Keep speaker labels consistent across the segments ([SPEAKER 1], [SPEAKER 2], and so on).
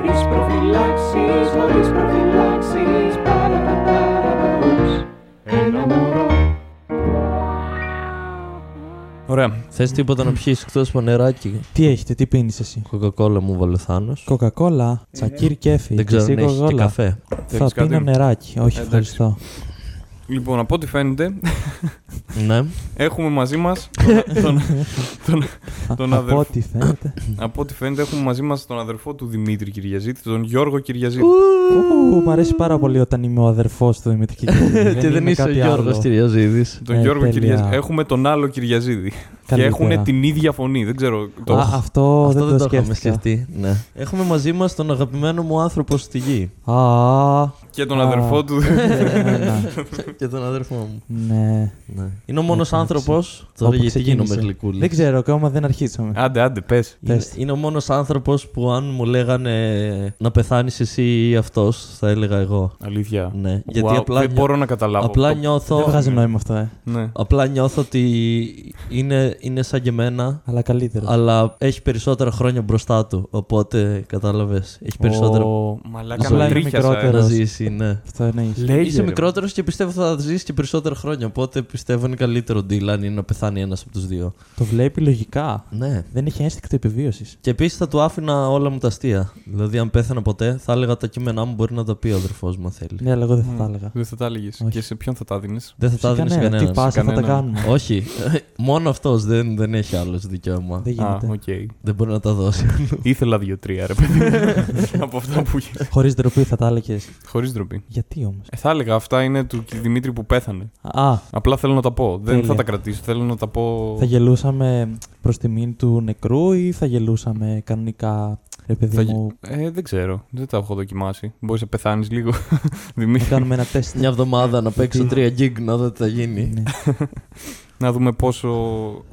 [SPEAKER 1] Χωρίς προφυλάξεις, χωρίς προφυλάξεις, παραπαπαραπαπούς, ένα μωρό.
[SPEAKER 2] Ωραία.
[SPEAKER 3] Θες τίποτα να πιεις εκτό από νεράκι.
[SPEAKER 2] Τι έχετε, τι πίνεις εσύ.
[SPEAKER 3] Κοκακόλα μου βάλε Θάνος.
[SPEAKER 2] Κοκακόλα, τσακίρ κέφι.
[SPEAKER 3] Δεν ξέρω αν
[SPEAKER 2] κρυσί
[SPEAKER 3] έχεις και
[SPEAKER 2] κοκακόλα.
[SPEAKER 3] καφέ.
[SPEAKER 2] Θα
[SPEAKER 4] Ε, Έχεις κάτι?
[SPEAKER 2] πίνω νεράκι. Όχι,
[SPEAKER 4] Εντάξει.
[SPEAKER 2] ευχαριστώ.
[SPEAKER 4] Λοιπόν, από ό,τι φαίνεται,
[SPEAKER 3] ναι.
[SPEAKER 4] έχουμε μαζί μας. τον, τον, τον-
[SPEAKER 2] Α,
[SPEAKER 4] Τον
[SPEAKER 2] Από
[SPEAKER 4] αδερφό.
[SPEAKER 2] ό,τι φαίνεται.
[SPEAKER 4] από ό,τι φαίνεται, έχουμε μαζί μας τον αδερφό του Δημήτρη Κυριαζήτη, τον Γιώργο Κυριαζήτη.
[SPEAKER 2] Ου, Μ' αρέσει πάρα πολύ όταν είμαι ο αδερφός του Δημήτρη Κυριαζίδη.
[SPEAKER 3] Και δεν
[SPEAKER 2] είμαι
[SPEAKER 3] είσαι ο
[SPEAKER 2] κάτι
[SPEAKER 3] Γιώργος
[SPEAKER 2] άλλο.
[SPEAKER 3] Κυριαζίδη.
[SPEAKER 4] Τον
[SPEAKER 2] Ε,
[SPEAKER 4] Γιώργο
[SPEAKER 2] τέλεια.
[SPEAKER 4] Κυριαζήτη. Έχουμε τον άλλο Κυριαζήτη. Και
[SPEAKER 2] Καλύτερα.
[SPEAKER 4] έχουν την ίδια φωνή. Δεν ξέρω. Το...
[SPEAKER 2] Α, αυτό,
[SPEAKER 3] Αυτό
[SPEAKER 2] δεν το
[SPEAKER 3] είχαμε
[SPEAKER 2] σκέφτηκα.
[SPEAKER 3] σκεφτεί. Ναι. Έχουμε μαζί μας τον αγαπημένο μου άνθρωπο στη γη.
[SPEAKER 2] Α,
[SPEAKER 4] Και τον
[SPEAKER 2] Α.
[SPEAKER 4] αδερφό του.
[SPEAKER 2] εμένα.
[SPEAKER 3] και τον αδερφό μου.
[SPEAKER 2] ναι.
[SPEAKER 3] Ναι. Είναι ο μόνος
[SPEAKER 2] Εντάξει.
[SPEAKER 3] άνθρωπος. Τώρα
[SPEAKER 2] Όπου
[SPEAKER 3] γιατί
[SPEAKER 2] ξεκίνησε.
[SPEAKER 3] γίνομαι γλυκούλης.
[SPEAKER 2] Δεν ξέρω, ακόμα δεν αρχίσαμε.
[SPEAKER 4] άντε, άντε, πες.
[SPEAKER 3] Είναι,
[SPEAKER 2] Πες.
[SPEAKER 3] είναι ο μόνος άνθρωπος που αν μου λέγανε να πεθάνεις εσύ ή αυτός, θα έλεγα εγώ.
[SPEAKER 4] Αλήθεια.
[SPEAKER 3] Ναι. Γιατί
[SPEAKER 4] Wow,
[SPEAKER 3] απλά,
[SPEAKER 4] δεν
[SPEAKER 3] νιώ-
[SPEAKER 4] μπορώ να καταλάβω.
[SPEAKER 3] απλά
[SPEAKER 4] Το-
[SPEAKER 2] Δεν
[SPEAKER 3] νιώθω.
[SPEAKER 2] βγάζει νόημα αυτό, ε.
[SPEAKER 4] Ναι.
[SPEAKER 3] Απλά νιώθω ότι είναι, είναι σαν και εμένα,
[SPEAKER 2] Αλλά καλύτερο.
[SPEAKER 3] αλλά έχει περισσότερα χρόνια μπροστά του. Οπότε κατάλαβες. Έχει περισσότερα
[SPEAKER 2] Ω,
[SPEAKER 4] Μαλάκα
[SPEAKER 2] Απλά
[SPEAKER 4] με
[SPEAKER 2] είναι
[SPEAKER 4] τρίχιασα.
[SPEAKER 2] μικρότερος.
[SPEAKER 4] ε.
[SPEAKER 3] να
[SPEAKER 2] Τερός.
[SPEAKER 3] ζήσει, ναι.
[SPEAKER 2] Αυτό εννοείς.
[SPEAKER 4] Λέγε,
[SPEAKER 3] Είσαι
[SPEAKER 4] ρε.
[SPEAKER 3] μικρότερος και πιστεύω θα ζήσεις και περισσότερα χρόνια. Οπότε πιστεύω είναι καλύτερο deal αν είναι να πεθάνει ένας από τους δύο.
[SPEAKER 2] Το βλέπει λογικά.
[SPEAKER 3] Ναι.
[SPEAKER 2] Δεν έχει ένστικτο επιβίωσης.
[SPEAKER 3] Και επίσης θα του άφηνα όλα μου τα αστεία. Δηλαδή, αν πέθανα ποτέ, θα έλεγα τα κείμενά μου μπορεί να τα πει ο αδερφός μου, αν θέλει.
[SPEAKER 2] Ναι, αλλά εγώ δεν θα
[SPEAKER 4] Μ.
[SPEAKER 2] τα έλεγα.
[SPEAKER 4] Δεν θα τα έλεγες.
[SPEAKER 2] Όχι.
[SPEAKER 4] Και σε ποιον θα τα δίνεις.
[SPEAKER 3] Δεν θα τα
[SPEAKER 2] Φυσικά,
[SPEAKER 3] έδινε
[SPEAKER 2] ναι,
[SPEAKER 3] κανένας.
[SPEAKER 2] Τι πάσα θα τα
[SPEAKER 4] Κανέναν.
[SPEAKER 2] κάνουμε.
[SPEAKER 3] Όχι. Μόνο αυτός δεν, δεν έχει άλλος δικαίωμα.
[SPEAKER 2] Δεν
[SPEAKER 4] Α,
[SPEAKER 2] γίνεται.
[SPEAKER 4] οκ.
[SPEAKER 3] Δεν μπορεί να τα δώσει.
[SPEAKER 4] Ήθελα δύο-τρία, ρε παιδί. μου, Από αυτά που είχε.
[SPEAKER 2] Χωρίς ντροπή θα τα έλεγες.
[SPEAKER 4] Χωρίς ντροπή.
[SPEAKER 2] Γιατί όμως.
[SPEAKER 4] Ε, θα έλεγα αυτά είναι του Δημήτρη που πέθανε.
[SPEAKER 2] Α,
[SPEAKER 4] Απλά θέλω να τα πω. Δεν θα
[SPEAKER 2] Τέλεια.
[SPEAKER 4] τα κρατήσω. Θέλω να τα πω.
[SPEAKER 2] θα γελούσαμε προς τιμήν του νεκρού ή θα γελούσαμε κανονικά. Ρε παιδί
[SPEAKER 4] Θα γε-
[SPEAKER 2] μου,
[SPEAKER 4] Ε, δεν ξέρω. Δεν τα έχω δοκιμάσει. Μπορείς να πεθάνεις λίγο.
[SPEAKER 2] να
[SPEAKER 4] Δημήτρη.
[SPEAKER 2] κάνουμε ένα τεστ.
[SPEAKER 3] Μια εβδομάδα να παίξω
[SPEAKER 2] Τι?
[SPEAKER 3] 3 gig να δω τι θα γίνει.
[SPEAKER 2] Ναι.
[SPEAKER 4] Να δούμε πόσο,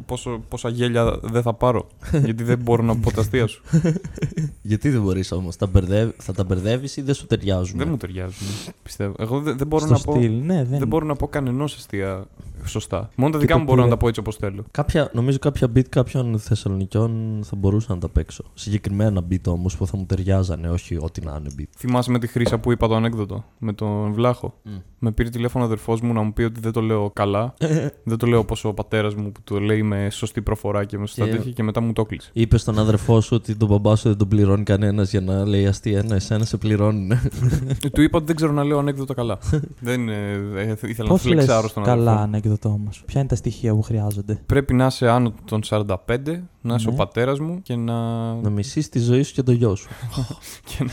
[SPEAKER 4] πόσο, πόσα γέλια δεν θα πάρω. γιατί δεν μπορώ να πω τα αστεία σου.
[SPEAKER 3] Γιατί δεν μπορείς όμως, θα τα μπερδεύεις ή δεν σου ταιριάζουν.
[SPEAKER 4] δεν μου ταιριάζουν. Πιστεύω. Εγώ δεν, δεν μπορώ
[SPEAKER 2] Ναι. Στο
[SPEAKER 4] να πω.
[SPEAKER 2] στυλ, ναι, δεν.
[SPEAKER 4] Δεν μπορώ να πω κανενός αστεία σωστά. Μόνο τα
[SPEAKER 2] Και
[SPEAKER 4] δικά
[SPEAKER 2] το
[SPEAKER 4] μου μπορώ να
[SPEAKER 2] πήρε.
[SPEAKER 4] τα πω έτσι όπως θέλω.
[SPEAKER 3] Κάποια, νομίζω κάποια beat κάποιων Θεσσαλονικιών θα μπορούσα να τα παίξω. Συγκεκριμένα beat όμως που θα μου ταιριάζανε, όχι ό,τι να είναι beat.
[SPEAKER 4] Θυμάσαι με τη Χρύσα που είπα το ανέκδοτο. Με τον Βλάχο.
[SPEAKER 3] Mm.
[SPEAKER 4] Με πήρε τηλέφωνο ο αδερφός μου να μου πει ότι δεν το λέω καλά. δεν το λέω όπως ο πατέρας μου που το λέει με σωστή προφορά και με σωστά
[SPEAKER 3] Και-
[SPEAKER 4] τέτοια και μετά μου το κλείσε.
[SPEAKER 3] Είπες στον αδερφό σου ότι τον μπαμπά σου δεν τον πληρώνει κανένας για να λέει αστεία. Ένα, εσένα σε πληρώνουν.
[SPEAKER 4] Ε, του είπα ότι δεν ξέρω να λέω ανέκδοτα καλά. δεν ε, ε, ήθελα να
[SPEAKER 2] Πώς λε
[SPEAKER 4] φλεξάρω στον αδερφό.
[SPEAKER 2] καλά
[SPEAKER 4] μου.
[SPEAKER 2] ανέκδοτο όμω. Ποια είναι τα στοιχεία που χρειάζονται.
[SPEAKER 4] Πρέπει να είσαι άνω των 45, να είσαι
[SPEAKER 2] Ναι.
[SPEAKER 4] ο πατέρας μου και να.
[SPEAKER 3] να μισείς τη ζωή σου και τον γιο σου.
[SPEAKER 4] και να,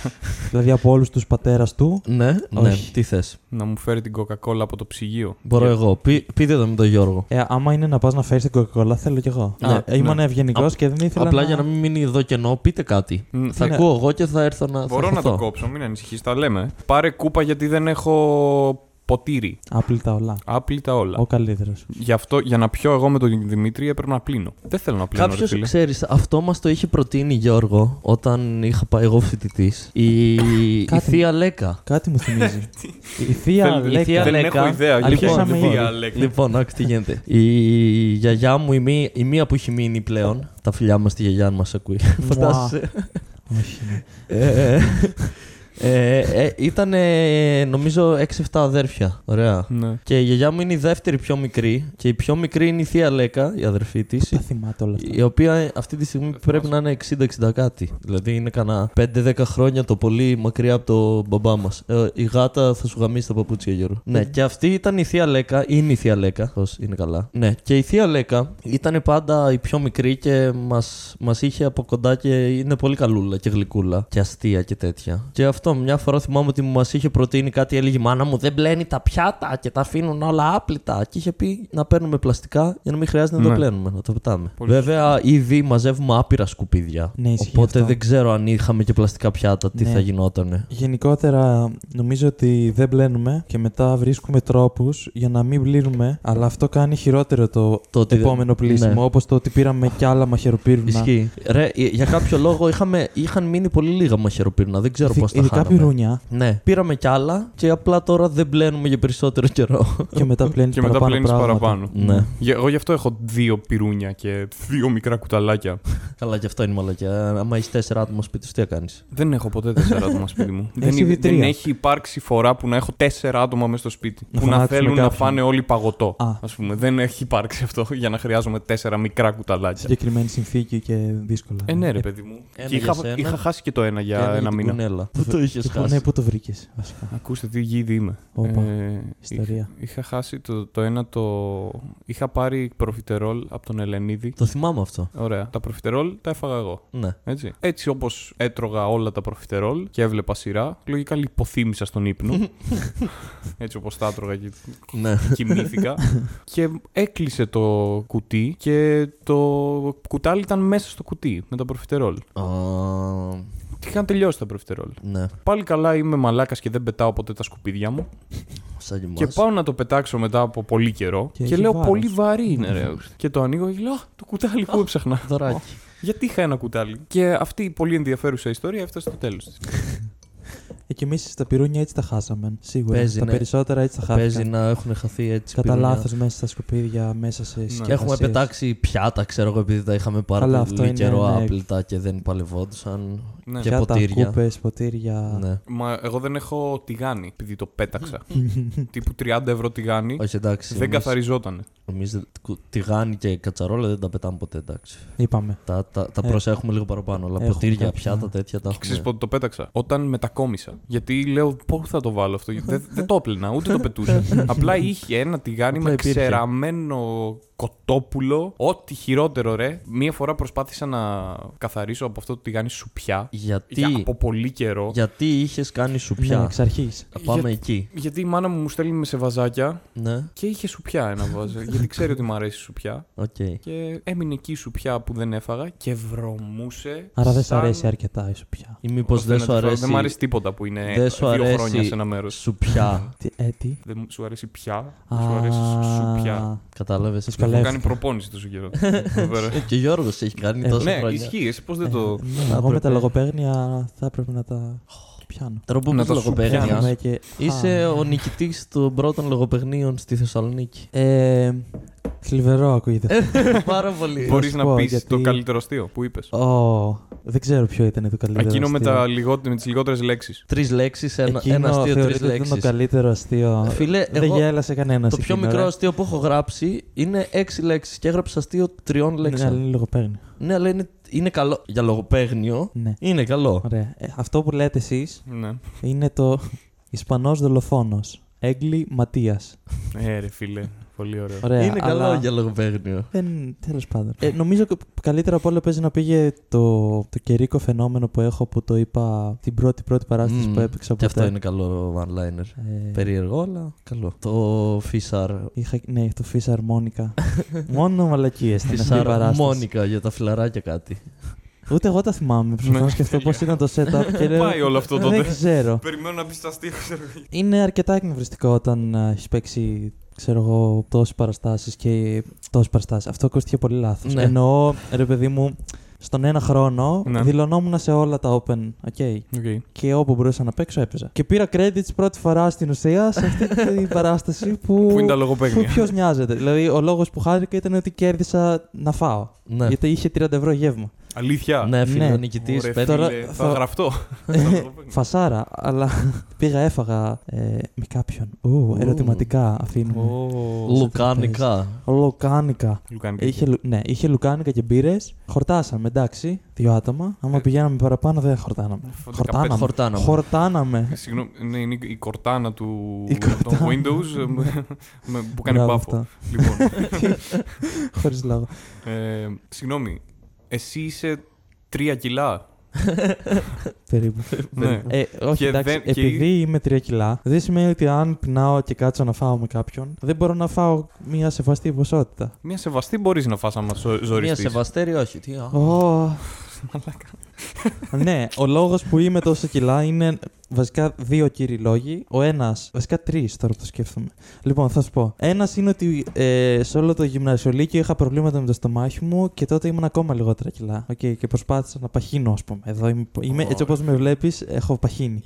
[SPEAKER 2] δηλαδή από όλους τους πατέρας του.
[SPEAKER 3] ναι, ναι.
[SPEAKER 2] Όχι.
[SPEAKER 3] Τι θες.
[SPEAKER 4] να μου φέρει την Coca-Cola από το ψυγείο.
[SPEAKER 3] Μπορώ
[SPEAKER 4] Και-
[SPEAKER 3] εγώ. Πεί- πείτε το με τον Γιώργο.
[SPEAKER 2] Ε, άμα είναι να πας να φέρεις την κοκακόλα, θέλω κι εγώ.
[SPEAKER 3] Ναι,
[SPEAKER 2] ναι, ήμουν
[SPEAKER 4] ναι.
[SPEAKER 2] ευγενικός και δεν ήθελα.
[SPEAKER 3] Απλά για να μην μείνει εδώ κενό, πείτε κάτι.
[SPEAKER 4] Μ,
[SPEAKER 3] Θα
[SPEAKER 2] Ναι.
[SPEAKER 3] ακούω εγώ και θα έρθω να. θα
[SPEAKER 4] Μπορώ να
[SPEAKER 3] χωθώ.
[SPEAKER 4] το κόψω, μην ανησυχείς, τα λέμε. Πάρε κούπα γιατί δεν έχω ποτήρι.
[SPEAKER 2] Άπλυτα όλα.
[SPEAKER 4] Άπλυτα όλα.
[SPEAKER 2] Ο καλύτερος.
[SPEAKER 4] Γι' αυτό, για να πιω εγώ με τον Δημήτρη, έπρεπε να πλύνω. Δεν θέλω να πλύνω. ρε
[SPEAKER 3] Κάποιος
[SPEAKER 4] φίλε.
[SPEAKER 3] ξέρεις, αυτό μας το είχε προτείνει Γιώργο όταν είχα πάει εγώ φοιτητής. Η, η
[SPEAKER 2] Κάτι.
[SPEAKER 3] θεία Λέκα.
[SPEAKER 2] Κάτι μου θυμίζει. η θεία
[SPEAKER 4] Θέλ-
[SPEAKER 2] Λέκα.
[SPEAKER 3] θεία
[SPEAKER 4] Δεν
[SPEAKER 3] Λέκα.
[SPEAKER 4] έχω ιδέα. γιατί
[SPEAKER 2] Λοιπόν,
[SPEAKER 4] δεν
[SPEAKER 2] λοιπόν.
[SPEAKER 4] θεία Λέκα.
[SPEAKER 3] Λοιπόν, άκου τι γίνεται. Η γιαγιά μου, η, μη- η μία που έχει μείνει πλέον. Τα φιλιά μας, τη γιαγιά αν μας ακούει. Φαντάζεσαι.
[SPEAKER 2] Όχι. ναι.
[SPEAKER 3] Ε, ε, ε, ε, ήταν ε, νομίζω 6-7 αδέρφια. Ωραία.
[SPEAKER 4] Ναι.
[SPEAKER 3] Και η γιαγιά μου είναι η δεύτερη πιο μικρή. Και η πιο μικρή είναι η θεία Λέκα, η αδερφή της.
[SPEAKER 2] Τα θυμάται όλα αυτά.
[SPEAKER 3] Η οποία αυτή τη στιγμή πρέπει να είναι 60-60 κάτι. Δηλαδή είναι κανένα 5-10 χρόνια το πολύ μακριά από το μπαμπά μας. η γάτα θα σου γαμίσει τα παπούτσια, Γιώργο. Ναι, και αυτή ήταν η θεία Λέκα. Είναι η θεία Λέκα. Αυτός είναι καλά. Ναι, και η θεία Λέκα ήταν πάντα η πιο μικρή και μας μας είχε από κοντά και είναι πολύ καλούλα και γλυκούλα και αστεία και τέτοια. Και αυτό μια φορά θυμάμαι ότι μας είχε προτείνει κάτι, έλεγε «Η Μάνα μου δεν μπλένει τα πιάτα και τα αφήνουν όλα άπλυτα. Και είχε πει να παίρνουμε πλαστικά για να μην χρειάζεται να τα
[SPEAKER 4] Ναι.
[SPEAKER 3] πλένουμε, να τα πετάμε.
[SPEAKER 4] Πολύ
[SPEAKER 3] Βέβαια, ήδη μαζεύουμε άπειρα σκουπίδια.
[SPEAKER 2] Ναι, ισχύει
[SPEAKER 3] Οπότε
[SPEAKER 2] αυτό.
[SPEAKER 3] δεν ξέρω αν είχαμε και πλαστικά πιάτα, τι
[SPEAKER 2] Ναι.
[SPEAKER 3] θα γινότανε.
[SPEAKER 2] Γενικότερα, νομίζω ότι δεν μπλένουμε και μετά βρίσκουμε τρόπους για να μην πλύνουμε, αλλά αυτό κάνει χειρότερο το,
[SPEAKER 3] Το ότι δεν-
[SPEAKER 2] επόμενο πλήσιμο.
[SPEAKER 3] Ναι.
[SPEAKER 2] Όπως το ότι πήραμε κι άλλα μαχαιροπύρουνα.
[SPEAKER 3] Ισχύει. Ρε, ε, για κάποιο λόγο είχαμε, είχαν μείνει πολύ λίγα μαχαιροπύρνα. Δεν ξέρω
[SPEAKER 2] Ειδι-
[SPEAKER 3] πώς τα
[SPEAKER 2] Ειδικά Κάποιοι
[SPEAKER 3] χάναμε.
[SPEAKER 2] ρούνια
[SPEAKER 3] Ναι. Πήραμε κι άλλα και απλά τώρα δεν πλένουμε για περισσότερο καιρό.
[SPEAKER 2] και μετά πλένεις
[SPEAKER 4] Και μετά
[SPEAKER 2] παραπάνω.
[SPEAKER 4] πλένεις
[SPEAKER 2] πράγματα.
[SPEAKER 4] παραπάνω.
[SPEAKER 3] ναι.
[SPEAKER 4] Γε- Εγώ γι' αυτό έχω δύο πυρούνια και δύο μικρά κουταλάκια.
[SPEAKER 3] Καλά, κι αυτό είναι μαλακιά. Άμα έχεις τέσσερα άτομα σπίτι, σου, τι θα κάνεις.
[SPEAKER 4] δεν έχω ποτέ τέσσερα άτομα σπίτι μου. δεν,
[SPEAKER 2] Έχεις
[SPEAKER 4] είναι-
[SPEAKER 2] ήδη
[SPEAKER 4] δεν
[SPEAKER 2] τρία.
[SPEAKER 4] έχει υπάρξει φορά που να έχω τέσσερα άτομα μέσα στο σπίτι.
[SPEAKER 2] Να
[SPEAKER 4] που να
[SPEAKER 2] φωνάξουμε
[SPEAKER 4] θέλουν να
[SPEAKER 2] κάποιον.
[SPEAKER 4] φάνε όλοι παγωτό.
[SPEAKER 2] Α.
[SPEAKER 4] Ας πούμε. Δεν έχει υπάρξει αυτό για να χρειάζομαι τέσσερα μικρά κουταλάκια.
[SPEAKER 2] Συγκεκριμένη συνθήκη και δύσκολα.
[SPEAKER 4] Ε, ναι, ρε παιδί μου.
[SPEAKER 3] Ένα
[SPEAKER 4] και
[SPEAKER 3] για
[SPEAKER 4] είχα,
[SPEAKER 3] σένα. ναι.
[SPEAKER 4] είχα χάσει και το ένα για
[SPEAKER 3] Και
[SPEAKER 4] ένα
[SPEAKER 3] την
[SPEAKER 4] μήνα.
[SPEAKER 3] κουνέλα. Πού το είχε
[SPEAKER 2] Και πού-
[SPEAKER 3] χάσει.
[SPEAKER 2] Ναι, πού το βρήκες
[SPEAKER 3] Ε,
[SPEAKER 2] βασικά.
[SPEAKER 4] Ακούστε τι γίδι είμαι.
[SPEAKER 2] Όπα,
[SPEAKER 4] Ε,
[SPEAKER 2] ιστορία.
[SPEAKER 4] Είχα χάσει το, το ένα το. Είχα πάρει προφιτερόλ από τον Ελενίδη.
[SPEAKER 3] Το θυμάμαι αυτό.
[SPEAKER 4] Ωραία. Τα προφιτερόλ τα έφαγα εγώ.
[SPEAKER 3] Ναι.
[SPEAKER 4] Έτσι, έτσι όπως έτρωγα όλα τα προφιτερόλ και έβλεπα σειρά, λογικά λιποθύμησα στον ύπνο. έτσι όπως τα έτρωγα και
[SPEAKER 3] ναι.
[SPEAKER 4] κοιμήθηκα. και έκλεισε το κουτί και το κουτάλι ήταν μέσα στο κουτί με τα προφιτερόλ.
[SPEAKER 3] Α,
[SPEAKER 4] Τι είχαν τελειώσει τα προφιτερόλ.
[SPEAKER 3] ναι.
[SPEAKER 4] Πάλι καλά είμαι μαλάκας και δεν πετάω ποτέ τα σκουπίδια μου.
[SPEAKER 3] Σαν και
[SPEAKER 4] Και
[SPEAKER 3] εμάς.
[SPEAKER 4] πάω να το πετάξω μετά από πολύ καιρό.
[SPEAKER 2] Και
[SPEAKER 4] Και,
[SPEAKER 2] έχει
[SPEAKER 4] λέω
[SPEAKER 2] βάρος.
[SPEAKER 4] πολύ βαρύ είναι ρε. και το ανοίγω και λέω «Α, το κουτάλι που έψαχνα.
[SPEAKER 3] Δωράκι.
[SPEAKER 4] Γιατί είχα ένα κουτάλι. Και αυτή η πολύ ενδιαφέρουσα ιστορία έφτασε στο τέλος της.
[SPEAKER 2] Ε, και εμεί τα πυρούνια έτσι τα χάσαμε. Σίγουρα.
[SPEAKER 3] Παίζει,
[SPEAKER 2] τα
[SPEAKER 3] ναι.
[SPEAKER 2] περισσότερα έτσι τα
[SPEAKER 3] Παίζει
[SPEAKER 2] χάσαμε.
[SPEAKER 3] να έχουν χαθεί έτσι.
[SPEAKER 2] Κατά
[SPEAKER 3] πυρούνια.
[SPEAKER 2] λάθος μέσα στα σκουπίδια, μέσα σε
[SPEAKER 3] Και έχουμε
[SPEAKER 2] συσκευασίες.
[SPEAKER 3] πετάξει πιάτα, ξέρω εγώ, επειδή τα είχαμε πάρα
[SPEAKER 2] Καλά, αυτό
[SPEAKER 3] πολύ
[SPEAKER 2] είναι,
[SPEAKER 3] καιρό
[SPEAKER 2] ναι.
[SPEAKER 3] άπλυτα και δεν παλευόντουσαν.
[SPEAKER 4] Ναι.
[SPEAKER 3] Και
[SPEAKER 2] Πιάτα,
[SPEAKER 3] ποτήρια.
[SPEAKER 2] κούπες, ποτήρια.
[SPEAKER 3] Ναι.
[SPEAKER 4] Μα εγώ δεν έχω τηγάνι επειδή το πέταξα. Τύπου 30 ευρώ τηγάνι.
[SPEAKER 3] Όχι, εντάξει.
[SPEAKER 4] δεν καθαριζόταν.
[SPEAKER 3] Εμεί τηγάνι και κατσαρόλα δεν τα πετάμε ποτέ, εντάξει.
[SPEAKER 2] Είπαμε.
[SPEAKER 3] Τα, τα, τα
[SPEAKER 2] Ε,
[SPEAKER 3] προσέχουμε λίγο παραπάνω. Αλλά
[SPEAKER 2] έχουμε
[SPEAKER 3] ποτήρια,
[SPEAKER 2] κάποια,
[SPEAKER 3] πιάτα,
[SPEAKER 2] ναι.
[SPEAKER 3] τέτοια τα
[SPEAKER 4] Και ξέρεις
[SPEAKER 3] έχουμε.
[SPEAKER 4] πότε το πέταξα. Όταν μετακόμισα. Γιατί λέω πού θα το βάλω αυτό. γιατί Δεν, δεν το έπλαινα, ούτε το πετούσα. Απλά είχε ένα τηγάνι
[SPEAKER 3] Απλά
[SPEAKER 4] με
[SPEAKER 3] υπήρχε.
[SPEAKER 4] ξεραμένο κοτόπουλο. Ό,τι χειρότερο, ρε. Μία φορά προσπάθησα να καθαρίσω από αυτό το τηγάνι σουπιά.
[SPEAKER 3] Γιατί,
[SPEAKER 4] Για από πολύ καιρό.
[SPEAKER 3] γιατί είχες κάνει σου
[SPEAKER 2] Ναι,
[SPEAKER 3] πια.
[SPEAKER 2] εξ αρχής.
[SPEAKER 3] Να πάμε
[SPEAKER 4] Για-
[SPEAKER 3] εκεί.
[SPEAKER 4] Γιατί η μάνα μου μου στέλνει σε βαζάκια
[SPEAKER 3] Ναι,
[SPEAKER 4] και είχε σουπιά ένα βάζο. γιατί ξέρει ότι μου αρέσει η σουπιά.
[SPEAKER 3] οκ.
[SPEAKER 4] Και έμεινε εκεί η σουπιά που δεν έφαγα και βρωμούσε.
[SPEAKER 2] Άρα δεν σ'
[SPEAKER 4] σαν-
[SPEAKER 2] αρέσει αρκετά η σου πια.
[SPEAKER 3] Ή μήπως
[SPEAKER 4] ώστε
[SPEAKER 3] δεν
[SPEAKER 4] να
[SPEAKER 3] σου
[SPEAKER 4] τη φάω.
[SPEAKER 3] αρέσει.
[SPEAKER 4] Δεν μου αρέσει τίποτα που είναι
[SPEAKER 3] δεν σου
[SPEAKER 4] δύο
[SPEAKER 3] αρέσει
[SPEAKER 4] χρόνια σε ένα μέρος.
[SPEAKER 3] Σου πια.
[SPEAKER 2] Τι, ε, τι.
[SPEAKER 4] Δεν μου- σου αρέσει πια. δεν Σου αρέσει σου πια.
[SPEAKER 3] Κατάλαβε.
[SPEAKER 2] Σας
[SPEAKER 4] Έχω
[SPEAKER 2] Λεύκα.
[SPEAKER 4] κάνει προπόνηση τόσο καιρό. Βέβαια.
[SPEAKER 3] Και ο Γιώργος έχει κάνει
[SPEAKER 2] Ε,
[SPEAKER 3] τόσα
[SPEAKER 4] Ναι,
[SPEAKER 3] χρόνια.
[SPEAKER 4] ισχύει. Εσύ πώς δεν το.
[SPEAKER 3] Θα
[SPEAKER 2] Ναι, εγώ με
[SPEAKER 3] έπρεπε-
[SPEAKER 2] τα λογοπαίγνια θα έπρεπε να τα πιάνω.
[SPEAKER 3] Τρόπο
[SPEAKER 4] Να
[SPEAKER 3] που
[SPEAKER 4] τα σου πιάνω.
[SPEAKER 3] λογοπαίγνια.
[SPEAKER 2] Έχουμε και-
[SPEAKER 3] Είσαι
[SPEAKER 2] Α,
[SPEAKER 3] ο νικητής των πρώτων λογοπαιγνίων στη Θεσσαλονίκη.
[SPEAKER 2] Ε, θλιβερό ακούγεται.
[SPEAKER 3] Ε, Πάρα πολύ.
[SPEAKER 4] Μπορείς
[SPEAKER 2] σου
[SPEAKER 4] να
[SPEAKER 2] Ε, πω,
[SPEAKER 4] πεις
[SPEAKER 2] γιατί-
[SPEAKER 4] το καλύτερο αστείο που είπες.
[SPEAKER 2] Ω, δεν ξέρω ποιο ήταν το καλύτερο.
[SPEAKER 4] Εκείνο με,
[SPEAKER 2] αστείο.
[SPEAKER 4] τα λιγότε- με τις λιγότερες λέξεις.
[SPEAKER 3] Τρεις λέξεις, ένα,
[SPEAKER 2] Εκείνο
[SPEAKER 3] ένα αστείο, τρεις
[SPEAKER 2] θεωρείται ότι ήταν
[SPEAKER 3] λέξει.
[SPEAKER 2] το καλύτερο αστείο.
[SPEAKER 3] Φίλε,
[SPEAKER 2] δεν
[SPEAKER 3] εγώ-
[SPEAKER 2] γέλασε κανένας.
[SPEAKER 3] Το πιο μικρό αστείο που έχω γράψει είναι έξι λέξεις και έγραψα αστείο τριών
[SPEAKER 2] Ναι, αλλά
[SPEAKER 3] λέξεων.
[SPEAKER 2] είναι λογοπαίγνιο.
[SPEAKER 3] Ναι, αλλά είναι, είναι καλό. Για λογοπαίγνιο
[SPEAKER 2] Ναι.
[SPEAKER 3] είναι καλό.
[SPEAKER 2] Ωραία. Ε, αυτό που λέτε εσείς
[SPEAKER 4] Ναι.
[SPEAKER 2] είναι το Ισπανός δολοφόνος. Έγκλη Ματίας.
[SPEAKER 4] Ε, ρε φίλε. Πολύ ωραίο.
[SPEAKER 2] Ωραία.
[SPEAKER 3] είναι
[SPEAKER 2] αλλά...
[SPEAKER 3] καλό για λογοπαίγνιο.
[SPEAKER 2] Δεν, τέλος πάντων. Ε, νομίζω κα- καλύτερα από όλα παίζει να πήγε το, το καιρικό φαινόμενο που έχω που το είπα την πρώτη πρώτη παράσταση
[SPEAKER 3] Μμμ.
[SPEAKER 2] που έπαιξα ποτέ.
[SPEAKER 3] Και αυτό είναι καλό one-liner.
[SPEAKER 2] Ε,
[SPEAKER 3] Περίεργο, αλλά καλό. Το φίσαρ
[SPEAKER 2] Είχα, ναι, το Fish Harmonica. Μόνο μαλακίες ήταν
[SPEAKER 3] τη
[SPEAKER 2] αυτή η παράσταση.
[SPEAKER 3] Σαρμόνικα για τα φιλαράκια κάτι.
[SPEAKER 2] Ούτε εγώ τα θυμάμαι. Προσπαθώ
[SPEAKER 4] Ναι,
[SPEAKER 2] να σκεφτώ πώς ήταν το setup. και λέω,
[SPEAKER 4] Πάει όλο αυτό
[SPEAKER 2] Δεν
[SPEAKER 4] τότε.
[SPEAKER 2] ξέρω.
[SPEAKER 4] Περιμένω να πει τα αστεία. ξέρω εγώ.
[SPEAKER 2] Είναι αρκετά εκνευριστικό όταν έχεις παίξει ξέρω εγώ, τόσες παραστάσεις και τόσες παραστάσεις. Αυτό ακούστηκε πολύ λάθος.
[SPEAKER 3] Ναι.
[SPEAKER 2] Εννοώ, ρε παιδί μου, στον ένα χρόνο
[SPEAKER 4] Ναι.
[SPEAKER 2] δηλωνόμουν σε όλα τα open. Okay.
[SPEAKER 4] Οκ.
[SPEAKER 2] Και όπου μπορούσα να παίξω, έπαιζα. Και πήρα credits πρώτη φορά στην ουσία σε αυτή την παράσταση που.
[SPEAKER 4] Πού είναι τα λογοπαίγνια.
[SPEAKER 2] Ποιος νοιάζεται. Δηλαδή, ο λόγος που χάρηκα ήταν ότι κέρδισα να φάω.
[SPEAKER 3] Ναι,
[SPEAKER 2] Γιατί είχε 30 ευρώ γεύμα.
[SPEAKER 4] Αλήθεια.
[SPEAKER 3] ναι φίλε,
[SPEAKER 2] ναι.
[SPEAKER 3] ο νικητής
[SPEAKER 4] Ωραία,
[SPEAKER 2] πέτρα-
[SPEAKER 4] φίλε, θα,
[SPEAKER 2] θα-
[SPEAKER 4] γραφτώ.
[SPEAKER 2] Ε, Φασάρα, αλλά πήγα, έφαγα ε, με κάποιον. Ου,
[SPEAKER 3] Ου.
[SPEAKER 2] ερωτηματικά αφήνουμε.
[SPEAKER 3] λουκάνικα.
[SPEAKER 2] Λουκάνικα.
[SPEAKER 4] Λουκάνικα.
[SPEAKER 2] Είχε, λου- ναι, είχε λουκάνικα και μπύρες. Χορτάσαμε, εντάξει, δύο άτομα. Άμα
[SPEAKER 4] Ε.
[SPEAKER 2] πηγαίναμε παραπάνω, δεν χορτάναμε.
[SPEAKER 4] Φο-
[SPEAKER 2] Χορτάναμε.
[SPEAKER 3] Χορτάνα.
[SPEAKER 2] Χορτάναμε.
[SPEAKER 4] Συγγνώμη, ναι, είναι η κορτάνα του
[SPEAKER 2] Η
[SPEAKER 4] των
[SPEAKER 2] κορτάνα.
[SPEAKER 4] Windows ε, με- με- που κάνει
[SPEAKER 2] Μπράβο
[SPEAKER 4] μπάφο.
[SPEAKER 2] αυτά.
[SPEAKER 4] Λοιπόν,
[SPEAKER 2] Χωρίς λόγο.
[SPEAKER 4] ε, συγγνώμη, εσύ είσαι τρία κιλά.
[SPEAKER 2] Περίπου.
[SPEAKER 4] ναι.
[SPEAKER 2] Ε, όχι,
[SPEAKER 4] Και
[SPEAKER 2] εντάξει,
[SPEAKER 4] δεν- και
[SPEAKER 2] επειδή είμαι 3 κιλά, δεν σημαίνει ότι αν πεινάω και κάτσω να φάω με κάποιον, δεν μπορώ να φάω μια σεβαστή ποσότητα.
[SPEAKER 4] Μια σεβαστή μπορείς να φας άμα ζω-
[SPEAKER 3] Μία
[SPEAKER 4] ζοριστείς.
[SPEAKER 3] σεβαστέρη, όχι. Τι, α.
[SPEAKER 2] Ω,
[SPEAKER 4] Μαλάκα.
[SPEAKER 2] ναι, ο λόγος που είμαι τόσο κιλά είναι βασικά δύο κύριοι λόγοι. Ο ένας, βασικά τρεις τώρα που το σκέφτομαι. Λοιπόν, θα σου πω. Ένας είναι ότι ε, σε όλο το γυμνασιολίκιο είχα προβλήματα με το στομάχι μου και τότε ήμουν ακόμα λιγότερα κιλά. Οκ, και προσπάθησα να παχύνω, ας πούμε. Εδώ είμαι, είμαι- έτσι όπως με βλέπεις, έχω παχύνει.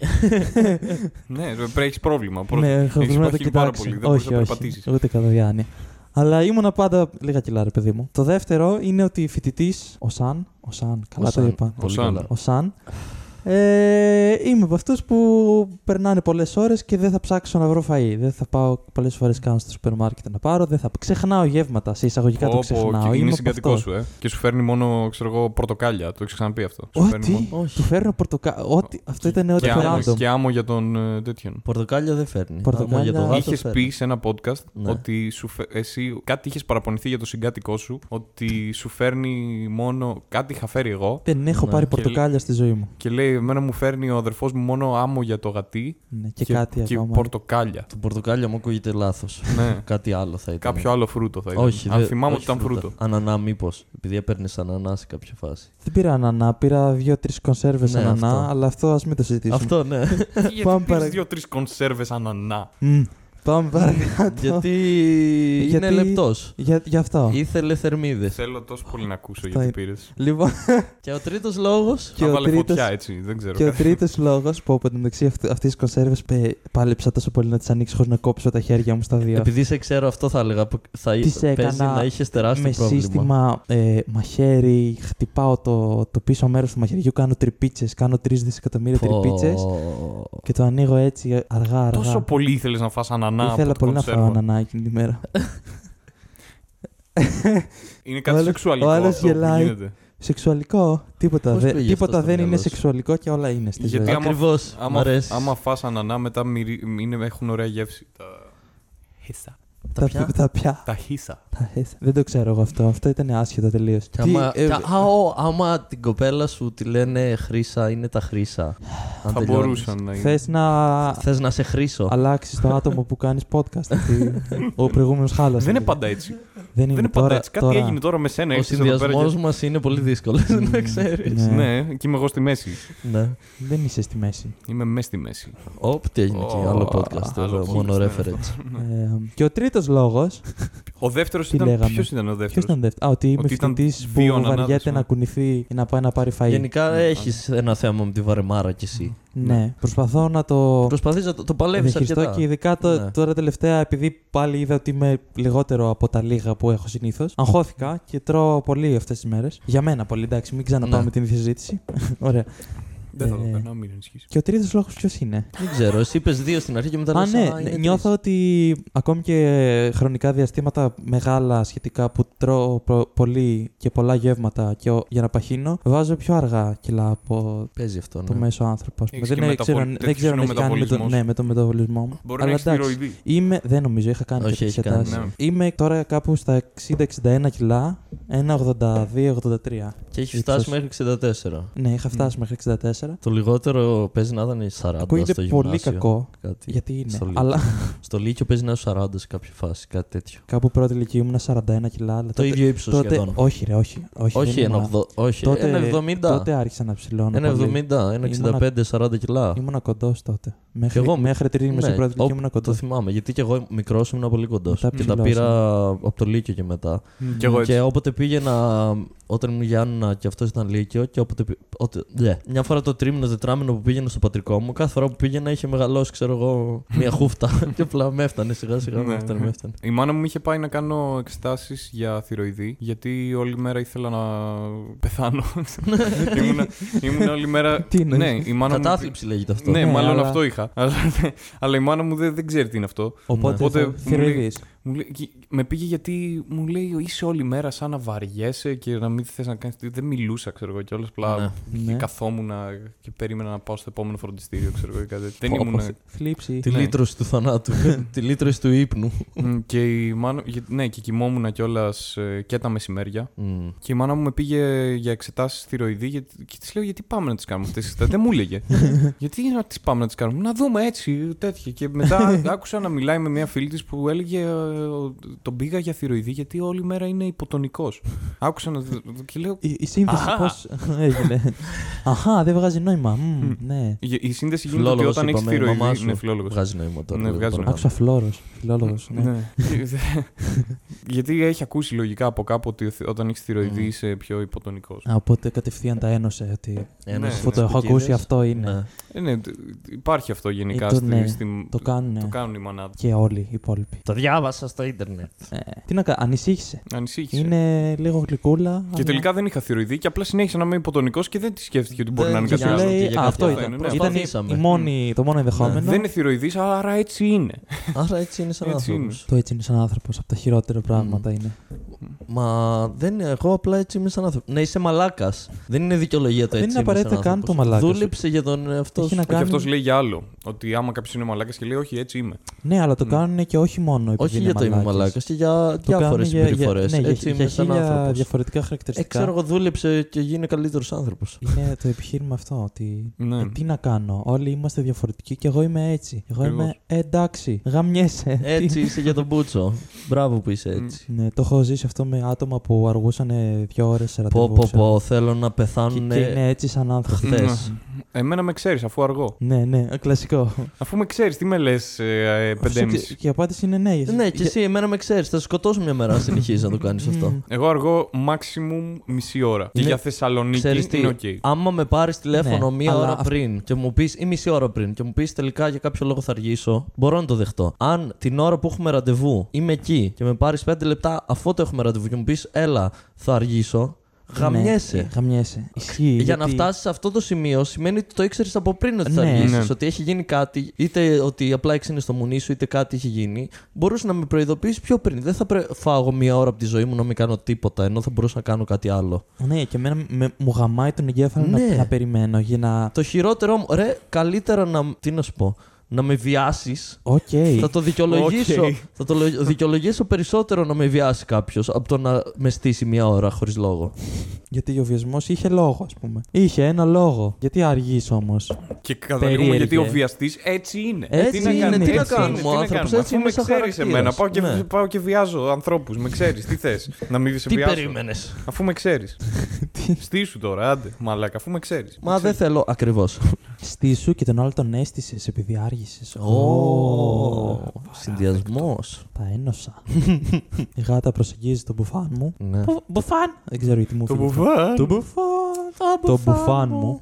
[SPEAKER 4] ναι, πρέπει έχεις πρόβλημα. πρώτα.
[SPEAKER 2] Ναι, έχω
[SPEAKER 4] Έχεις
[SPEAKER 2] πρόβλημα να το
[SPEAKER 4] παχύνει πάρα
[SPEAKER 2] κοιτάξω.
[SPEAKER 4] πολύ, δεν μπορείς
[SPEAKER 2] όχι,
[SPEAKER 4] να
[SPEAKER 2] όχι.
[SPEAKER 4] περπατήσεις.
[SPEAKER 2] Ούτε κατά διάνοια. Αλλά ήμουνα πάντα λίγα κιλά, ρε παιδί μου. Το δεύτερο είναι ότι φοιτητής, ο Σαν, ο Σαν, καλά το
[SPEAKER 3] Σαν.
[SPEAKER 2] είπα.
[SPEAKER 3] Πολύ
[SPEAKER 4] Σαν.
[SPEAKER 3] καλά.
[SPEAKER 2] Ο Σαν. Ε, είμαι από αυτούς που περνάνε πολλές ώρες και δεν θα ψάξω να βρω φαΐ. Δεν θα πάω πολλές φορές καν στο σούπερ μάρκετ να πάρω. Δεν θα... Ξεχνάω γεύματα. Σε εισαγωγικά το
[SPEAKER 4] Πω, πω,
[SPEAKER 2] ξεχνάω.
[SPEAKER 4] και
[SPEAKER 2] Είμαι
[SPEAKER 4] είναι
[SPEAKER 2] από
[SPEAKER 4] συγκατοικό
[SPEAKER 2] αυτός.
[SPEAKER 4] σου, ε. Και σου φέρνει μόνο, ξέρω εγώ, πορτοκάλια. Το έχεις ξαναπεί αυτό. Σου
[SPEAKER 2] Ό,
[SPEAKER 4] φέρνει
[SPEAKER 2] τι,
[SPEAKER 4] μόνο-
[SPEAKER 3] Όχι.
[SPEAKER 2] του φέρνω πορτοκάλι. Ό,τι, αυτό ήταν ό,τι
[SPEAKER 4] Και άμμο,
[SPEAKER 2] random.
[SPEAKER 4] και άμμο για τον ε, τέτοιον.
[SPEAKER 3] Πορτοκάλια δεν φέρνει.
[SPEAKER 2] Πορτοκάλια-
[SPEAKER 3] Άμα για το γάτο
[SPEAKER 4] Είχες
[SPEAKER 3] φέρνει.
[SPEAKER 4] πει σε ένα podcast
[SPEAKER 3] Ναι.
[SPEAKER 4] ότι σου φε- εσύ κάτι είχες παραπονηθεί για το συγκάτοικό σου, ότι σου φέρνει μόνο. Κάτι είχα φέρει εγώ
[SPEAKER 2] Δεν έχω
[SPEAKER 3] Ναι,
[SPEAKER 2] πάρει
[SPEAKER 3] και
[SPEAKER 2] πορτοκάλια στη ζωή μου.
[SPEAKER 4] και λέει: Εμένα μου φέρνει ο αδερφός μου μόνο άμμο για το γατί
[SPEAKER 2] Ναι, και, κάτι
[SPEAKER 4] και
[SPEAKER 2] ακόμα.
[SPEAKER 4] πορτοκάλια.
[SPEAKER 3] Το πορτοκάλια μου ακούγεται λάθος.
[SPEAKER 4] ναι.
[SPEAKER 3] Κάτι άλλο θα ήταν.
[SPEAKER 4] Κάποιο άλλο φρούτο θα ήταν.
[SPEAKER 3] Όχι,
[SPEAKER 4] Αν
[SPEAKER 3] δεν-
[SPEAKER 4] θυμάμαι
[SPEAKER 3] όχι
[SPEAKER 4] ότι ήταν φρούτο.
[SPEAKER 3] Ανανά, μήπως. Επειδή έπαιρνες ανανά σε κάποια φάση.
[SPEAKER 2] Δεν πήρα ανανά, πήρα δύο-τρει κονσέρβες
[SPEAKER 3] Ναι,
[SPEAKER 2] ανανά,
[SPEAKER 3] αυτό.
[SPEAKER 2] αλλά αυτό ας μην το συζητήσουμε.
[SPEAKER 3] Αυτό, ναι.
[SPEAKER 2] Πάμε
[SPEAKER 4] Γιατί πήρες
[SPEAKER 2] παρα-
[SPEAKER 4] δύο-τρει κονσέρβες ανανά.
[SPEAKER 2] Μμμ, Πάμε παρακάτω.
[SPEAKER 3] Γιατί
[SPEAKER 2] Γιατί-
[SPEAKER 3] είναι λεπτός.
[SPEAKER 2] Για, γι' αυτό.
[SPEAKER 3] Ήθελε θερμίδες.
[SPEAKER 4] Θέλω τόσο πολύ να ακούσω
[SPEAKER 2] Αυτά
[SPEAKER 4] γιατί
[SPEAKER 2] είναι.
[SPEAKER 4] πήρες.
[SPEAKER 2] Λοιπόν,
[SPEAKER 3] Και ο τρίτος λόγος.
[SPEAKER 2] Και
[SPEAKER 4] Και
[SPEAKER 2] ο
[SPEAKER 4] βάλε
[SPEAKER 2] τρίτος-
[SPEAKER 4] φωτιά έτσι, δεν ξέρω. Ε,
[SPEAKER 2] και ο
[SPEAKER 4] κάτι.
[SPEAKER 2] τρίτος λόγος που από την μεταξύ αυτής της κονσέρβε πάλεψα τόσο πολύ να τις ανοίξω χωρίς να κόψω τα χέρια μου στα δύο.
[SPEAKER 3] Επειδή σε ξέρω, αυτό θα έλεγα. που Θα
[SPEAKER 2] Τις
[SPEAKER 3] παίζει
[SPEAKER 2] έκανα
[SPEAKER 3] να είχες τεράστιο
[SPEAKER 2] με
[SPEAKER 3] πρόβλημα.
[SPEAKER 2] σύστημα ε, μαχαίρι, χτυπάω το, το πίσω μέρος του μαχαιριού, κάνω τριπίτσε, κάνω τρεις δισεκατομμύρια
[SPEAKER 3] Πω.
[SPEAKER 2] τριπίτσε και το ανοίγω έτσι αργά-αργά.
[SPEAKER 4] Τόσο πολύ ήθελες να φας ανανά. από
[SPEAKER 2] Ήθελα
[SPEAKER 4] το
[SPEAKER 2] πολύ να
[SPEAKER 4] κονσέρβα.
[SPEAKER 2] φάω ανανά εκείνη τη μέρα.
[SPEAKER 4] Είναι
[SPEAKER 2] Ο
[SPEAKER 4] κάτι
[SPEAKER 2] άλλος-
[SPEAKER 4] σεξουαλικό.
[SPEAKER 2] ο άλλος
[SPEAKER 4] αυτό που
[SPEAKER 2] γελάει.
[SPEAKER 4] γίνεται.
[SPEAKER 2] Σεξουαλικό, τίποτα,
[SPEAKER 3] Πώς
[SPEAKER 2] δεν-
[SPEAKER 3] πήγε αυτό
[SPEAKER 2] τίποτα
[SPEAKER 3] στο
[SPEAKER 2] δεν
[SPEAKER 3] μυαλό
[SPEAKER 2] είναι
[SPEAKER 3] σου?
[SPEAKER 2] σεξουαλικό και όλα είναι στη
[SPEAKER 4] Γιατί
[SPEAKER 2] ζωή.
[SPEAKER 4] άμα-
[SPEAKER 3] Ακριβώς. Μ'
[SPEAKER 4] Άμα,
[SPEAKER 3] αρέσει.
[SPEAKER 4] άμα φας ανανά, μετά μυρι- είναι, έχουν ωραία γεύση. Τα χίσα.
[SPEAKER 3] τα
[SPEAKER 2] Τα,
[SPEAKER 3] πια.
[SPEAKER 2] τα πια.
[SPEAKER 4] Τα χίσα.
[SPEAKER 2] Τα χες. Δεν το ξέρω εγώ αυτό. Αυτό ήταν άσχετο τελείως.
[SPEAKER 3] Και άμα,
[SPEAKER 2] ε,
[SPEAKER 4] ε,
[SPEAKER 3] και- α, ο, άμα την κοπέλα σου τη λένε χρήσα, είναι τα χρήσα. Αν
[SPEAKER 4] Θα
[SPEAKER 3] τελειώνεις.
[SPEAKER 4] μπορούσαν να είναι.
[SPEAKER 2] Θες να
[SPEAKER 3] Θες να σε χρήσω.
[SPEAKER 2] αλλάξεις το άτομο που κάνεις podcast. γιατί ο προηγούμενος χάλασε.
[SPEAKER 4] Δεν είναι πάντα έτσι.
[SPEAKER 2] Δεν είναι
[SPEAKER 4] Δεν είναι
[SPEAKER 2] Ναι, τώρα-
[SPEAKER 4] πάντα έτσι. Κάτι
[SPEAKER 2] τώρα-
[SPEAKER 4] έγινε τώρα με σένα.
[SPEAKER 3] Ο
[SPEAKER 4] ήρθες εδώ πέρα
[SPEAKER 3] συνδυασμός μας είναι πολύ δύσκολος, να ξέρει.
[SPEAKER 4] και-
[SPEAKER 2] Ναι.
[SPEAKER 4] Ναι, και είμαι εγώ στη μέση.
[SPEAKER 3] Ναι.
[SPEAKER 2] Δεν είσαι στη μέση.
[SPEAKER 4] Είμαι μέσα στη μέση.
[SPEAKER 3] Όπ, τι έγινε εκεί.
[SPEAKER 4] Ω,
[SPEAKER 3] Άλλο podcast.
[SPEAKER 4] άλλο
[SPEAKER 3] εδώ,
[SPEAKER 4] podcast,
[SPEAKER 3] Μόνο
[SPEAKER 4] ναι,
[SPEAKER 3] reference.
[SPEAKER 2] Ε, και ο τρίτος λόγος.
[SPEAKER 4] Ο δεύτερος
[SPEAKER 2] Τι
[SPEAKER 4] ήταν.
[SPEAKER 2] λέγαμε.
[SPEAKER 4] Ποιος ήταν ο
[SPEAKER 2] Ποιο
[SPEAKER 4] δεύτερο.
[SPEAKER 2] ήταν δεύτερος. Α, ότι είμαι
[SPEAKER 4] Ότι ήταν
[SPEAKER 2] φοιτητής
[SPEAKER 4] δύο
[SPEAKER 2] που
[SPEAKER 4] ανανάδες,
[SPEAKER 2] βαριέται
[SPEAKER 4] ναι.
[SPEAKER 2] να κουνηθεί ή να πάει να πάρει φαΐ.
[SPEAKER 3] Γενικά έχει ένα θέμα με τη βαρεμάρα κι εσύ.
[SPEAKER 2] Ναι. Προσπαθώ να το
[SPEAKER 3] Προσπαθείς να το, το παλεύεις
[SPEAKER 2] διαχειριστώ
[SPEAKER 3] αρκετά.
[SPEAKER 2] και ειδικά το,
[SPEAKER 3] Ναι.
[SPEAKER 2] τώρα τελευταία, επειδή πάλι είδα ότι είμαι λιγότερο από τα λίγα που έχω συνήθως. Αγχώθηκα και τρώω πολύ αυτές τις μέρες. Για μένα πολύ, εντάξει, μην ξαναπάμε
[SPEAKER 3] Ναι.
[SPEAKER 2] την ίδια συζήτηση. Ωραία.
[SPEAKER 4] Δεν θα το
[SPEAKER 2] Ε,
[SPEAKER 4] περνάω, μην ενισχύσει.
[SPEAKER 2] Και ο τρίτος λόγος ποιος είναι.
[SPEAKER 3] Δεν ξέρω, εσύ είπες δύο στην αρχή και μετά
[SPEAKER 2] Α,
[SPEAKER 3] λες,
[SPEAKER 2] ναι,
[SPEAKER 3] είναι
[SPEAKER 2] νιώθω
[SPEAKER 3] τρεις».
[SPEAKER 2] ότι ακόμη και χρονικά διαστήματα μεγάλα σχετικά που τρώω προ- πολύ και πολλά γεύματα και ο- για να παχύνω, βάζω πιο αργά κιλά από
[SPEAKER 3] Παίζει αυτό. Ναι.
[SPEAKER 2] το μέσο άνθρωπο. ας πούμε.
[SPEAKER 4] Έχεις
[SPEAKER 2] Δεν,
[SPEAKER 4] και
[SPEAKER 2] ε, ξέρω,
[SPEAKER 4] μεταβολ-
[SPEAKER 2] αν- δεν
[SPEAKER 4] τέτοιους
[SPEAKER 2] ξέρω αν έχεις κάνει με, το,
[SPEAKER 4] μεταβολισμός.
[SPEAKER 2] ναι, με τον μεταβολισμό μου.
[SPEAKER 4] Μπορεί να έχεις
[SPEAKER 2] εντάξει,
[SPEAKER 4] τυροειδή.
[SPEAKER 2] Είμαι, δεν νομίζω, είχα κάνει
[SPEAKER 3] Όχι,
[SPEAKER 2] τέτοιες
[SPEAKER 3] έχει κάνει,
[SPEAKER 2] εξετάσεις.
[SPEAKER 4] ναι.
[SPEAKER 2] Είμαι τώρα κάπου στα 60-61 κιλά, 1,82-83.
[SPEAKER 3] Και έχει
[SPEAKER 2] Ύψος.
[SPEAKER 3] φτάσει μέχρι 64.
[SPEAKER 2] Ναι, είχα φτάσει μέχρι 64.
[SPEAKER 3] Το λιγότερο παίζει να ήταν 40
[SPEAKER 2] Ακούγεται
[SPEAKER 3] στο
[SPEAKER 2] πολύ
[SPEAKER 3] γυμνάσιο.
[SPEAKER 2] κακό,
[SPEAKER 3] Κάτι.
[SPEAKER 2] γιατί είναι.
[SPEAKER 3] στο λύκειο.
[SPEAKER 2] Αλλά
[SPEAKER 3] Στο Λύκειο παίζει να είσαι 40 σε κάποια φάση, κάτι τέτοιο.
[SPEAKER 2] κάπου πρώτη ηλικία ήμουν 41 κιλά. Αλλά
[SPEAKER 3] Το
[SPEAKER 2] τότε-
[SPEAKER 3] ίδιο ύψος
[SPEAKER 2] Τότε,
[SPEAKER 3] σχεδόν.
[SPEAKER 2] όχι ρε, όχι. Όχι,
[SPEAKER 3] Όχι,
[SPEAKER 2] δεν
[SPEAKER 3] ένα,
[SPEAKER 2] ήμουνα.
[SPEAKER 3] ογδο- όχι
[SPEAKER 2] Τότε-
[SPEAKER 3] ένα 70.
[SPEAKER 2] Τότε άρχισα να ψηλώνω.
[SPEAKER 3] Ένα
[SPEAKER 2] πολύ.
[SPEAKER 3] 70, ένα 65, 40 κιλά.
[SPEAKER 2] Ήμουνα κοντός τότε. Μέχρι,
[SPEAKER 3] εγώ-
[SPEAKER 2] μέχρι τρίτη μισή πρώτη
[SPEAKER 3] όπ,
[SPEAKER 2] ηλικία ήμουνα
[SPEAKER 3] Το
[SPEAKER 2] κοντός.
[SPEAKER 3] θυμάμαι, γιατί και εγώ μικρός ήμουν πολύ κοντός.
[SPEAKER 2] Μετά
[SPEAKER 3] Και τα
[SPEAKER 2] ψηλός
[SPEAKER 3] πήρα από το Λύκειο και μετά.
[SPEAKER 4] Κι εγώ
[SPEAKER 3] Και
[SPEAKER 4] έτσι.
[SPEAKER 3] όποτε πήγαινα, όταν ήμουν Γιάννα και αυτός ήταν Λύκειο, και όποτε. πη- Όποτε, ναι. Μια φορά το τρίμηνο, τετράμινο που πήγαινα στο πατρικό μου, κάθε φορά που πήγαινα είχε μεγαλώσει, ξέρω εγώ, μια χούφτα. και απλά με έφτανε σιγά σιγά, με
[SPEAKER 4] Ναι.
[SPEAKER 3] έφτανε, με έφτανε.
[SPEAKER 4] Η μάνα μου είχε πάει να κάνω εξετάσεις για θηροειδή, γιατί όλη μέρα ήθελα να πεθάνω. ήμουνα, ήμουνα όλη μέρα.
[SPEAKER 2] Τι εννοείς?
[SPEAKER 4] ναι, η μάνα μου-
[SPEAKER 3] Κατάθλιψη λέγεται αυτό.
[SPEAKER 4] Ναι,
[SPEAKER 2] Ναι,
[SPEAKER 4] μάλλον
[SPEAKER 2] αλλά-
[SPEAKER 4] αυτό είχα. Αλλά, αλλά η μάνα μου δεν, δεν ξέρει τι είναι αυτό.
[SPEAKER 2] Οπότε,
[SPEAKER 4] Οπότε
[SPEAKER 2] θα-
[SPEAKER 4] μου
[SPEAKER 2] θηροειδής.
[SPEAKER 4] Μου λέει, και- με πήγε γιατί μου λέει είσαι όλη μέρα σαν να βαριέσαι και να μην θες να κάνεις... τίποτα. Δεν μιλούσα, ξέρω εγώ, κιόλας. Απλά
[SPEAKER 3] Ναι.
[SPEAKER 2] Ναι.
[SPEAKER 4] καθόμουν και περίμενα να πάω στο επόμενο φροντιστήριο, ξέρω εγώ. ή κάτι τέτοιο.
[SPEAKER 3] Πω,
[SPEAKER 4] δεν
[SPEAKER 3] πω,
[SPEAKER 4] ήμουν...
[SPEAKER 2] Θλίψη.
[SPEAKER 3] Τη
[SPEAKER 4] Ναι.
[SPEAKER 3] λύτρωση του θανάτου. Τη λύτρωση του ύπνου.
[SPEAKER 4] Μ, και η μάνα... γε- Ναι, και κοιμόμουν κιόλας και τα μεσημέρια.
[SPEAKER 3] Μμ.
[SPEAKER 4] Και η μάνα μου με πήγε για εξετάσεις θηροειδή γιατί- και της λέω: Γιατί πάμε να τις κάνουμε αυτές τις εξετάσεις. Δεν μου έλεγε. γιατί να τις πάμε να τις κάνουμε. Να δούμε έτσι, τέτοια. Και μετά άκουσα να μιλάει με μια φίλη της που έλεγε: «Ε, ο- τον πήγα για θηροειδή γιατί όλη μέρα είναι υποτονικός. Άκουσα να. και λέω.
[SPEAKER 2] Η, η σύνθεση
[SPEAKER 4] Αχα.
[SPEAKER 2] πώς έγινε. Αχά, δεν βγάζει νόημα. Μμμ,
[SPEAKER 4] Μμ.
[SPEAKER 2] ναι.
[SPEAKER 4] Η η σύνδεση γίνεται ότι
[SPEAKER 3] Φιλόλογος
[SPEAKER 4] όταν έχεις
[SPEAKER 3] είπαμε, η μαμά
[SPEAKER 4] θηροειδή.
[SPEAKER 3] σου.
[SPEAKER 4] Ναι, φιλόλογος.
[SPEAKER 3] Βγάζει νόημα τώρα.
[SPEAKER 4] Ναι,
[SPEAKER 3] εδώ
[SPEAKER 4] βγάζει
[SPEAKER 3] πέρα.
[SPEAKER 4] νόημα.
[SPEAKER 2] Άκουσα φλόρος. Φιλόλογος. Ναι.
[SPEAKER 4] Γιατί έχει ακούσει λογικά από κάπου ότι ο θη- όταν έχεις θηροειδή
[SPEAKER 3] Μμμ.
[SPEAKER 4] είσαι πιο υποτονικός.
[SPEAKER 2] Α, Οπότε κατευθείαν τα ένωσε ότι.
[SPEAKER 4] Ναι,
[SPEAKER 3] Ένας
[SPEAKER 2] αφού το
[SPEAKER 3] Ε, στις
[SPEAKER 2] έχω
[SPEAKER 3] ποικίλες.
[SPEAKER 2] ακούσει, αυτό είναι.
[SPEAKER 3] Ναι.
[SPEAKER 4] Ε, ναι, τ- υπάρχει αυτό γενικά.
[SPEAKER 2] Ε, το-
[SPEAKER 4] στη-
[SPEAKER 2] ναι,
[SPEAKER 4] στην-
[SPEAKER 2] Το
[SPEAKER 4] το
[SPEAKER 2] κάνουν
[SPEAKER 4] κάνουν οι μανάδε.
[SPEAKER 2] και όλοι οι υπόλοιποι.
[SPEAKER 3] Το διάβασα στο ίντερνετ.
[SPEAKER 2] Ε, τι να κάνω, ανησύχησε.
[SPEAKER 4] Ανησύχησε.
[SPEAKER 2] Είναι λίγο γλυκούλα.
[SPEAKER 4] Και τελικά δεν είχα θηροειδή και απλά συνέχισα να είμαι υποτονικός και δεν τη σκέφτηκε ότι μπορεί
[SPEAKER 3] Δεν-
[SPEAKER 4] να είναι
[SPEAKER 3] και
[SPEAKER 4] κάτι
[SPEAKER 2] σου
[SPEAKER 3] σου
[SPEAKER 4] άλλο.
[SPEAKER 3] λέει,
[SPEAKER 2] λέει,
[SPEAKER 3] και
[SPEAKER 2] α,
[SPEAKER 3] κάτι
[SPEAKER 2] αυτό
[SPEAKER 4] άλλο
[SPEAKER 2] ήταν.
[SPEAKER 4] είναι, ναι.
[SPEAKER 2] Ήταν η-
[SPEAKER 3] Προσπαθήσαμε.
[SPEAKER 2] η μόνη- το μόνο ενδεχόμενο.
[SPEAKER 4] Δεν είναι θηροειδή, άρα έτσι είναι.
[SPEAKER 3] Άρα έτσι είναι σαν
[SPEAKER 4] Έτσι
[SPEAKER 3] άνθρωπος.
[SPEAKER 2] Το έτσι είναι σαν άνθρωπος. Από τα χειρότερα πράγματα είναι.
[SPEAKER 3] Μα δεν είναι. Εγώ απλά έτσι είμαι σαν άνθρωπο. Ναι, είσαι μαλάκας. Δεν είναι δικαιολογία το
[SPEAKER 2] Δεν
[SPEAKER 3] έτσι.
[SPEAKER 2] είναι απαραίτητα
[SPEAKER 3] είμαι σαν
[SPEAKER 2] καν
[SPEAKER 3] άνθρωπος.
[SPEAKER 2] το μαλάκας.
[SPEAKER 3] Δούλεψε για τον εαυτό
[SPEAKER 2] Έχει
[SPEAKER 3] σου.
[SPEAKER 2] να
[SPEAKER 4] Όχι,
[SPEAKER 2] κάνει.
[SPEAKER 4] αυτός λέει για άλλο. Ότι άμα κάποιος είναι μαλάκας και λέει, Όχι, έτσι είμαι.
[SPEAKER 2] Ναι, αλλά το
[SPEAKER 4] Ναι.
[SPEAKER 2] κάνουν και όχι μόνο επειδή
[SPEAKER 3] Όχι
[SPEAKER 2] είναι
[SPEAKER 3] για το είμαι
[SPEAKER 2] μαλάκες.
[SPEAKER 3] μαλάκας και για
[SPEAKER 2] Το κάνουν
[SPEAKER 3] διάφορε
[SPEAKER 2] για- για-
[SPEAKER 3] συμπεριφορές.
[SPEAKER 2] Ναι,
[SPEAKER 3] Έτσι
[SPEAKER 2] για,
[SPEAKER 3] είμαι
[SPEAKER 2] για
[SPEAKER 3] σαν
[SPEAKER 2] χίλια
[SPEAKER 3] άνθρωπος.
[SPEAKER 2] διαφορετικά
[SPEAKER 3] Ε,
[SPEAKER 2] χαρακτηριστικά.
[SPEAKER 3] ξέρω εγώ, δούλεψε και γίνει καλύτερος άνθρωπος.
[SPEAKER 2] Είναι το επιχείρημα αυτό ότι.
[SPEAKER 4] Ναι.
[SPEAKER 2] ε, Τι να κάνω, Όλοι είμαστε διαφορετικοί και εγώ είμαι έτσι. Εγώ είμαι
[SPEAKER 4] Ακριβώς.
[SPEAKER 2] «Ε, εντάξει, γαμιέσαι. Τι-
[SPEAKER 3] Έτσι είσαι για τον Μπούτσο. Μπράβο που είσαι έτσι.
[SPEAKER 2] Ναι, το έχω ζήσει αυτό με άτομα που αργούσαν 2 ώρες σε ραντεβού.
[SPEAKER 3] Πω, πω, ναι.
[SPEAKER 2] ξέρω.
[SPEAKER 3] πω, θέλω να
[SPEAKER 2] Και,
[SPEAKER 3] πεθάνουν
[SPEAKER 2] και είναι έτσι σαν άνθρωπο.
[SPEAKER 3] χθε.
[SPEAKER 4] Εμένα με ξέρεις, αφού αργώ.
[SPEAKER 2] ναι, ναι, κλασικό.
[SPEAKER 4] Αφού με ξέρεις, τι με ε, λε
[SPEAKER 2] Αφού
[SPEAKER 4] 5,5.
[SPEAKER 2] ξε- Και η απάντηση είναι ναι.
[SPEAKER 3] Ναι, και εσύ, εμένα με ξέρεις. Θα σε σκοτώσω μια μέρα αν συνεχίζεις να το κάνεις
[SPEAKER 2] Ναι.
[SPEAKER 3] αυτό.
[SPEAKER 4] Εγώ αργώ maximum μισή ώρα. Και
[SPEAKER 3] Είναι-
[SPEAKER 4] για Θεσσαλονίκη
[SPEAKER 3] Ξέρεις τι,
[SPEAKER 4] είναι οκ. Okay.
[SPEAKER 3] άμα με πάρεις τηλέφωνο
[SPEAKER 2] Ναι,
[SPEAKER 3] μία
[SPEAKER 2] αλλά
[SPEAKER 3] ώρα
[SPEAKER 2] αυτό-
[SPEAKER 3] πριν και μου πεις, ή μισή ώρα πριν και μου πεις τελικά για κάποιο λόγο θα αργήσω, μπορώ να το δεχτώ. Αν την ώρα που έχουμε ραντεβού είμαι εκεί και με πάρεις πέντε λεπτά αφού το έχουμε ραντεβού και μου πεις έλα, θα αργήσω, γαμιέσαι.
[SPEAKER 2] Ναι, γαμιέσαι. Ισχύει.
[SPEAKER 3] Για να
[SPEAKER 2] γιατί-
[SPEAKER 3] φτάσεις σε αυτό το σημείο σημαίνει ότι το ήξερες από πριν ότι θα
[SPEAKER 2] Ναι.
[SPEAKER 3] αργήσεις,
[SPEAKER 4] Ναι.
[SPEAKER 3] Ότι έχει γίνει κάτι, είτε ότι απλά έξινες στο μουνί σου, είτε κάτι έχει γίνει. Μπορούσε να με προειδοποιήσει πιο πριν. Δεν θα πρε... φάγω μία ώρα από τη ζωή μου να μην κάνω τίποτα, ενώ θα μπορούσα να κάνω κάτι άλλο.
[SPEAKER 2] Ναι, και εμένα με, μου γαμάει τον εγκέφαλο
[SPEAKER 3] Ναι.
[SPEAKER 2] να, να περιμένω για να.
[SPEAKER 3] Το χειρότερό μου, ρε, καλύτερα να. Τι να σου πω, να με βιάσεις.
[SPEAKER 2] Οκ.
[SPEAKER 3] Θα το δικαιολογήσω.
[SPEAKER 4] Οκ.
[SPEAKER 3] Θα το λο- δικαιολογήσω περισσότερο να με βιάσει κάποιος από το να με στήσει μία ώρα χωρίς λόγο.
[SPEAKER 2] Γιατί ο βιασμός είχε λόγο, ας πούμε. Είχε ένα λόγο. Γιατί αργείς όμως.
[SPEAKER 4] Και καταλήγουμε
[SPEAKER 2] Περίεργε.
[SPEAKER 4] γιατί ο βιαστής έτσι είναι.
[SPEAKER 2] Έτσι
[SPEAKER 4] τι να
[SPEAKER 2] είναι,
[SPEAKER 4] κάνουμε,
[SPEAKER 2] τι να
[SPEAKER 4] έτσι είναι,
[SPEAKER 2] κάνουμε,
[SPEAKER 4] τι
[SPEAKER 3] ο
[SPEAKER 4] να
[SPEAKER 3] άνθρωπος
[SPEAKER 4] κάνουμε.
[SPEAKER 3] έτσι
[SPEAKER 4] Αφού
[SPEAKER 3] είναι
[SPEAKER 4] με
[SPEAKER 3] σαν
[SPEAKER 4] ξέρεις
[SPEAKER 3] χαρακτήρας.
[SPEAKER 4] εμένα, πάω και,
[SPEAKER 3] Ναι.
[SPEAKER 4] πάω και βιάζω ανθρώπους. Με ξέρεις, τι θες. να μην σε
[SPEAKER 3] Τι
[SPEAKER 4] βιάσω.
[SPEAKER 3] περίμενες.
[SPEAKER 4] Αφού με ξέρεις. Στήσου τώρα, άντε. Μαλάκα, αφού με ξέρεις.
[SPEAKER 3] Μα δεν θέλω ακριβώς.
[SPEAKER 2] Στήσου και τον άλλο τον αίσθησες επειδή άργησες.
[SPEAKER 3] Συνδυασμός.
[SPEAKER 2] Τα ένωσα. Η γάτα προσεγγίζει τον μπουφάν μου.
[SPEAKER 3] Ναι.
[SPEAKER 2] Μπου- Μπουφάν! Δεν ξέρω γιατί μου
[SPEAKER 4] Το
[SPEAKER 2] φύγει.
[SPEAKER 4] μπουφάν.
[SPEAKER 2] Το μπουφάν. Το μπουφάν μου.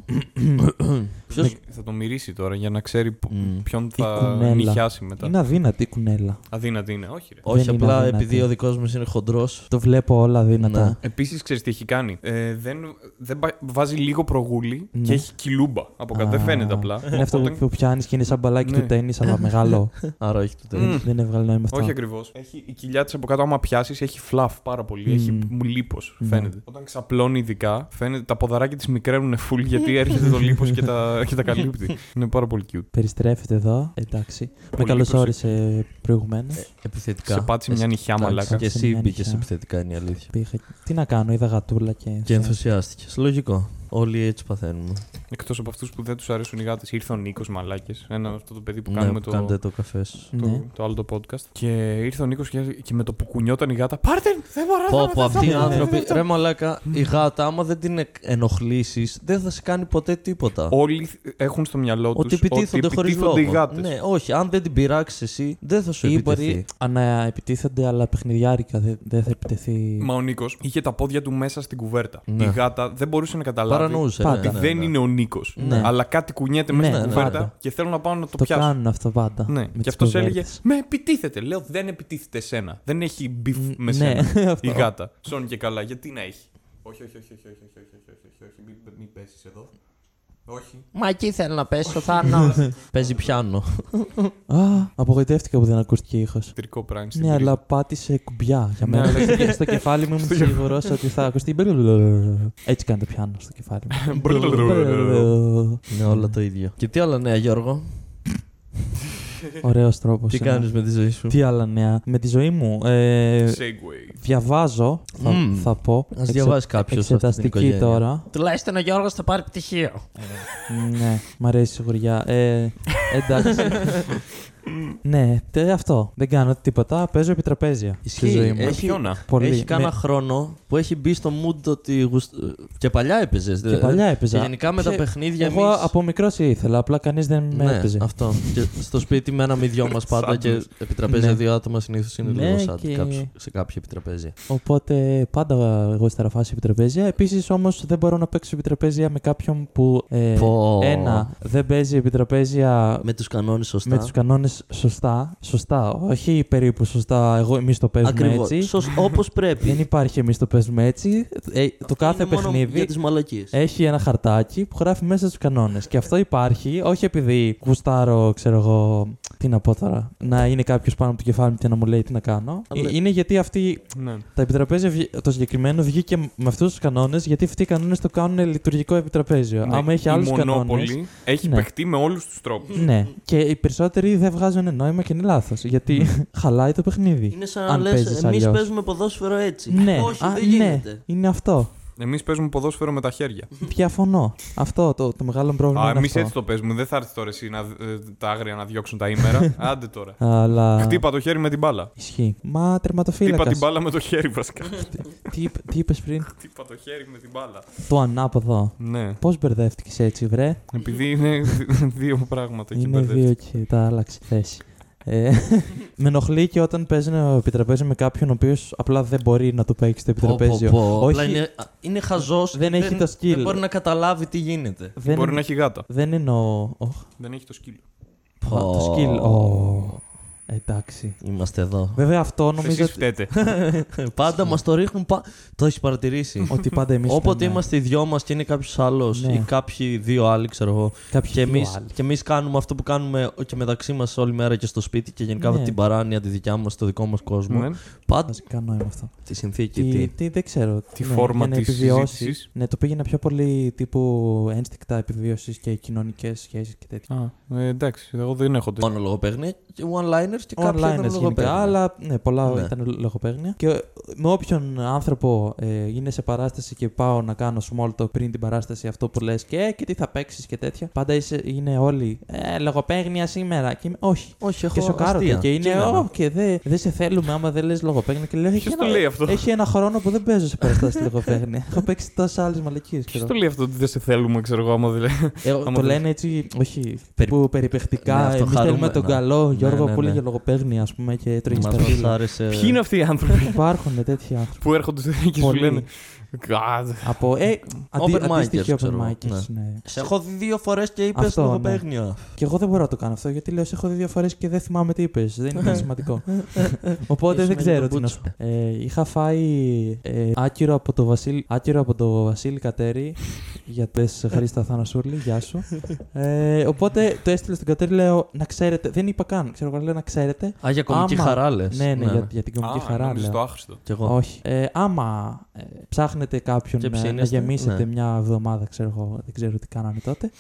[SPEAKER 3] Ποιος-
[SPEAKER 4] Ναι, Θα το μυρίσει τώρα για να ξέρει πο-
[SPEAKER 3] Μμ.
[SPEAKER 4] ποιον
[SPEAKER 2] Η
[SPEAKER 4] θα
[SPEAKER 2] κουνέλα.
[SPEAKER 4] νυχιάσει μετά.
[SPEAKER 2] Είναι αδύνατη η κουνέλα.
[SPEAKER 4] Αδύνατη είναι, όχι ρε.
[SPEAKER 3] Όχι,
[SPEAKER 2] Δεν είναι
[SPEAKER 3] απλά
[SPEAKER 2] αδύνατη.
[SPEAKER 3] επειδή ο δικός μου είναι χοντρός.
[SPEAKER 2] Το βλέπω όλα δυνατά.
[SPEAKER 4] Επίσης, ξέρεις τι έχει κάνει. Ε, δεν, δεν πα- βάζει λίγο προγούλι
[SPEAKER 2] Ναι.
[SPEAKER 4] και έχει κιλούμπα από κάτω. Δεν
[SPEAKER 2] Α,
[SPEAKER 4] φαίνεται απλά.
[SPEAKER 2] Είναι αυτό
[SPEAKER 4] Οπότε-
[SPEAKER 2] που πιάνεις και είναι σαν μπαλάκι
[SPEAKER 4] Ναι.
[SPEAKER 2] του τέννη, αλλά μεγάλο.
[SPEAKER 3] Άρα όχι το τέλο.
[SPEAKER 4] Μμ.
[SPEAKER 2] Δεν έβγαλε νόημα αυτό.
[SPEAKER 4] Όχι ακριβώς. Η κοιλιά της από κάτω, άμα πιάσεις, έχει φλαφ πάρα πολύ.
[SPEAKER 2] Μμ.
[SPEAKER 4] Έχει λίπος,
[SPEAKER 2] Ναι.
[SPEAKER 4] φαίνεται. Όταν ξαπλώνει, ειδικά, φαίνεται, τα ποδαράκια τη μικραίνουν full γιατί έρχεται το λίπος και, τα, και τα καλύπτει. είναι πάρα πολύ cute.
[SPEAKER 2] Περιστρέφεται εδώ. Εντάξει. Με
[SPEAKER 4] Πολύ Ε.
[SPEAKER 2] καλωσόρισε προηγουμένω.
[SPEAKER 3] Επιθετικά.
[SPEAKER 4] Σε πάτησε μια
[SPEAKER 3] Εσύ-
[SPEAKER 4] νυχιά,
[SPEAKER 3] Εντάξει,
[SPEAKER 4] μαλάκα.
[SPEAKER 3] Και εσύ μπήκε επιθετικά, είναι η αλήθεια.
[SPEAKER 2] Πήγα... Τι να κάνω, είδα γατούλα και.
[SPEAKER 3] Και ενθουσιάστηκες. Λογικό. Όλοι έτσι παθαίνουμε.
[SPEAKER 4] Εκτός από αυτούς που δεν τους αρέσουν οι γάτες, ήρθε ο Νίκος Μαλάκε. Ένα αυτό το παιδί που
[SPEAKER 3] Ναι,
[SPEAKER 4] κάνουμε
[SPEAKER 3] που
[SPEAKER 4] το.
[SPEAKER 3] Κάντε το καφές σου.
[SPEAKER 4] το,
[SPEAKER 2] Ναι.
[SPEAKER 4] το άλλο το podcast. Και ήρθε ο Νίκος και, και με το που κουνιόταν η γάτα. Πάρτε! την, Δεν μπορώ
[SPEAKER 3] Πω
[SPEAKER 4] να
[SPEAKER 3] πω, αυτοί οι
[SPEAKER 4] την
[SPEAKER 3] άνθρωποι. Ρε μαλάκα, η γάτα, άμα δεν την ενοχλήσεις, δεν θα σε κάνει ποτέ τίποτα.
[SPEAKER 4] Όλοι έχουν στο μυαλό του
[SPEAKER 3] Ότι επιτίθονται χωρί λόγο.
[SPEAKER 4] οι γάτες.
[SPEAKER 3] Ναι, όχι. Αν δεν την πειράξεις εσύ, δεν θα σου
[SPEAKER 2] Ή
[SPEAKER 3] επιτεθεί.
[SPEAKER 2] μπορεί να επιτίθενται, αλλά παιχνιδιάρικα δεν δεν θα επιτεθεί.
[SPEAKER 4] Μα ο Νίκος είχε τα πόδια του μέσα στην κουβέρτα.
[SPEAKER 3] Ναι.
[SPEAKER 4] Η γάτα δεν μπορούσε να καταλάβει.
[SPEAKER 3] Παρανοούσε.
[SPEAKER 2] Πάντα.
[SPEAKER 3] ναι, ναι,
[SPEAKER 4] δεν
[SPEAKER 3] ναι.
[SPEAKER 4] είναι ο Νίκος.
[SPEAKER 2] Ναι.
[SPEAKER 4] Αλλά κάτι κουνιέται μέσα
[SPEAKER 2] Ναι,
[SPEAKER 4] στην
[SPEAKER 2] ναι,
[SPEAKER 4] κουβέρτα
[SPEAKER 2] πάντα.
[SPEAKER 4] και θέλω να πάω να το,
[SPEAKER 2] Το
[SPEAKER 4] πιάσω.
[SPEAKER 2] κάνουν αυτό πάντα.
[SPEAKER 4] Ναι.
[SPEAKER 2] με
[SPEAKER 4] Και
[SPEAKER 2] τις
[SPEAKER 4] αυτός έλεγε
[SPEAKER 2] κουβέρτες.
[SPEAKER 4] Με επιτίθεται. Λέω δεν επιτίθεται εσένα. Δεν έχει μπιφ με
[SPEAKER 2] ναι,
[SPEAKER 4] σένα η
[SPEAKER 2] αυτό.
[SPEAKER 4] γάτα. Σώνει και καλά. Γιατί να έχει. Όχι, όχι, όχι, όχι, όχι, όχι, όχι, όχι, όχι, όχι, μην, μην πέσει εδώ. Όχι.
[SPEAKER 3] Μα εκεί θέλω να πέσω, Θάνο. Παίζει πιάνο.
[SPEAKER 2] Α, απογοητεύτηκα που δεν ακούστηκε ήχος.
[SPEAKER 4] Τρικό πράγμα. στην
[SPEAKER 2] Ναι,
[SPEAKER 4] πυρίζα.
[SPEAKER 2] αλλά πάτησε κουμπιά για
[SPEAKER 4] Ναι,
[SPEAKER 2] μένα.
[SPEAKER 4] αλλά-
[SPEAKER 2] Γιατί στο κεφάλι μου είμαι σίγουρος ότι θα ακουστεί. Έτσι κάνει το πιάνο στο κεφάλι μου.
[SPEAKER 3] Είναι όλα το ίδιο. Και τι άλλα νέα, Γιώργο.
[SPEAKER 2] Ωραίος τρόπος.
[SPEAKER 3] Τι κάνει με τη ζωή σου.
[SPEAKER 2] Τι άλλα νέα. Με τη ζωή μου. ε,
[SPEAKER 4] Segway.
[SPEAKER 2] Διαβάζω, θα,
[SPEAKER 3] Μμμ.
[SPEAKER 2] θα πω.
[SPEAKER 3] Ας διαβάσεις κάποιος αυτή την
[SPEAKER 2] Εξεταστική
[SPEAKER 3] οικογένεια.
[SPEAKER 2] τώρα.
[SPEAKER 3] Τουλάχιστον ο Γιώργος θα πάρει πτυχίο.
[SPEAKER 2] ναι, μ' αρέσει η σιγουριά. Ε, εντάξει. Ναι, τε, αυτό. Δεν κάνω τίποτα. Παίζω επιτραπέζια στη ζωή μου.
[SPEAKER 4] ε,
[SPEAKER 3] Έχει,
[SPEAKER 4] χιόνα.
[SPEAKER 2] Πολύ. Ναι.
[SPEAKER 3] έχει κάνα
[SPEAKER 2] Με-
[SPEAKER 3] χρόνο που έχει μπει στο mood ότι. γουσ- Και παλιά έπαιζες.
[SPEAKER 2] Και παλιά έπαιζα.
[SPEAKER 3] Γενικά με τα
[SPEAKER 2] Και
[SPEAKER 3] παιχνίδια.
[SPEAKER 2] Εγώ
[SPEAKER 3] εμείς-
[SPEAKER 2] από μικρός ήθελα, απλά κανείς δεν με
[SPEAKER 3] ναι,
[SPEAKER 2] έπαιζε.
[SPEAKER 3] αυτό. και στο σπίτι μέναμε οι δυο μας πάντα και
[SPEAKER 4] Σάντουιτς.
[SPEAKER 3] επί τραπέζια
[SPEAKER 2] Ναι.
[SPEAKER 3] δύο άτομα συνήθως είναι
[SPEAKER 2] Ναι,
[SPEAKER 3] λίγο σαν
[SPEAKER 2] και-
[SPEAKER 3] κάποιο- σε κάποια επιτραπέζια.
[SPEAKER 2] Οπότε πάντα εγώ σταραφάσαι επιτραπέζια. Επίσης όμως δεν μπορώ να παίξω επιτραπέζια με κάποιον που. ε,
[SPEAKER 3] Πω.
[SPEAKER 2] Ένα, δεν παίζει επιτραπέζια
[SPEAKER 3] Με τους κανόνες σωστά.
[SPEAKER 2] με τους κανόνες σωστά. Σωστά, όχι περίπου σωστά. Εγώ εμείς το παίζουμε
[SPEAKER 3] Ακριβώς.
[SPEAKER 2] ναι, έτσι.
[SPEAKER 3] Σως Όπω
[SPEAKER 2] Δεν
[SPEAKER 3] πρέπει.
[SPEAKER 2] υπάρχει εμείς το παίζουμε έτσι. Ε, το κάθε
[SPEAKER 3] είναι μόνο
[SPEAKER 2] παιχνίδι
[SPEAKER 3] Για τις μαλακίες.
[SPEAKER 2] έχει ένα χαρτάκι που γράφει μέσα στους κανόνες. Και αυτό υπάρχει όχι επειδή γουστάρω, ξέρω εγώ. Τι να πω τώρα. Να είναι κάποιος πάνω από το κεφάλι μου και να μου λέει τι να κάνω.
[SPEAKER 3] Αλλά-
[SPEAKER 2] Ε, Είναι γιατί αυτοί.
[SPEAKER 4] Ναι.
[SPEAKER 2] Τα επιτραπέζια βγη- το συγκεκριμένο βγήκε με αυτούς τους κανόνες γιατί αυτοί οι κανόνες το κάνουν λειτουργικό επιτραπέζιο.
[SPEAKER 4] Ναι,
[SPEAKER 2] Άμα έχει
[SPEAKER 4] η
[SPEAKER 2] άλλους κανόνες.
[SPEAKER 4] Monopoly έχει
[SPEAKER 2] Ναι.
[SPEAKER 4] παιχτεί με όλους τους τρόπους.
[SPEAKER 2] Ναι. Και οι περισσότεροι δεν βγάζουν νόημα και είναι λάθος. Γιατί χαλάει το παιχνίδι.
[SPEAKER 3] Είναι σαν να
[SPEAKER 2] αν
[SPEAKER 3] λες:
[SPEAKER 2] παίζεις
[SPEAKER 3] Εμείς
[SPEAKER 2] αλλιώς».
[SPEAKER 3] παίζουμε ποδόσφαιρο έτσι.
[SPEAKER 2] Ναι,
[SPEAKER 3] Όχι,
[SPEAKER 2] α,
[SPEAKER 3] δεν
[SPEAKER 2] ναι,
[SPEAKER 3] γίνεται.
[SPEAKER 2] είναι αυτό.
[SPEAKER 4] Εμείς παίζουμε ποδόσφαιρο με τα χέρια.
[SPEAKER 2] Διαφωνώ. Αυτό το, το μεγάλο πρόβλημα
[SPEAKER 4] Α,
[SPEAKER 2] είναι
[SPEAKER 4] εμείς
[SPEAKER 2] αυτό.
[SPEAKER 4] έτσι το παίζουμε. Δεν θα έρθει τώρα εσύ να, ε, τα άγρια να διώξουν τα ήμερα. Άντε τώρα.
[SPEAKER 2] Αλλά...
[SPEAKER 4] Χτύπα το χέρι με την μπάλα.
[SPEAKER 2] Ισχύει. Μα
[SPEAKER 4] Χτύπα
[SPEAKER 2] τερματοφύλακα.
[SPEAKER 4] την μπάλα με το χέρι βασικά.
[SPEAKER 2] Τι, είπ- τι είπες πριν,
[SPEAKER 4] Χτύπα το χέρι με την μπάλα.
[SPEAKER 2] Το ανάποδο.
[SPEAKER 4] Ναι.
[SPEAKER 2] Πώς μπερδεύτηκες έτσι, βρε.
[SPEAKER 4] Επειδή είναι δι- δύο πράγματα εκεί
[SPEAKER 2] Είναι
[SPEAKER 4] μπερδεύτηκα.
[SPEAKER 2] δύο και τα άλλαξε θέση. Ε, με ενοχλεί και όταν παίζει ένα επιτραπέζι με κάποιον ο οποίος απλά δεν μπορεί να το παίξει το
[SPEAKER 3] Πω, πω,
[SPEAKER 2] επιτραπέζιο.
[SPEAKER 3] πω.
[SPEAKER 2] Όχι-
[SPEAKER 3] Απλά είναι, α, είναι χαζός.
[SPEAKER 2] Δεν έχει το skill.
[SPEAKER 3] Δεν μπορεί να καταλάβει τι γίνεται.
[SPEAKER 2] Δεν,
[SPEAKER 4] Μπορεί να έχει γάτα.
[SPEAKER 2] δεν εννοώ. Οχ,
[SPEAKER 4] Δεν έχει το σκύλο.
[SPEAKER 2] α, το skill. Ω, Εντάξει.
[SPEAKER 3] Είμαστε εδώ.
[SPEAKER 2] Βέβαια αυτό
[SPEAKER 4] Εσείς
[SPEAKER 2] νομίζω ότι,
[SPEAKER 4] φταίτε.
[SPEAKER 3] Πάντα μας το ρίχνουν. πα- Το έχεις παρατηρήσει.
[SPEAKER 2] ότι πάντα εμείς.
[SPEAKER 3] Όποτε είμαστε οι δυο μας και είναι κάποιος άλλος
[SPEAKER 2] Ναι.
[SPEAKER 3] ή κάποιοι δύο άλλοι, ξέρω εγώ.
[SPEAKER 2] Κάποιοι
[SPEAKER 3] Και εμείς
[SPEAKER 2] άλλοι.
[SPEAKER 3] εμείς κάνουμε αυτό που κάνουμε και μεταξύ μας όλη μέρα και στο σπίτι και γενικά
[SPEAKER 2] Ναι.
[SPEAKER 3] την παράνοια τη δικιά μας, το δικό μας κόσμο.
[SPEAKER 4] Ναι.
[SPEAKER 3] Πάντα
[SPEAKER 2] Βασικά νόημα αυτό.
[SPEAKER 3] τη συνθήκη.
[SPEAKER 2] Τι,
[SPEAKER 3] Τι...
[SPEAKER 2] τι, δεν ξέρω. ναι,
[SPEAKER 4] τη φόρμα
[SPEAKER 2] για να
[SPEAKER 4] της
[SPEAKER 2] επιβιώσεις.
[SPEAKER 4] συζήτησης.
[SPEAKER 2] Ναι, το πήγαινα πιο πολύ τύπου ένστικτα επιβίωσης και κοινωνικές σχέσεις και τέτοια.
[SPEAKER 4] Α, ε, εντάξει, εγώ δεν έχω τέτοιο.
[SPEAKER 3] Μόνο λογοπαίγνια και one-liners και κάποια
[SPEAKER 2] Online
[SPEAKER 3] Ε, ήταν
[SPEAKER 2] γενικά,
[SPEAKER 3] λογοπαίγνια.
[SPEAKER 2] αλλά ναι, πολλά
[SPEAKER 3] Ναι.
[SPEAKER 2] ήταν λογοπαίγνια. Και ε, με όποιον άνθρωπο ε, είναι σε παράσταση και πάω να κάνω small talk πριν την παράσταση, αυτό που λες και, ε, και τι θα παίξεις και τέτοια. Πάντα είσαι, είναι όλοι ε, λογοπαίγνια σήμερα. Και, είμαι, όχι.
[SPEAKER 3] Όχι, έχω
[SPEAKER 2] Και σοκάρονται.
[SPEAKER 3] αστεία.
[SPEAKER 2] Και είναι,
[SPEAKER 3] Κείμενα.
[SPEAKER 2] «Ω, και δεν δε σε θέλουμε άμα δεν λες λογοπαίγνια. Και λέω, «Ε, έχει
[SPEAKER 4] Ποιος
[SPEAKER 2] ένα,
[SPEAKER 4] Ε, το λέει αυτό.
[SPEAKER 2] έχει ένα χρόνο που δεν παίζω σε παραστάσεις λογοπαίγνια. Έχω παίξει τόσες άλλες μαλακίες.
[SPEAKER 4] Ποιος το λέει αυτό ότι δεν σε θέλουμε, ξέρω εγώ, άμα δεν λέει.
[SPEAKER 2] Ε,
[SPEAKER 4] Άμα
[SPEAKER 2] το
[SPEAKER 4] δεν-
[SPEAKER 2] λένε έτσι, όχι,
[SPEAKER 3] Περι-
[SPEAKER 2] που
[SPEAKER 3] Ναι,
[SPEAKER 2] περιπεκτικά.
[SPEAKER 3] αυτό
[SPEAKER 2] Εμείς θέλουμε
[SPEAKER 3] χαρούμενα.
[SPEAKER 2] τον καλό
[SPEAKER 3] Ναι,
[SPEAKER 2] Γιώργο
[SPEAKER 3] ναι,
[SPEAKER 2] που
[SPEAKER 3] ναι.
[SPEAKER 2] λέγε λογοπαίγνια, ας πούμε, και τρώγει
[SPEAKER 3] Μας
[SPEAKER 2] τα
[SPEAKER 3] μας
[SPEAKER 2] φύλλα.
[SPEAKER 3] άρεσε.
[SPEAKER 4] Ποιοι είναι αυτοί οι άνθρωποι
[SPEAKER 2] Υπάρχουν τέτοιοι άνθρωποι.
[SPEAKER 4] που έρχονται σε και σου
[SPEAKER 2] Πολλοί.
[SPEAKER 4] λένε. «Α, δε-
[SPEAKER 2] Από. Ε, αντί,
[SPEAKER 3] Open micers,
[SPEAKER 2] αντίστοιχοι open
[SPEAKER 3] ξέρω εγώ.
[SPEAKER 2] micers, ναι.
[SPEAKER 3] Σε έχω δει δύο φορές και είπες
[SPEAKER 2] Αυτό, ναι.
[SPEAKER 3] λογοπαίγνια.
[SPEAKER 2] Και εγώ δεν μπορώ να το κάνω αυτό γιατί λέω: Σε έχω δει δύο φορές και δεν θυμάμαι τι είπες. Δεν ήταν σημαντικό. Οπότε
[SPEAKER 3] Ήσουν
[SPEAKER 2] δεν
[SPEAKER 3] λίγο
[SPEAKER 2] ξέρω τι να
[SPEAKER 3] μπούτσο.
[SPEAKER 2] σου πω. Ε, είχα φάει ε, άκυρο από το Βασίλη, άκυρο από το Βασίλη Κατέρι. για πε Χρήστα Θανασούρλη, γεια σου. Ε, οπότε το έστειλε στον Κατέρι, λέω: Να ξέρετε. Δεν είπα καν, ξέρω εγώ, λέω να ξέρετε.
[SPEAKER 3] Α, για κομική
[SPEAKER 2] Άμα-
[SPEAKER 3] χαρά λες.
[SPEAKER 2] Ναι, ναι, Για, για την κομική
[SPEAKER 4] Α,
[SPEAKER 2] χαρά.
[SPEAKER 4] νόμιζα
[SPEAKER 2] Λέω.
[SPEAKER 4] το άχρηστο.
[SPEAKER 3] Κι εγώ.
[SPEAKER 2] Όχι. Ε, άμα ε, ψάχνετε κάποιον ε,
[SPEAKER 3] Και
[SPEAKER 2] να- να
[SPEAKER 3] ψήνεστε,
[SPEAKER 2] γεμίσετε
[SPEAKER 3] ναι.
[SPEAKER 2] μια εβδομάδα, ξέρω εγώ, δεν ξέρω τι κάνανε τότε.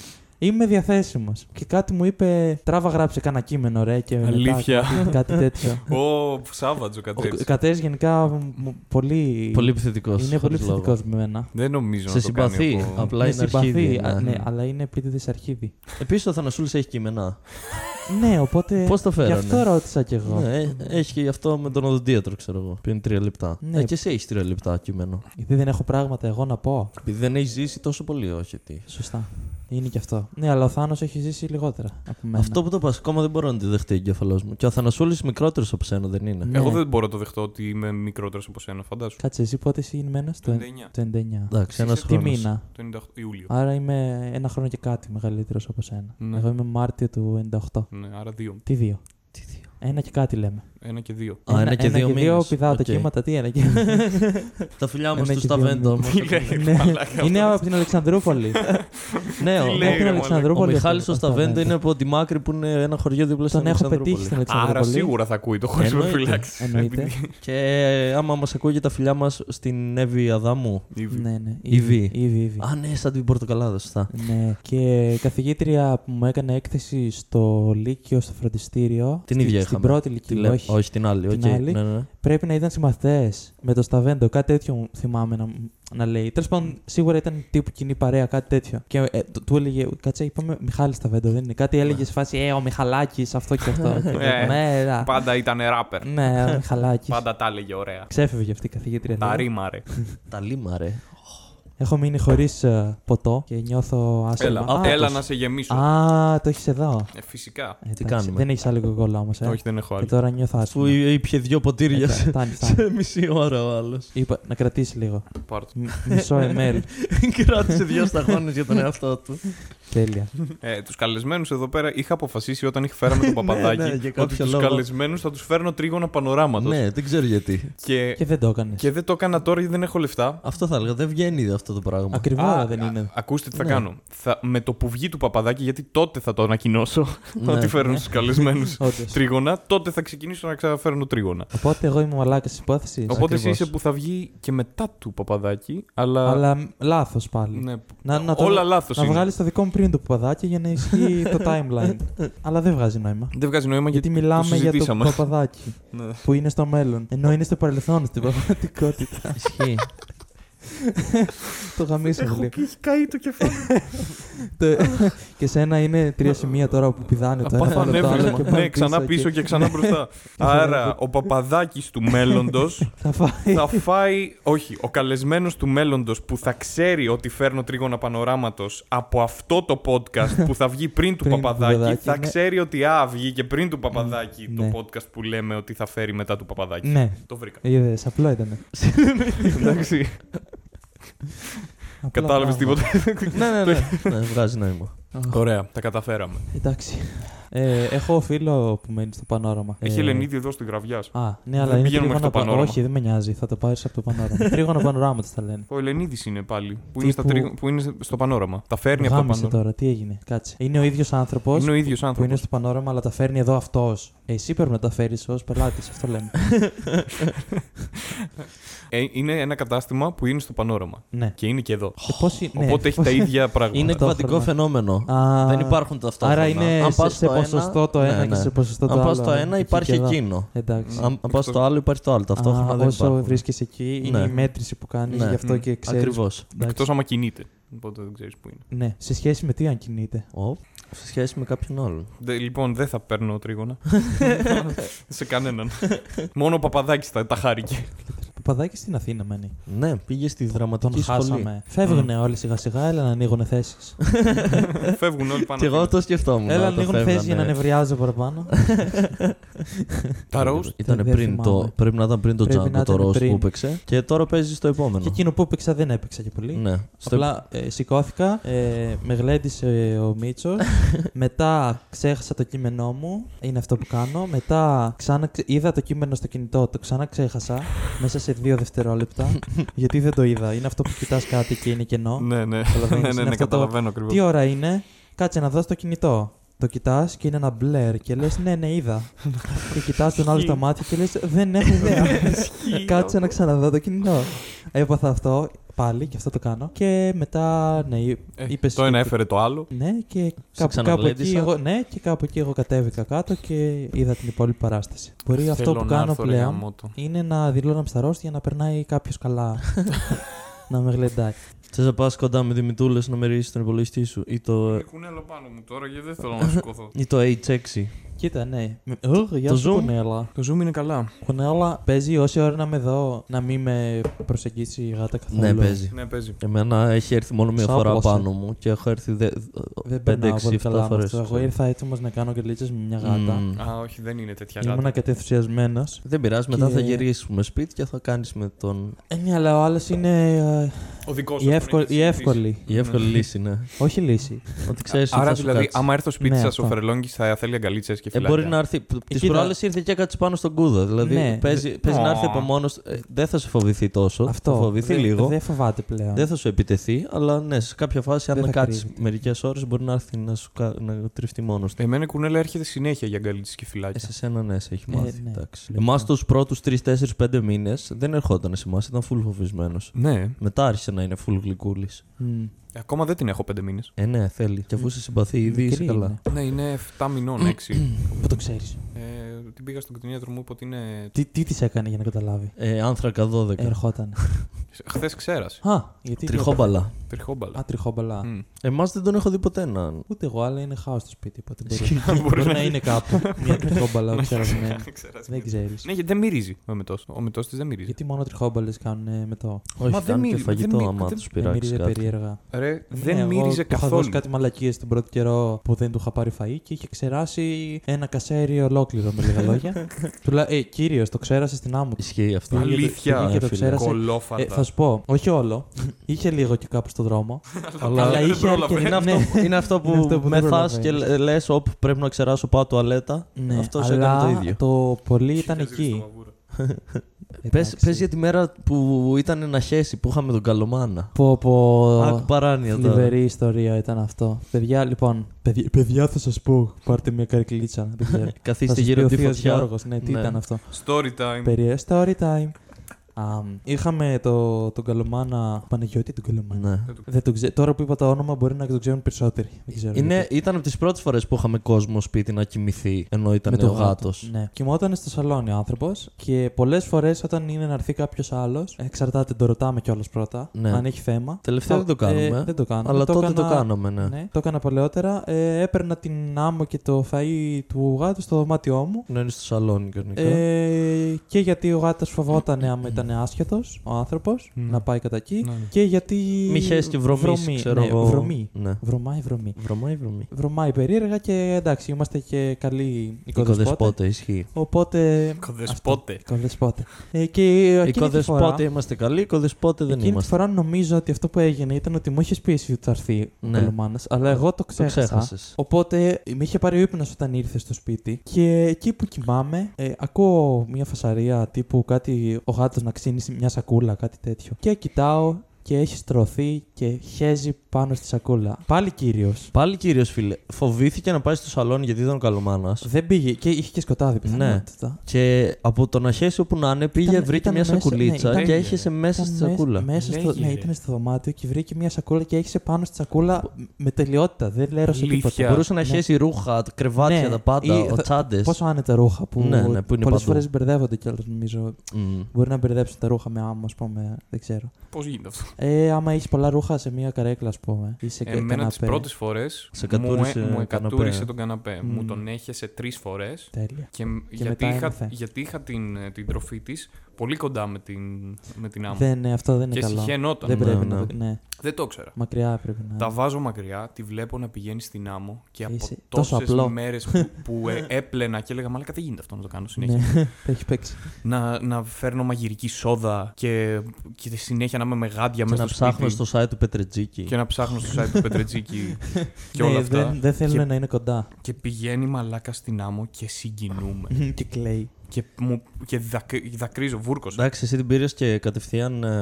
[SPEAKER 2] Είμαι διαθέσιμος. Και κάτι μου είπε, τράβα γράψε κανένα κείμενο, ρε.
[SPEAKER 4] Ε,
[SPEAKER 2] Και μετά
[SPEAKER 4] Αλήθεια.
[SPEAKER 2] Κάτι, κάτι τέτοιο.
[SPEAKER 4] Ω, Σάββατζο
[SPEAKER 2] Ο
[SPEAKER 4] κατέρι.
[SPEAKER 2] Κατέρης γενικά μου- μου- πολύ.
[SPEAKER 3] Πολύ επιθετικός.
[SPEAKER 2] είναι πολύ επιθετικός με μένα.
[SPEAKER 4] Δεν νομίζω
[SPEAKER 3] Σε
[SPEAKER 4] να το κάνει
[SPEAKER 3] συμπαθεί.
[SPEAKER 4] από-
[SPEAKER 3] Απλά
[SPEAKER 2] με
[SPEAKER 3] είναι αρχίδι.
[SPEAKER 2] α, ναι, αλλά είναι επίτηδε αρχίδι.
[SPEAKER 3] Επίσης ο Θανασούλης έχει κείμενα.
[SPEAKER 2] ναι, οπότε.
[SPEAKER 3] Πώς Ε, το
[SPEAKER 2] Γι'
[SPEAKER 3] φέρανε.
[SPEAKER 2] αυτό ρώτησα κι εγώ.
[SPEAKER 3] Ναι, ε, έχει και γι' αυτό με τον οδοντίατρο, ξέρω εγώ. Που είναι τρία λεπτά.
[SPEAKER 2] Ναι.
[SPEAKER 3] Ε, και εσύ έχεις τρία λεπτά κείμενο.
[SPEAKER 2] Γιατί δεν έχω πράγματα εγώ να πω.
[SPEAKER 3] Επειδή δεν έχεις ζήσει τόσο πολύ, όχι. Τι.
[SPEAKER 2] Σωστά. Είναι κι αυτό. Ναι, αλλά ο Θάνος έχει ζήσει λιγότερα από μένα.
[SPEAKER 3] Αυτό που το πας, ακόμα δεν μπορώ να τη δεχτεί ο εγκεφαλό μου. Και ο Θανασούλης μικρότερος από σένα δεν είναι.
[SPEAKER 2] Ναι.
[SPEAKER 4] Εγώ δεν μπορώ να το δεχτώ ότι είμαι μικρότερος από σένα, φαντάσου.
[SPEAKER 2] Κάτσε, εσύ πότε εσύ είναι το
[SPEAKER 4] 99.
[SPEAKER 2] Το 99.
[SPEAKER 3] Εντάξει,
[SPEAKER 4] Εσύ
[SPEAKER 3] ένα
[SPEAKER 4] είσαι
[SPEAKER 2] Τι
[SPEAKER 3] χρόνος.
[SPEAKER 2] μήνα.
[SPEAKER 4] Το 98 Ιούλιο.
[SPEAKER 2] Άρα είμαι ένα χρόνο και κάτι μεγαλύτερος από σένα.
[SPEAKER 4] Ναι.
[SPEAKER 2] Εγώ είμαι Μάρτιο του 98.
[SPEAKER 4] Ναι, άρα δύο.
[SPEAKER 2] Τι δύο. Ένα και κάτι λέμε.
[SPEAKER 4] Ένα και δύο.
[SPEAKER 3] Α, ένα και δύο μήνες.
[SPEAKER 2] πηδάω τα
[SPEAKER 3] Οκ.
[SPEAKER 2] κύματα, τι ένα και.
[SPEAKER 3] Τα φιλιά μας
[SPEAKER 2] Ένα
[SPEAKER 3] του
[SPEAKER 2] και δύο
[SPEAKER 3] Σταβέντο.
[SPEAKER 2] μήνες.
[SPEAKER 4] Λέει, μαλάκα,
[SPEAKER 2] είναι
[SPEAKER 4] αυτό.
[SPEAKER 2] από την Αλεξανδρούπολη. ναι,
[SPEAKER 4] λέει,
[SPEAKER 2] ο- από την
[SPEAKER 4] ρε,
[SPEAKER 3] Ο
[SPEAKER 2] Αλεξανδρούπολη.
[SPEAKER 3] Μιχάλης
[SPEAKER 2] αυτό-
[SPEAKER 3] ο
[SPEAKER 2] αυτό
[SPEAKER 3] Σταβέντο
[SPEAKER 2] λέει.
[SPEAKER 3] είναι Ναι, από τη Μάκρη που είναι ένα χωριό δίπλα στην
[SPEAKER 2] Τον έχω
[SPEAKER 3] Αλεξανδρούπολη.
[SPEAKER 2] πετύχει στην
[SPEAKER 4] Άρα
[SPEAKER 2] Αλεξανδρούπολη.
[SPEAKER 4] σίγουρα θα ακούει το χωρί
[SPEAKER 3] Εννοείται.
[SPEAKER 4] προφυλάξει.
[SPEAKER 2] Εννοείται.
[SPEAKER 3] Και άμα μας ακούει και τα φιλιά μας στην Εύη Αδάμου.
[SPEAKER 2] Ναι, ναι.
[SPEAKER 3] Ήδη.
[SPEAKER 2] Ήδη, ήδη.
[SPEAKER 3] Α, ναι, σαν την Πορτοκαλάδα, σωστά.
[SPEAKER 2] Ναι. Και καθηγήτρια που μου έκανε έκθεση στο Λύκειο, στο φροντιστήριο.
[SPEAKER 3] Την
[SPEAKER 2] στη-
[SPEAKER 3] ίδια
[SPEAKER 2] Στην
[SPEAKER 3] είχαμε.
[SPEAKER 2] πρώτη
[SPEAKER 3] Τη
[SPEAKER 2] Λυκείου,
[SPEAKER 3] λέ-
[SPEAKER 2] όχι. όχι.
[SPEAKER 3] Όχι την άλλη.
[SPEAKER 2] Την
[SPEAKER 3] οκ.
[SPEAKER 2] άλλη.
[SPEAKER 3] Ναι, ναι, ναι.
[SPEAKER 2] Πρέπει να ήταν συμμαθητέ με το Σταβέντο, κάτι τέτοιο μου θυμάμαι να, να λέει. Τέλος πάντων, σίγουρα ήταν τύπου κοινή παρέα, κάτι τέτοιο. Και ε, το- του έλεγε, κάτσε, είπαμε Μιχάλη Σταβέντο, δεν είναι. Κάτι
[SPEAKER 4] Ναι.
[SPEAKER 2] έλεγε σε φάση, Ε, ο Μιχαλάκης, αυτό και αυτό. Και
[SPEAKER 4] Ε,
[SPEAKER 2] ναι, ρα.
[SPEAKER 4] Πάντα ήταν ράπερ.
[SPEAKER 2] ναι, ο Μιχαλάκης.
[SPEAKER 4] Πάντα τα έλεγε ωραία.
[SPEAKER 2] Ξέφευγε αυτή η
[SPEAKER 3] Ε,
[SPEAKER 2] καθηγήτρια.
[SPEAKER 4] Τα
[SPEAKER 3] ναι.
[SPEAKER 2] λέει.
[SPEAKER 4] ρήμαρε.
[SPEAKER 3] Τα λίμα, ρε.
[SPEAKER 2] Έχω μείνει χωρίς ποτό και νιώθω άσχημα.
[SPEAKER 4] Έλα,
[SPEAKER 2] Α,
[SPEAKER 4] έλα
[SPEAKER 2] το-
[SPEAKER 4] να σε γεμίσω.
[SPEAKER 2] Α, το έχεις εδώ.
[SPEAKER 4] Ε, Φυσικά.
[SPEAKER 2] Εντάξει,
[SPEAKER 3] κάνουμε.
[SPEAKER 2] Δεν έχεις άλλο κοκόλα όμως. Ε.
[SPEAKER 4] Όχι, δεν έχω
[SPEAKER 2] και
[SPEAKER 4] άλλη.
[SPEAKER 2] τώρα νιώθω
[SPEAKER 3] Που
[SPEAKER 2] άσχημα.
[SPEAKER 3] ήπιε δύο ποτήρια
[SPEAKER 2] Εντάξει,
[SPEAKER 3] σε,
[SPEAKER 2] Φτάνει, φτάνει.
[SPEAKER 3] σε μισή ώρα ο άλλος.
[SPEAKER 2] Είπα να κρατήσει λίγο.
[SPEAKER 4] Πάρ' το.
[SPEAKER 2] Μ- Μισό ml.
[SPEAKER 3] Κράτησε δύο σταγόνες για τον εαυτό του.
[SPEAKER 2] Τέλεια.
[SPEAKER 4] Ε, τους καλεσμένους εδώ πέρα είχα αποφασίσει όταν είχα φέραμε τον
[SPEAKER 3] Ναι, ναι, για
[SPEAKER 4] παπαδάκι ότι
[SPEAKER 3] κάποιο
[SPEAKER 4] τους
[SPEAKER 3] λόγο.
[SPEAKER 4] καλεσμένους θα τους φέρνω τρίγωνα πανοράματος.
[SPEAKER 3] ναι, δεν ξέρω γιατί.
[SPEAKER 4] Και,
[SPEAKER 2] Και δεν το έκανες.
[SPEAKER 4] Ε, και δεν το έκανα τώρα γιατί δεν έχω λεφτά.
[SPEAKER 3] Αυτό θα έλεγα. Δεν βγαίνει αυτό το πράγμα.
[SPEAKER 2] Ακριβά
[SPEAKER 4] Α,
[SPEAKER 2] δεν
[SPEAKER 4] α,
[SPEAKER 2] είναι.
[SPEAKER 4] Ακούστε τι θα
[SPEAKER 3] Ναι.
[SPEAKER 4] κάνω. Θα, με το που βγει του παπαδάκι, γιατί τότε θα το ανακοινώσω
[SPEAKER 3] Ναι.
[SPEAKER 4] ότι φέρνω στους καλεσμένους
[SPEAKER 2] Όντως.
[SPEAKER 4] τρίγωνα, τότε θα ξεκινήσω να ξαναφέρνω τρίγωνα.
[SPEAKER 2] Οπότε εγώ είμαι ο μαλάκας της υπόθεσης.
[SPEAKER 4] Οπότε εσύ
[SPEAKER 3] Ακριβώς.
[SPEAKER 4] είσαι που θα βγει και μετά του παπαδάκι, αλλά.
[SPEAKER 2] Αλλά λάθος πάλι.
[SPEAKER 4] Ναι,
[SPEAKER 2] Να, να το-
[SPEAKER 4] όλα λάθος
[SPEAKER 2] Να
[SPEAKER 4] είναι.
[SPEAKER 2] βγάλεις το δικό μου πριν το ποδάκι για να ισχύει το timeline. Αλλά δεν βγάζει νόημα.
[SPEAKER 4] Δεν βγάζει νόημα
[SPEAKER 2] Γιατί
[SPEAKER 4] γιατί.
[SPEAKER 2] μιλάμε για το
[SPEAKER 4] συζητήσαμε.
[SPEAKER 2] παπαδάκι
[SPEAKER 4] Ναι.
[SPEAKER 2] που είναι στο μέλλον. Ενώ είναι στο παρελθόν, στην πραγματικότητα.
[SPEAKER 3] Ισχύει.
[SPEAKER 2] το γαμίσαμε λίγο.
[SPEAKER 4] Έχει καεί το κεφάλι.
[SPEAKER 2] Το- και σένα είναι τρία σημεία τώρα που πηδάνε Ε, το ένα πάνω το άλλο. Και
[SPEAKER 4] Απαθανέβρισμα.
[SPEAKER 2] πάνε
[SPEAKER 4] Ναι, ξανά πίσω και ξανά μπροστά. Άρα, ο παπαδάκι του μέλλοντος
[SPEAKER 2] Θα φάει.
[SPEAKER 4] θα φάει. Όχι, ο καλεσμένος του μέλλοντος που θα ξέρει ότι φέρνω τρίγωνα πανοράματος από αυτό το podcast που θα βγει πριν του
[SPEAKER 2] Πριν του
[SPEAKER 4] παπαδάκι,
[SPEAKER 2] Παπαδάκη,
[SPEAKER 4] θα
[SPEAKER 2] ναι.
[SPEAKER 4] ξέρει ότι α, βγήκε πριν του παπαδάκι
[SPEAKER 2] Μ,
[SPEAKER 4] το
[SPEAKER 2] ναι.
[SPEAKER 4] podcast που λέμε ότι θα φέρει μετά του παπαδάκι.
[SPEAKER 2] ναι,
[SPEAKER 4] Το βρήκα.
[SPEAKER 2] είδες, απλό ήταν.
[SPEAKER 4] Εντάξει, κατάλαβε τίποτα.
[SPEAKER 3] ναι, ναι, ναι. ναι, βγάζει νόημα.
[SPEAKER 4] Ωραία, τα καταφέραμε.
[SPEAKER 2] Εντάξει. Ε, έχω φίλο που μένει στο πανόραμα.
[SPEAKER 4] Έχει
[SPEAKER 2] Ε,
[SPEAKER 4] Ελενίδη εδώ στην γραβιάς.
[SPEAKER 2] Α, ναι,
[SPEAKER 4] Δεν
[SPEAKER 2] αλλά είναι
[SPEAKER 4] πηγαίνουμε
[SPEAKER 2] τρίγωνο
[SPEAKER 4] στο
[SPEAKER 2] πα-
[SPEAKER 4] πανόραμα.
[SPEAKER 2] Όχι, δεν με νοιάζει, θα το πάρεις από το πανόραμα. τρίγωνο πανοράματο τα λένε.
[SPEAKER 4] Ο Ελενίδης είναι πάλι. Που είναι, στα
[SPEAKER 2] Τύπου-
[SPEAKER 4] τρίγω- που είναι στο πανόραμα. Τα φέρνει από το
[SPEAKER 2] Γάμισε
[SPEAKER 4] πανόραμα.
[SPEAKER 2] τώρα, τι έγινε, κάτσε. Είναι ο ίδιος άνθρωπος
[SPEAKER 4] Είναι ο ίδιος
[SPEAKER 2] που είναι
[SPEAKER 4] άνθρωπος.
[SPEAKER 2] στο πανόραμα, αλλά τα φέρνει εδώ αυτός. Εσύ πρέπει να τα φέρεις ως πελάτης, αυτό λέμε.
[SPEAKER 4] Ε, είναι ένα κατάστημα που είναι στο πανόραμα.
[SPEAKER 2] ναι.
[SPEAKER 4] Και είναι και εδώ.
[SPEAKER 2] Ε, πώς είναι,
[SPEAKER 4] Οπότε έχει τα ίδια πράγματα.
[SPEAKER 3] Είναι
[SPEAKER 2] Ταυτόχρονα.
[SPEAKER 3] εκβατικό φαινόμενο.
[SPEAKER 2] Α,
[SPEAKER 3] Δεν υπάρχουν ταυτόχρονα.
[SPEAKER 2] Άρα είναι
[SPEAKER 3] Αν
[SPEAKER 2] σε,
[SPEAKER 3] πας
[SPEAKER 2] σε
[SPEAKER 3] στο ένα-
[SPEAKER 2] ποσοστό το
[SPEAKER 3] Ναι,
[SPEAKER 2] ένα
[SPEAKER 3] ναι.
[SPEAKER 2] και σε ποσοστό το
[SPEAKER 3] Αν
[SPEAKER 2] άλλο.
[SPEAKER 3] πα στο
[SPEAKER 2] ε,
[SPEAKER 3] ένα,
[SPEAKER 2] εκεί
[SPEAKER 3] υπάρχει
[SPEAKER 2] και εδώ.
[SPEAKER 3] εκείνο.
[SPEAKER 2] Εντάξει.
[SPEAKER 3] Αν πας στο άλλο, υπάρχει το άλλο. Ταυτόχρονα
[SPEAKER 2] Α,
[SPEAKER 3] δεν
[SPEAKER 2] όσο
[SPEAKER 3] υπάρχουν.
[SPEAKER 2] βρίσκεσαι εκεί, είναι
[SPEAKER 3] Ναι.
[SPEAKER 2] η μέτρηση που κάνεις,
[SPEAKER 3] Ναι.
[SPEAKER 2] γι' αυτό και ξέρεις.
[SPEAKER 3] Ακριβώς.
[SPEAKER 4] Εκτός άμα κινείται. Οπότε δεν ξέρεις που είναι.
[SPEAKER 2] Ναι, σε σχέση με τι αν κινείται.
[SPEAKER 3] Σε σχέση με κάποιον άλλον.
[SPEAKER 4] Δε- λοιπόν, δεν θα παίρνω τρίγωνα. σε κανέναν. Μόνο ο Παπαδάκης τα, τα χάρηκε.
[SPEAKER 2] Παπαδάκι στην Αθήνα μένει.
[SPEAKER 3] Ναι, πήγε στη
[SPEAKER 2] Τον
[SPEAKER 3] δραματική σχολή.
[SPEAKER 2] χάσαμε. Φεύγουνε όλοι σιγά σιγά, έλα να ανοίγουν θέσεις.
[SPEAKER 4] Φεύγουν όλοι πάνω.
[SPEAKER 3] Και εγώ
[SPEAKER 4] από
[SPEAKER 3] το Ναι. σκεφτόμουν.
[SPEAKER 2] Έλα να
[SPEAKER 3] όταν
[SPEAKER 2] ανοίγουν
[SPEAKER 3] φεύγανε.
[SPEAKER 2] θέσει για να νευριάζω παραπάνω.
[SPEAKER 4] Τα roast.
[SPEAKER 3] Ήταν
[SPEAKER 2] Δεν
[SPEAKER 3] πριν το.
[SPEAKER 2] θυμάμαι.
[SPEAKER 3] Πρέπει να ήταν πριν το
[SPEAKER 2] Πρέπει να
[SPEAKER 3] Τζάγκο το
[SPEAKER 2] ήταν
[SPEAKER 3] ροστ που
[SPEAKER 2] πριν.
[SPEAKER 3] έπαιξε. Και τώρα παίζει στο
[SPEAKER 2] Και
[SPEAKER 3] επόμενο.
[SPEAKER 2] εκείνο που έπαιξα δεν έπαιξα και πολύ.
[SPEAKER 3] Ναι. Στο
[SPEAKER 2] Απλά ε, σηκώθηκα, ε, με γλέντισε ο Μίτσος. μετά ξέχασα το κείμενό μου, είναι αυτό που κάνω. Μετά ξανά ξε- είδα το κείμενο στο κινητό, το ξανά ξέχασα μέσα σε δύο δευτερόλεπτα. γιατί δεν το είδα. Είναι αυτό που κοιτάς κάτι και είναι κενό.
[SPEAKER 4] Ναι, ναι.
[SPEAKER 2] Καταλαβαίνεις,
[SPEAKER 4] ναι, ναι,
[SPEAKER 2] είναι
[SPEAKER 4] ναι,
[SPEAKER 2] αυτό το-
[SPEAKER 4] καταλαβαίνω ακριβώς.
[SPEAKER 2] Τι ώρα είναι, κάτσε να δω το κινητό. Το κοιτάς και είναι ένα μπλερ και λες: Ναι, ναι, είδα. και κοιτάς τον άλλο στα μάτια και λες: Δεν έχω ιδέα. κάτσε να ξαναδώ το κινητό. Έπαθα αυτό πάλι και αυτό το κάνω. Και μετά, ναι, είπε.
[SPEAKER 4] Ε, το ένα έφερε το άλλο.
[SPEAKER 2] Ναι, και κάπου, κάπου εκεί
[SPEAKER 3] ξαναγλέντισα.
[SPEAKER 2] εγώ, ναι, και κάπου εκεί εγώ κατέβηκα κάτω και είδα την υπόλοιπη παράσταση. Μπορεί αυτό
[SPEAKER 4] Θέλω
[SPEAKER 2] που
[SPEAKER 4] να
[SPEAKER 2] κάνω
[SPEAKER 4] έρθω, ρε
[SPEAKER 2] πλέον
[SPEAKER 4] γαμότο.
[SPEAKER 2] είναι να δηλώνω ψαρός για να περνάει κάποιος καλά. να με γλεντάει.
[SPEAKER 3] Θες να πας κοντά με Δημητούλες να μυρίσει τον υπολογιστή σου ή το.
[SPEAKER 4] Είναι κουνέλα πάνω μου τώρα γιατί δεν θέλω να σηκωθώ.
[SPEAKER 3] Ή το H6.
[SPEAKER 2] Κοίτα, ναι. Με- Ωχ, γεια
[SPEAKER 3] Το
[SPEAKER 2] σου,
[SPEAKER 3] Zoom.
[SPEAKER 2] Κονέλα.
[SPEAKER 4] Το zoom είναι καλά.
[SPEAKER 2] Κονέλα, παίζει όση ώρα να με δω να μην με προσεγγίσει η γάτα καθόλου.
[SPEAKER 3] Ναι, παίζει.
[SPEAKER 4] Ναι, παίζει.
[SPEAKER 3] Εμένα έχει έρθει μόνο μία φορά
[SPEAKER 2] Σάπλωσε.
[SPEAKER 3] πάνω μου και έχω έρθει δε-
[SPEAKER 2] Δεν περνάω
[SPEAKER 3] 5-6-7
[SPEAKER 2] πολύ καλά με
[SPEAKER 3] φορές.
[SPEAKER 2] αυτό. Εγώ ήρθα έτσι όμως να κάνω και λίτσες με μια γάτα.
[SPEAKER 4] Α, όχι, δεν είναι τέτοια γάτα.
[SPEAKER 2] Ήμουνα κατευθυνσιασμένος.
[SPEAKER 3] Δεν πειράζει, μετά
[SPEAKER 2] Και-
[SPEAKER 3] θα γυρίσουμε σπίτι και θα κάνεις με τον.
[SPEAKER 2] Ε, ναι, αλλά ο άλλος είναι ε,
[SPEAKER 4] Ο δικός
[SPEAKER 2] η, εύκολη, η εύκολη.
[SPEAKER 3] Η εύκολη λύση είναι.
[SPEAKER 2] Όχι λύση.
[SPEAKER 3] Ότι ξέρει ότι
[SPEAKER 4] Ναι. Άρα
[SPEAKER 3] θα σου
[SPEAKER 4] δηλαδή,
[SPEAKER 3] κάτσει.
[SPEAKER 4] άμα έρθω σπίτι
[SPEAKER 2] Ναι,
[SPEAKER 4] σα, ο
[SPEAKER 2] αυτό.
[SPEAKER 4] Φερελόγκη θα θέλει αγκαλίτσες και
[SPEAKER 3] Ε,
[SPEAKER 4] φυλάκια.
[SPEAKER 3] μπορεί να έρθει. Τις
[SPEAKER 2] κοίτα.
[SPEAKER 3] προάλλες ήρθε και έκατσε πάνω στον κούδα. Δηλαδή
[SPEAKER 2] Ναι.
[SPEAKER 3] παίζει, παίζει να έρθει
[SPEAKER 4] Ω.
[SPEAKER 3] από μόνος. δεν θα σε φοβηθεί τόσο.
[SPEAKER 2] Αυτό.
[SPEAKER 3] Θα φοβηθεί
[SPEAKER 2] Δεν-
[SPEAKER 3] λίγο.
[SPEAKER 2] Δεν φοβάται πλέον.
[SPEAKER 3] Δεν θα σου επιτεθεί, αλλά ναι, σε κάποια φάση,
[SPEAKER 2] Δεν
[SPEAKER 3] αν
[SPEAKER 2] θα
[SPEAKER 3] κάτσεις
[SPEAKER 2] κρύβεται.
[SPEAKER 3] μερικές ώρες, μπορεί να έρθει να σου κα- να τριφτεί μόνος του.
[SPEAKER 4] Εμένα η κουνέλα έρχεται συνέχεια για αγκαλίτσες και
[SPEAKER 3] Ε,
[SPEAKER 4] φυλάκια.
[SPEAKER 3] σε σένα ναι, σε έχει
[SPEAKER 2] Ε,
[SPEAKER 3] μάθει.
[SPEAKER 2] ναι.
[SPEAKER 3] εντάξει.
[SPEAKER 2] Λοιπόν.
[SPEAKER 3] Εμάς τους πρώτους 3-4-5 μήνες δεν ερχόταν σε εμά, ήταν full φοβισμένος.
[SPEAKER 4] Ναι.
[SPEAKER 3] Μετά άρχισε άφησε να είναι full γλυκούλης.
[SPEAKER 2] Μμ.
[SPEAKER 4] Ακόμα δεν την έχω πέντε μήνες.
[SPEAKER 3] Ε, ναι, θέλει. Και αφού σε συμπαθεί ήδη, είσαι
[SPEAKER 2] Μικρή είναι.
[SPEAKER 3] καλά.
[SPEAKER 4] Ναι, είναι 7 μηνών, 6.
[SPEAKER 2] Πού το ξέρεις.
[SPEAKER 4] ε, την πήγα στον κτηνίατρο μου, είπε ότι είναι.
[SPEAKER 2] Τι, τι της έκανε για να καταλάβει.
[SPEAKER 3] Ε, άνθρακα 12.
[SPEAKER 2] Ερχόταν.
[SPEAKER 4] Χθες ξέρασε.
[SPEAKER 2] Α, γιατί.
[SPEAKER 3] Τριχόμπαλα.
[SPEAKER 4] Τριχόμπαλα.
[SPEAKER 2] Α, τριχόμπαλα.
[SPEAKER 4] Μμ.
[SPEAKER 3] Εμάς δεν τον έχω δει ποτέ να.
[SPEAKER 2] Ούτε εγώ, αλλά είναι χάος στο σπίτι. Οπότε μπορεί, μπορεί να είναι κάπου. Μια τριχόμπαλα, ξέρω. ναι. Δεν ξέρεις.
[SPEAKER 4] Ναι, γιατί δεν μυρίζει ο μετό. Ο μετό της δεν μυρίζει.
[SPEAKER 2] Γιατί μόνο τριχόμπαλες κάνουν με το.
[SPEAKER 3] Όχι,
[SPEAKER 4] δεν
[SPEAKER 3] κάνουν και
[SPEAKER 4] μυρι-
[SPEAKER 3] φαγητό
[SPEAKER 4] δεν μυ-
[SPEAKER 3] άμα
[SPEAKER 4] δεν-
[SPEAKER 3] τους
[SPEAKER 2] Δεν
[SPEAKER 3] πειράξει
[SPEAKER 2] μύριζε
[SPEAKER 3] κάτι.
[SPEAKER 2] περίεργα.
[SPEAKER 4] Ρε,
[SPEAKER 2] Ναι,
[SPEAKER 4] δεν
[SPEAKER 2] εγώ
[SPEAKER 4] μύριζε
[SPEAKER 2] του Είχα δώσει
[SPEAKER 4] καθόλου.
[SPEAKER 2] κάτι μαλακίες τον πρώτο καιρό που δεν του είχα πάρει φαΐ και είχε ξεράσει ένα κασέρι ολόκληρο με λίγα λόγια. Τουλά... Ε, κύριος, το ξέρασε στην άμμο του.
[SPEAKER 3] Ισχύει αυτό.
[SPEAKER 2] Πήγε-
[SPEAKER 4] Αλήθεια,
[SPEAKER 2] πήγε και το
[SPEAKER 3] φίλε.
[SPEAKER 2] ξέρασε. Ε, θα
[SPEAKER 4] Κολόφαρτα.
[SPEAKER 2] σου πω, όχι όλο. είχε λίγο και κάπου στον δρόμο. αλλά,
[SPEAKER 4] δεν
[SPEAKER 2] είχε
[SPEAKER 4] πρόλαβε.
[SPEAKER 2] αρκετά-
[SPEAKER 3] Είναι
[SPEAKER 2] ναι.
[SPEAKER 3] αυτό, είναι αυτό
[SPEAKER 2] Είναι αυτό
[SPEAKER 3] που
[SPEAKER 2] που
[SPEAKER 3] με
[SPEAKER 2] δεν
[SPEAKER 3] θας και
[SPEAKER 2] προλαβαίνεις.
[SPEAKER 3] λες: Όπ, πρέπει να ξεράσω, πάω τουαλέτα.
[SPEAKER 2] Ναι,
[SPEAKER 3] αυτό
[SPEAKER 2] αλλά
[SPEAKER 3] έκανε το ίδιο.
[SPEAKER 2] το πολύ ήταν
[SPEAKER 4] Είχε ζήσει στο
[SPEAKER 2] εκεί.
[SPEAKER 4] μαγούρο.
[SPEAKER 3] Πες,
[SPEAKER 2] Εντάξει.
[SPEAKER 3] Ε, πες για τη μέρα που ήταν να χέσει, που είχαμε τον Καλομάνα.
[SPEAKER 2] Πω, πω.
[SPEAKER 3] Άκου παράνοια τώρα.
[SPEAKER 2] Θλιβερή ιστορία ήταν αυτό. Παιδιά, λοιπόν. Παιδιά, παιδιά θα σας πω. Πάρτε μια καρκλίτσα. Δεν ξέρω. Θα
[SPEAKER 3] Καθίστε
[SPEAKER 2] σας
[SPEAKER 3] γύρω
[SPEAKER 2] πει
[SPEAKER 3] από τη
[SPEAKER 2] ο θείος
[SPEAKER 3] φωτιά.
[SPEAKER 2] Γιώργος. Ναι, τι
[SPEAKER 3] Ναι.
[SPEAKER 2] ήταν αυτό.
[SPEAKER 4] Story time.
[SPEAKER 2] Περίεργο story time. Αμ, είχαμε το, τον Καλομάνα. Παναγιώτη τον Καλομάνα.
[SPEAKER 3] Ναι.
[SPEAKER 2] Δεν τον ξέ- Τώρα που είπα το όνομα μπορεί να το ξέρουν περισσότεροι. Δεν ξέρω.
[SPEAKER 3] Είναι,
[SPEAKER 2] γιατί.
[SPEAKER 3] ήταν από τις πρώτες φορές που είχαμε κόσμο σπίτι να κοιμηθεί ενώ ήταν ο γάτο.
[SPEAKER 2] Ναι. Κοιμόταν στο σαλόνι ο άνθρωπος και πολλές φορές όταν είναι να έρθει κάποιος άλλος, εξαρτάται, το ρωτάμε κιόλας πρώτα,
[SPEAKER 3] Ναι.
[SPEAKER 2] αν έχει θέμα. Ε,
[SPEAKER 3] Τελευταία δεν το κάνουμε.
[SPEAKER 2] Ναι. δεν το κάνουμε.
[SPEAKER 3] Αλλά τότε το
[SPEAKER 2] έκανα-
[SPEAKER 3] κάναμε, ναι.
[SPEAKER 2] Ναι, το έκανα παλαιότερα. Ε, έπαιρνα την άμμο και το φαΐ του γάτου στο δωμάτιό μου.
[SPEAKER 3] Να είναι στο σαλόνι κανονικά.
[SPEAKER 2] Ε, και γιατί ο γάτος φοβόταν άμα
[SPEAKER 3] Ναι.
[SPEAKER 2] ήταν άσχετος ο άνθρωπος
[SPEAKER 4] Ναι.
[SPEAKER 2] να πάει κατά εκεί.
[SPEAKER 4] Ναι, ναι.
[SPEAKER 2] Και γιατί.
[SPEAKER 3] Μη χέσει και βρωμής,
[SPEAKER 2] βρωμεί,
[SPEAKER 3] ξέρω
[SPEAKER 2] ναι,
[SPEAKER 3] εγώ.
[SPEAKER 2] βρωμεί.
[SPEAKER 3] Ναι.
[SPEAKER 2] Βρωμάει, βρωμεί.
[SPEAKER 3] Βρωμάει, βρωμάει.
[SPEAKER 2] Βρωμάει περίεργα και εντάξει, είμαστε και καλοί οικοδεσπότες.
[SPEAKER 3] Οικοδεσπότε, ισχύει.
[SPEAKER 2] Οπότε.
[SPEAKER 4] Κοδεσπότε.
[SPEAKER 2] Αυτό, Οικοδεσπότε. Ε, και εκείνη τη φορά,
[SPEAKER 3] Οικοδεσπότε είμαστε καλοί, οικοδεσπότε δεν
[SPEAKER 2] εκείνη τη
[SPEAKER 3] είμαστε.
[SPEAKER 2] φορά νομίζω ότι αυτό που έγινε ήταν ότι μου είχες πείσει ότι θα έρθει ο
[SPEAKER 3] Ναι.
[SPEAKER 2] Καλομάνας, αλλά εγώ το
[SPEAKER 3] Το
[SPEAKER 2] ξέχασα.
[SPEAKER 3] ξέχασες.
[SPEAKER 2] Οπότε με είχε πάρει ο ύπνος όταν ήρθε στο σπίτι και εκεί που κοιμάμαι, ε, ακούω μια φασαρία τύπου κάτι ο γάτος να ξύνει σε μια σακούλα, κάτι τέτοιο. Και κοιτάω και έχει στρωθεί και χέζει πάνω στη σακούλα. Πάλι κύριος.
[SPEAKER 3] Πάλι κύριος φίλε, φοβήθηκε να πάει στο σαλόνι γιατί ήταν ο καλομάνας.
[SPEAKER 2] Δεν πήγε και είχε και σκοτάδι
[SPEAKER 3] Ναι.
[SPEAKER 2] πιθανότητα.
[SPEAKER 3] Και από το να χέσει όπου να είναι, πήγε,
[SPEAKER 2] Ήταν-
[SPEAKER 3] βρήκε
[SPEAKER 2] ήταν
[SPEAKER 3] μια
[SPEAKER 2] μέσα-
[SPEAKER 3] σακουλίτσα
[SPEAKER 2] ναι, ήταν-
[SPEAKER 3] και έχεσε μέσα στη
[SPEAKER 2] Ήταν μέ-
[SPEAKER 3] σακούλα.
[SPEAKER 2] Μέσα στο,
[SPEAKER 4] Λέγε,
[SPEAKER 2] ναι,
[SPEAKER 4] ρε.
[SPEAKER 2] ήταν στο δωμάτιο και βρήκε μια σακούλα και έχισε πάνω στη σακούλα με τελειότητα. Δεν λέρωσε
[SPEAKER 4] Αλήθεια.
[SPEAKER 2] τίποτα.
[SPEAKER 3] Μπορούσε να
[SPEAKER 2] Ναι.
[SPEAKER 3] χέσει ρούχα, κρεβάτια,
[SPEAKER 2] Ναι,
[SPEAKER 3] τα πάντα,
[SPEAKER 2] ή
[SPEAKER 3] ο
[SPEAKER 2] θα-
[SPEAKER 3] τσάντες.
[SPEAKER 2] Πόσο άνετα ρούχα που,
[SPEAKER 3] Ναι, ναι, που είναι
[SPEAKER 2] πολλές
[SPEAKER 3] παντού.
[SPEAKER 2] φορές μπερδεύονται κιόλας νομίζω. Μπορεί να μπερδέψουν τα ρούχα με άμμο, ας πούμε. Δεν ξέρω.
[SPEAKER 4] Πώς γίνεται αυτό.
[SPEAKER 2] Ε, άμα έχεις πολλά ρούχα σε μία καρέκλα, ας πούμε. Ή σε
[SPEAKER 4] Ε, Εμένα
[SPEAKER 2] καναπέ.
[SPEAKER 4] τι πρώτες φορές
[SPEAKER 3] Σε
[SPEAKER 4] μου,
[SPEAKER 3] κατούρισε
[SPEAKER 4] ε- μου
[SPEAKER 3] καναπέ.
[SPEAKER 4] εκατούρισε τον καναπέ. Μου
[SPEAKER 2] Μμμ.
[SPEAKER 4] τον έχεσε τρεις φορές.
[SPEAKER 2] Τέλεια.
[SPEAKER 4] Και, γιατί,
[SPEAKER 2] μετά
[SPEAKER 4] είχα,
[SPEAKER 2] έμαθε.
[SPEAKER 4] γιατί είχα την, ε, την τροφή της πολύ κοντά με την, με την άμμο.
[SPEAKER 2] Δεν, ναι, αυτό δεν είναι
[SPEAKER 4] και
[SPEAKER 2] καλό.
[SPEAKER 4] συχαινόταν.
[SPEAKER 2] Δεν
[SPEAKER 3] Ναι,
[SPEAKER 2] πρέπει
[SPEAKER 3] ναι.
[SPEAKER 2] να το. Ναι,
[SPEAKER 4] Δεν το ήξερα.
[SPEAKER 2] μακριά πρέπει να.
[SPEAKER 4] Τα βάζω μακριά, τη βλέπω να πηγαίνει στην άμμο και από
[SPEAKER 2] Είσαι τόσο
[SPEAKER 4] τόσε
[SPEAKER 2] απλό.
[SPEAKER 4] μέρες που, που ε, έπλαινα και έλεγα Μαλάκα δεν γίνεται αυτό να το κάνω συνέχεια.
[SPEAKER 2] Ναι, το έχει παίξει.
[SPEAKER 4] Να, να φέρνω μαγειρική σόδα και, και συνέχεια να είμαι με γάντια
[SPEAKER 3] Και
[SPEAKER 4] μέσα
[SPEAKER 3] να
[SPEAKER 4] στο
[SPEAKER 3] ψάχνω
[SPEAKER 4] σπίτι.
[SPEAKER 3] στο site του Πετρετζίκη.
[SPEAKER 4] Και να ψάχνω στο site του Πετρετζίκη και
[SPEAKER 2] Ναι,
[SPEAKER 4] όλα αυτά.
[SPEAKER 2] Δεν, δεν θέλουν
[SPEAKER 4] Και-
[SPEAKER 2] να είναι κοντά.
[SPEAKER 4] Και πηγαίνει μαλάκα στην άμμο και συγκινούμε.
[SPEAKER 2] και κλαίει.
[SPEAKER 4] και, μου, και δακρύ- δακρύζω, βούρκος.
[SPEAKER 3] Εντάξει, εσύ την πήρες και κατευθείαν ε,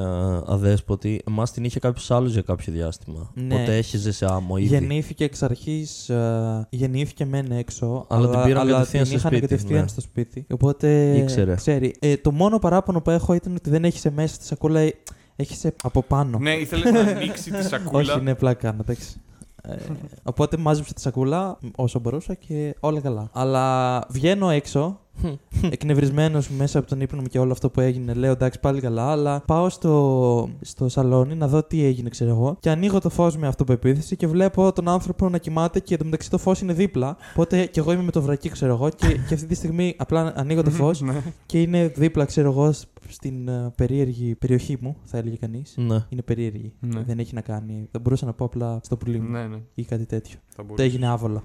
[SPEAKER 3] αδέσποτη. Εμάς την είχε κάποιος άλλος για κάποιο διάστημα.
[SPEAKER 2] Ναι.
[SPEAKER 3] Οπότε έχεζε σε άμμο ήδη.
[SPEAKER 2] Γεννήθηκε εξ αρχής. Γεννήθηκε μεν έξω.
[SPEAKER 3] Αλλά την πήραν κατευθείαν στο
[SPEAKER 2] την είχαν
[SPEAKER 3] σπίτι,
[SPEAKER 2] κατευθείαν
[SPEAKER 3] ναι.
[SPEAKER 2] στο σπίτι. Οπότε.
[SPEAKER 3] Ήξερε.
[SPEAKER 2] Ξέρει. Ε, το μόνο παράπονο που έχω ήταν ότι δεν έχει σε μέσα στη σακούλα. Έχει από πάνω.
[SPEAKER 4] Ναι, ήθελες να ανοίξει τη σακούλα.
[SPEAKER 2] Όχι, ναι, πλάκα κάνω, εντάξει. Ε, οπότε μάζεψα τη σακούλα όσο μπορούσα και όλα καλά. Αλλά βγαίνω έξω, εκνευρισμένος μέσα από τον ύπνο μου και όλο αυτό που έγινε. Λέω εντάξει, πάλι καλά, αλλά πάω στο, στο σαλόνι να δω τι έγινε, ξέρω εγώ. Και ανοίγω το φως με αυτοπεποίθηση και βλέπω τον άνθρωπο να κοιμάται και εντωμεταξύ το φως είναι δίπλα. Οπότε και εγώ είμαι με το βρακί, ξέρω εγώ. Και, και αυτή τη στιγμή απλά ανοίγω το φως
[SPEAKER 4] Ναι.
[SPEAKER 2] και είναι δίπλα, ξέρω εγώ, σ- στην ε, περίεργη περιοχή μου, θα έλεγε κανείς.
[SPEAKER 3] Ναι.
[SPEAKER 2] Είναι περίεργη.
[SPEAKER 4] Ναι.
[SPEAKER 2] Δεν έχει να κάνει. Δεν μπορούσα να πω απλά στο πουλί μου
[SPEAKER 4] ναι, ναι,
[SPEAKER 2] ή κάτι τέτοιο.
[SPEAKER 4] θα
[SPEAKER 2] Το
[SPEAKER 4] μπορούσες.
[SPEAKER 2] έγινε άβολα.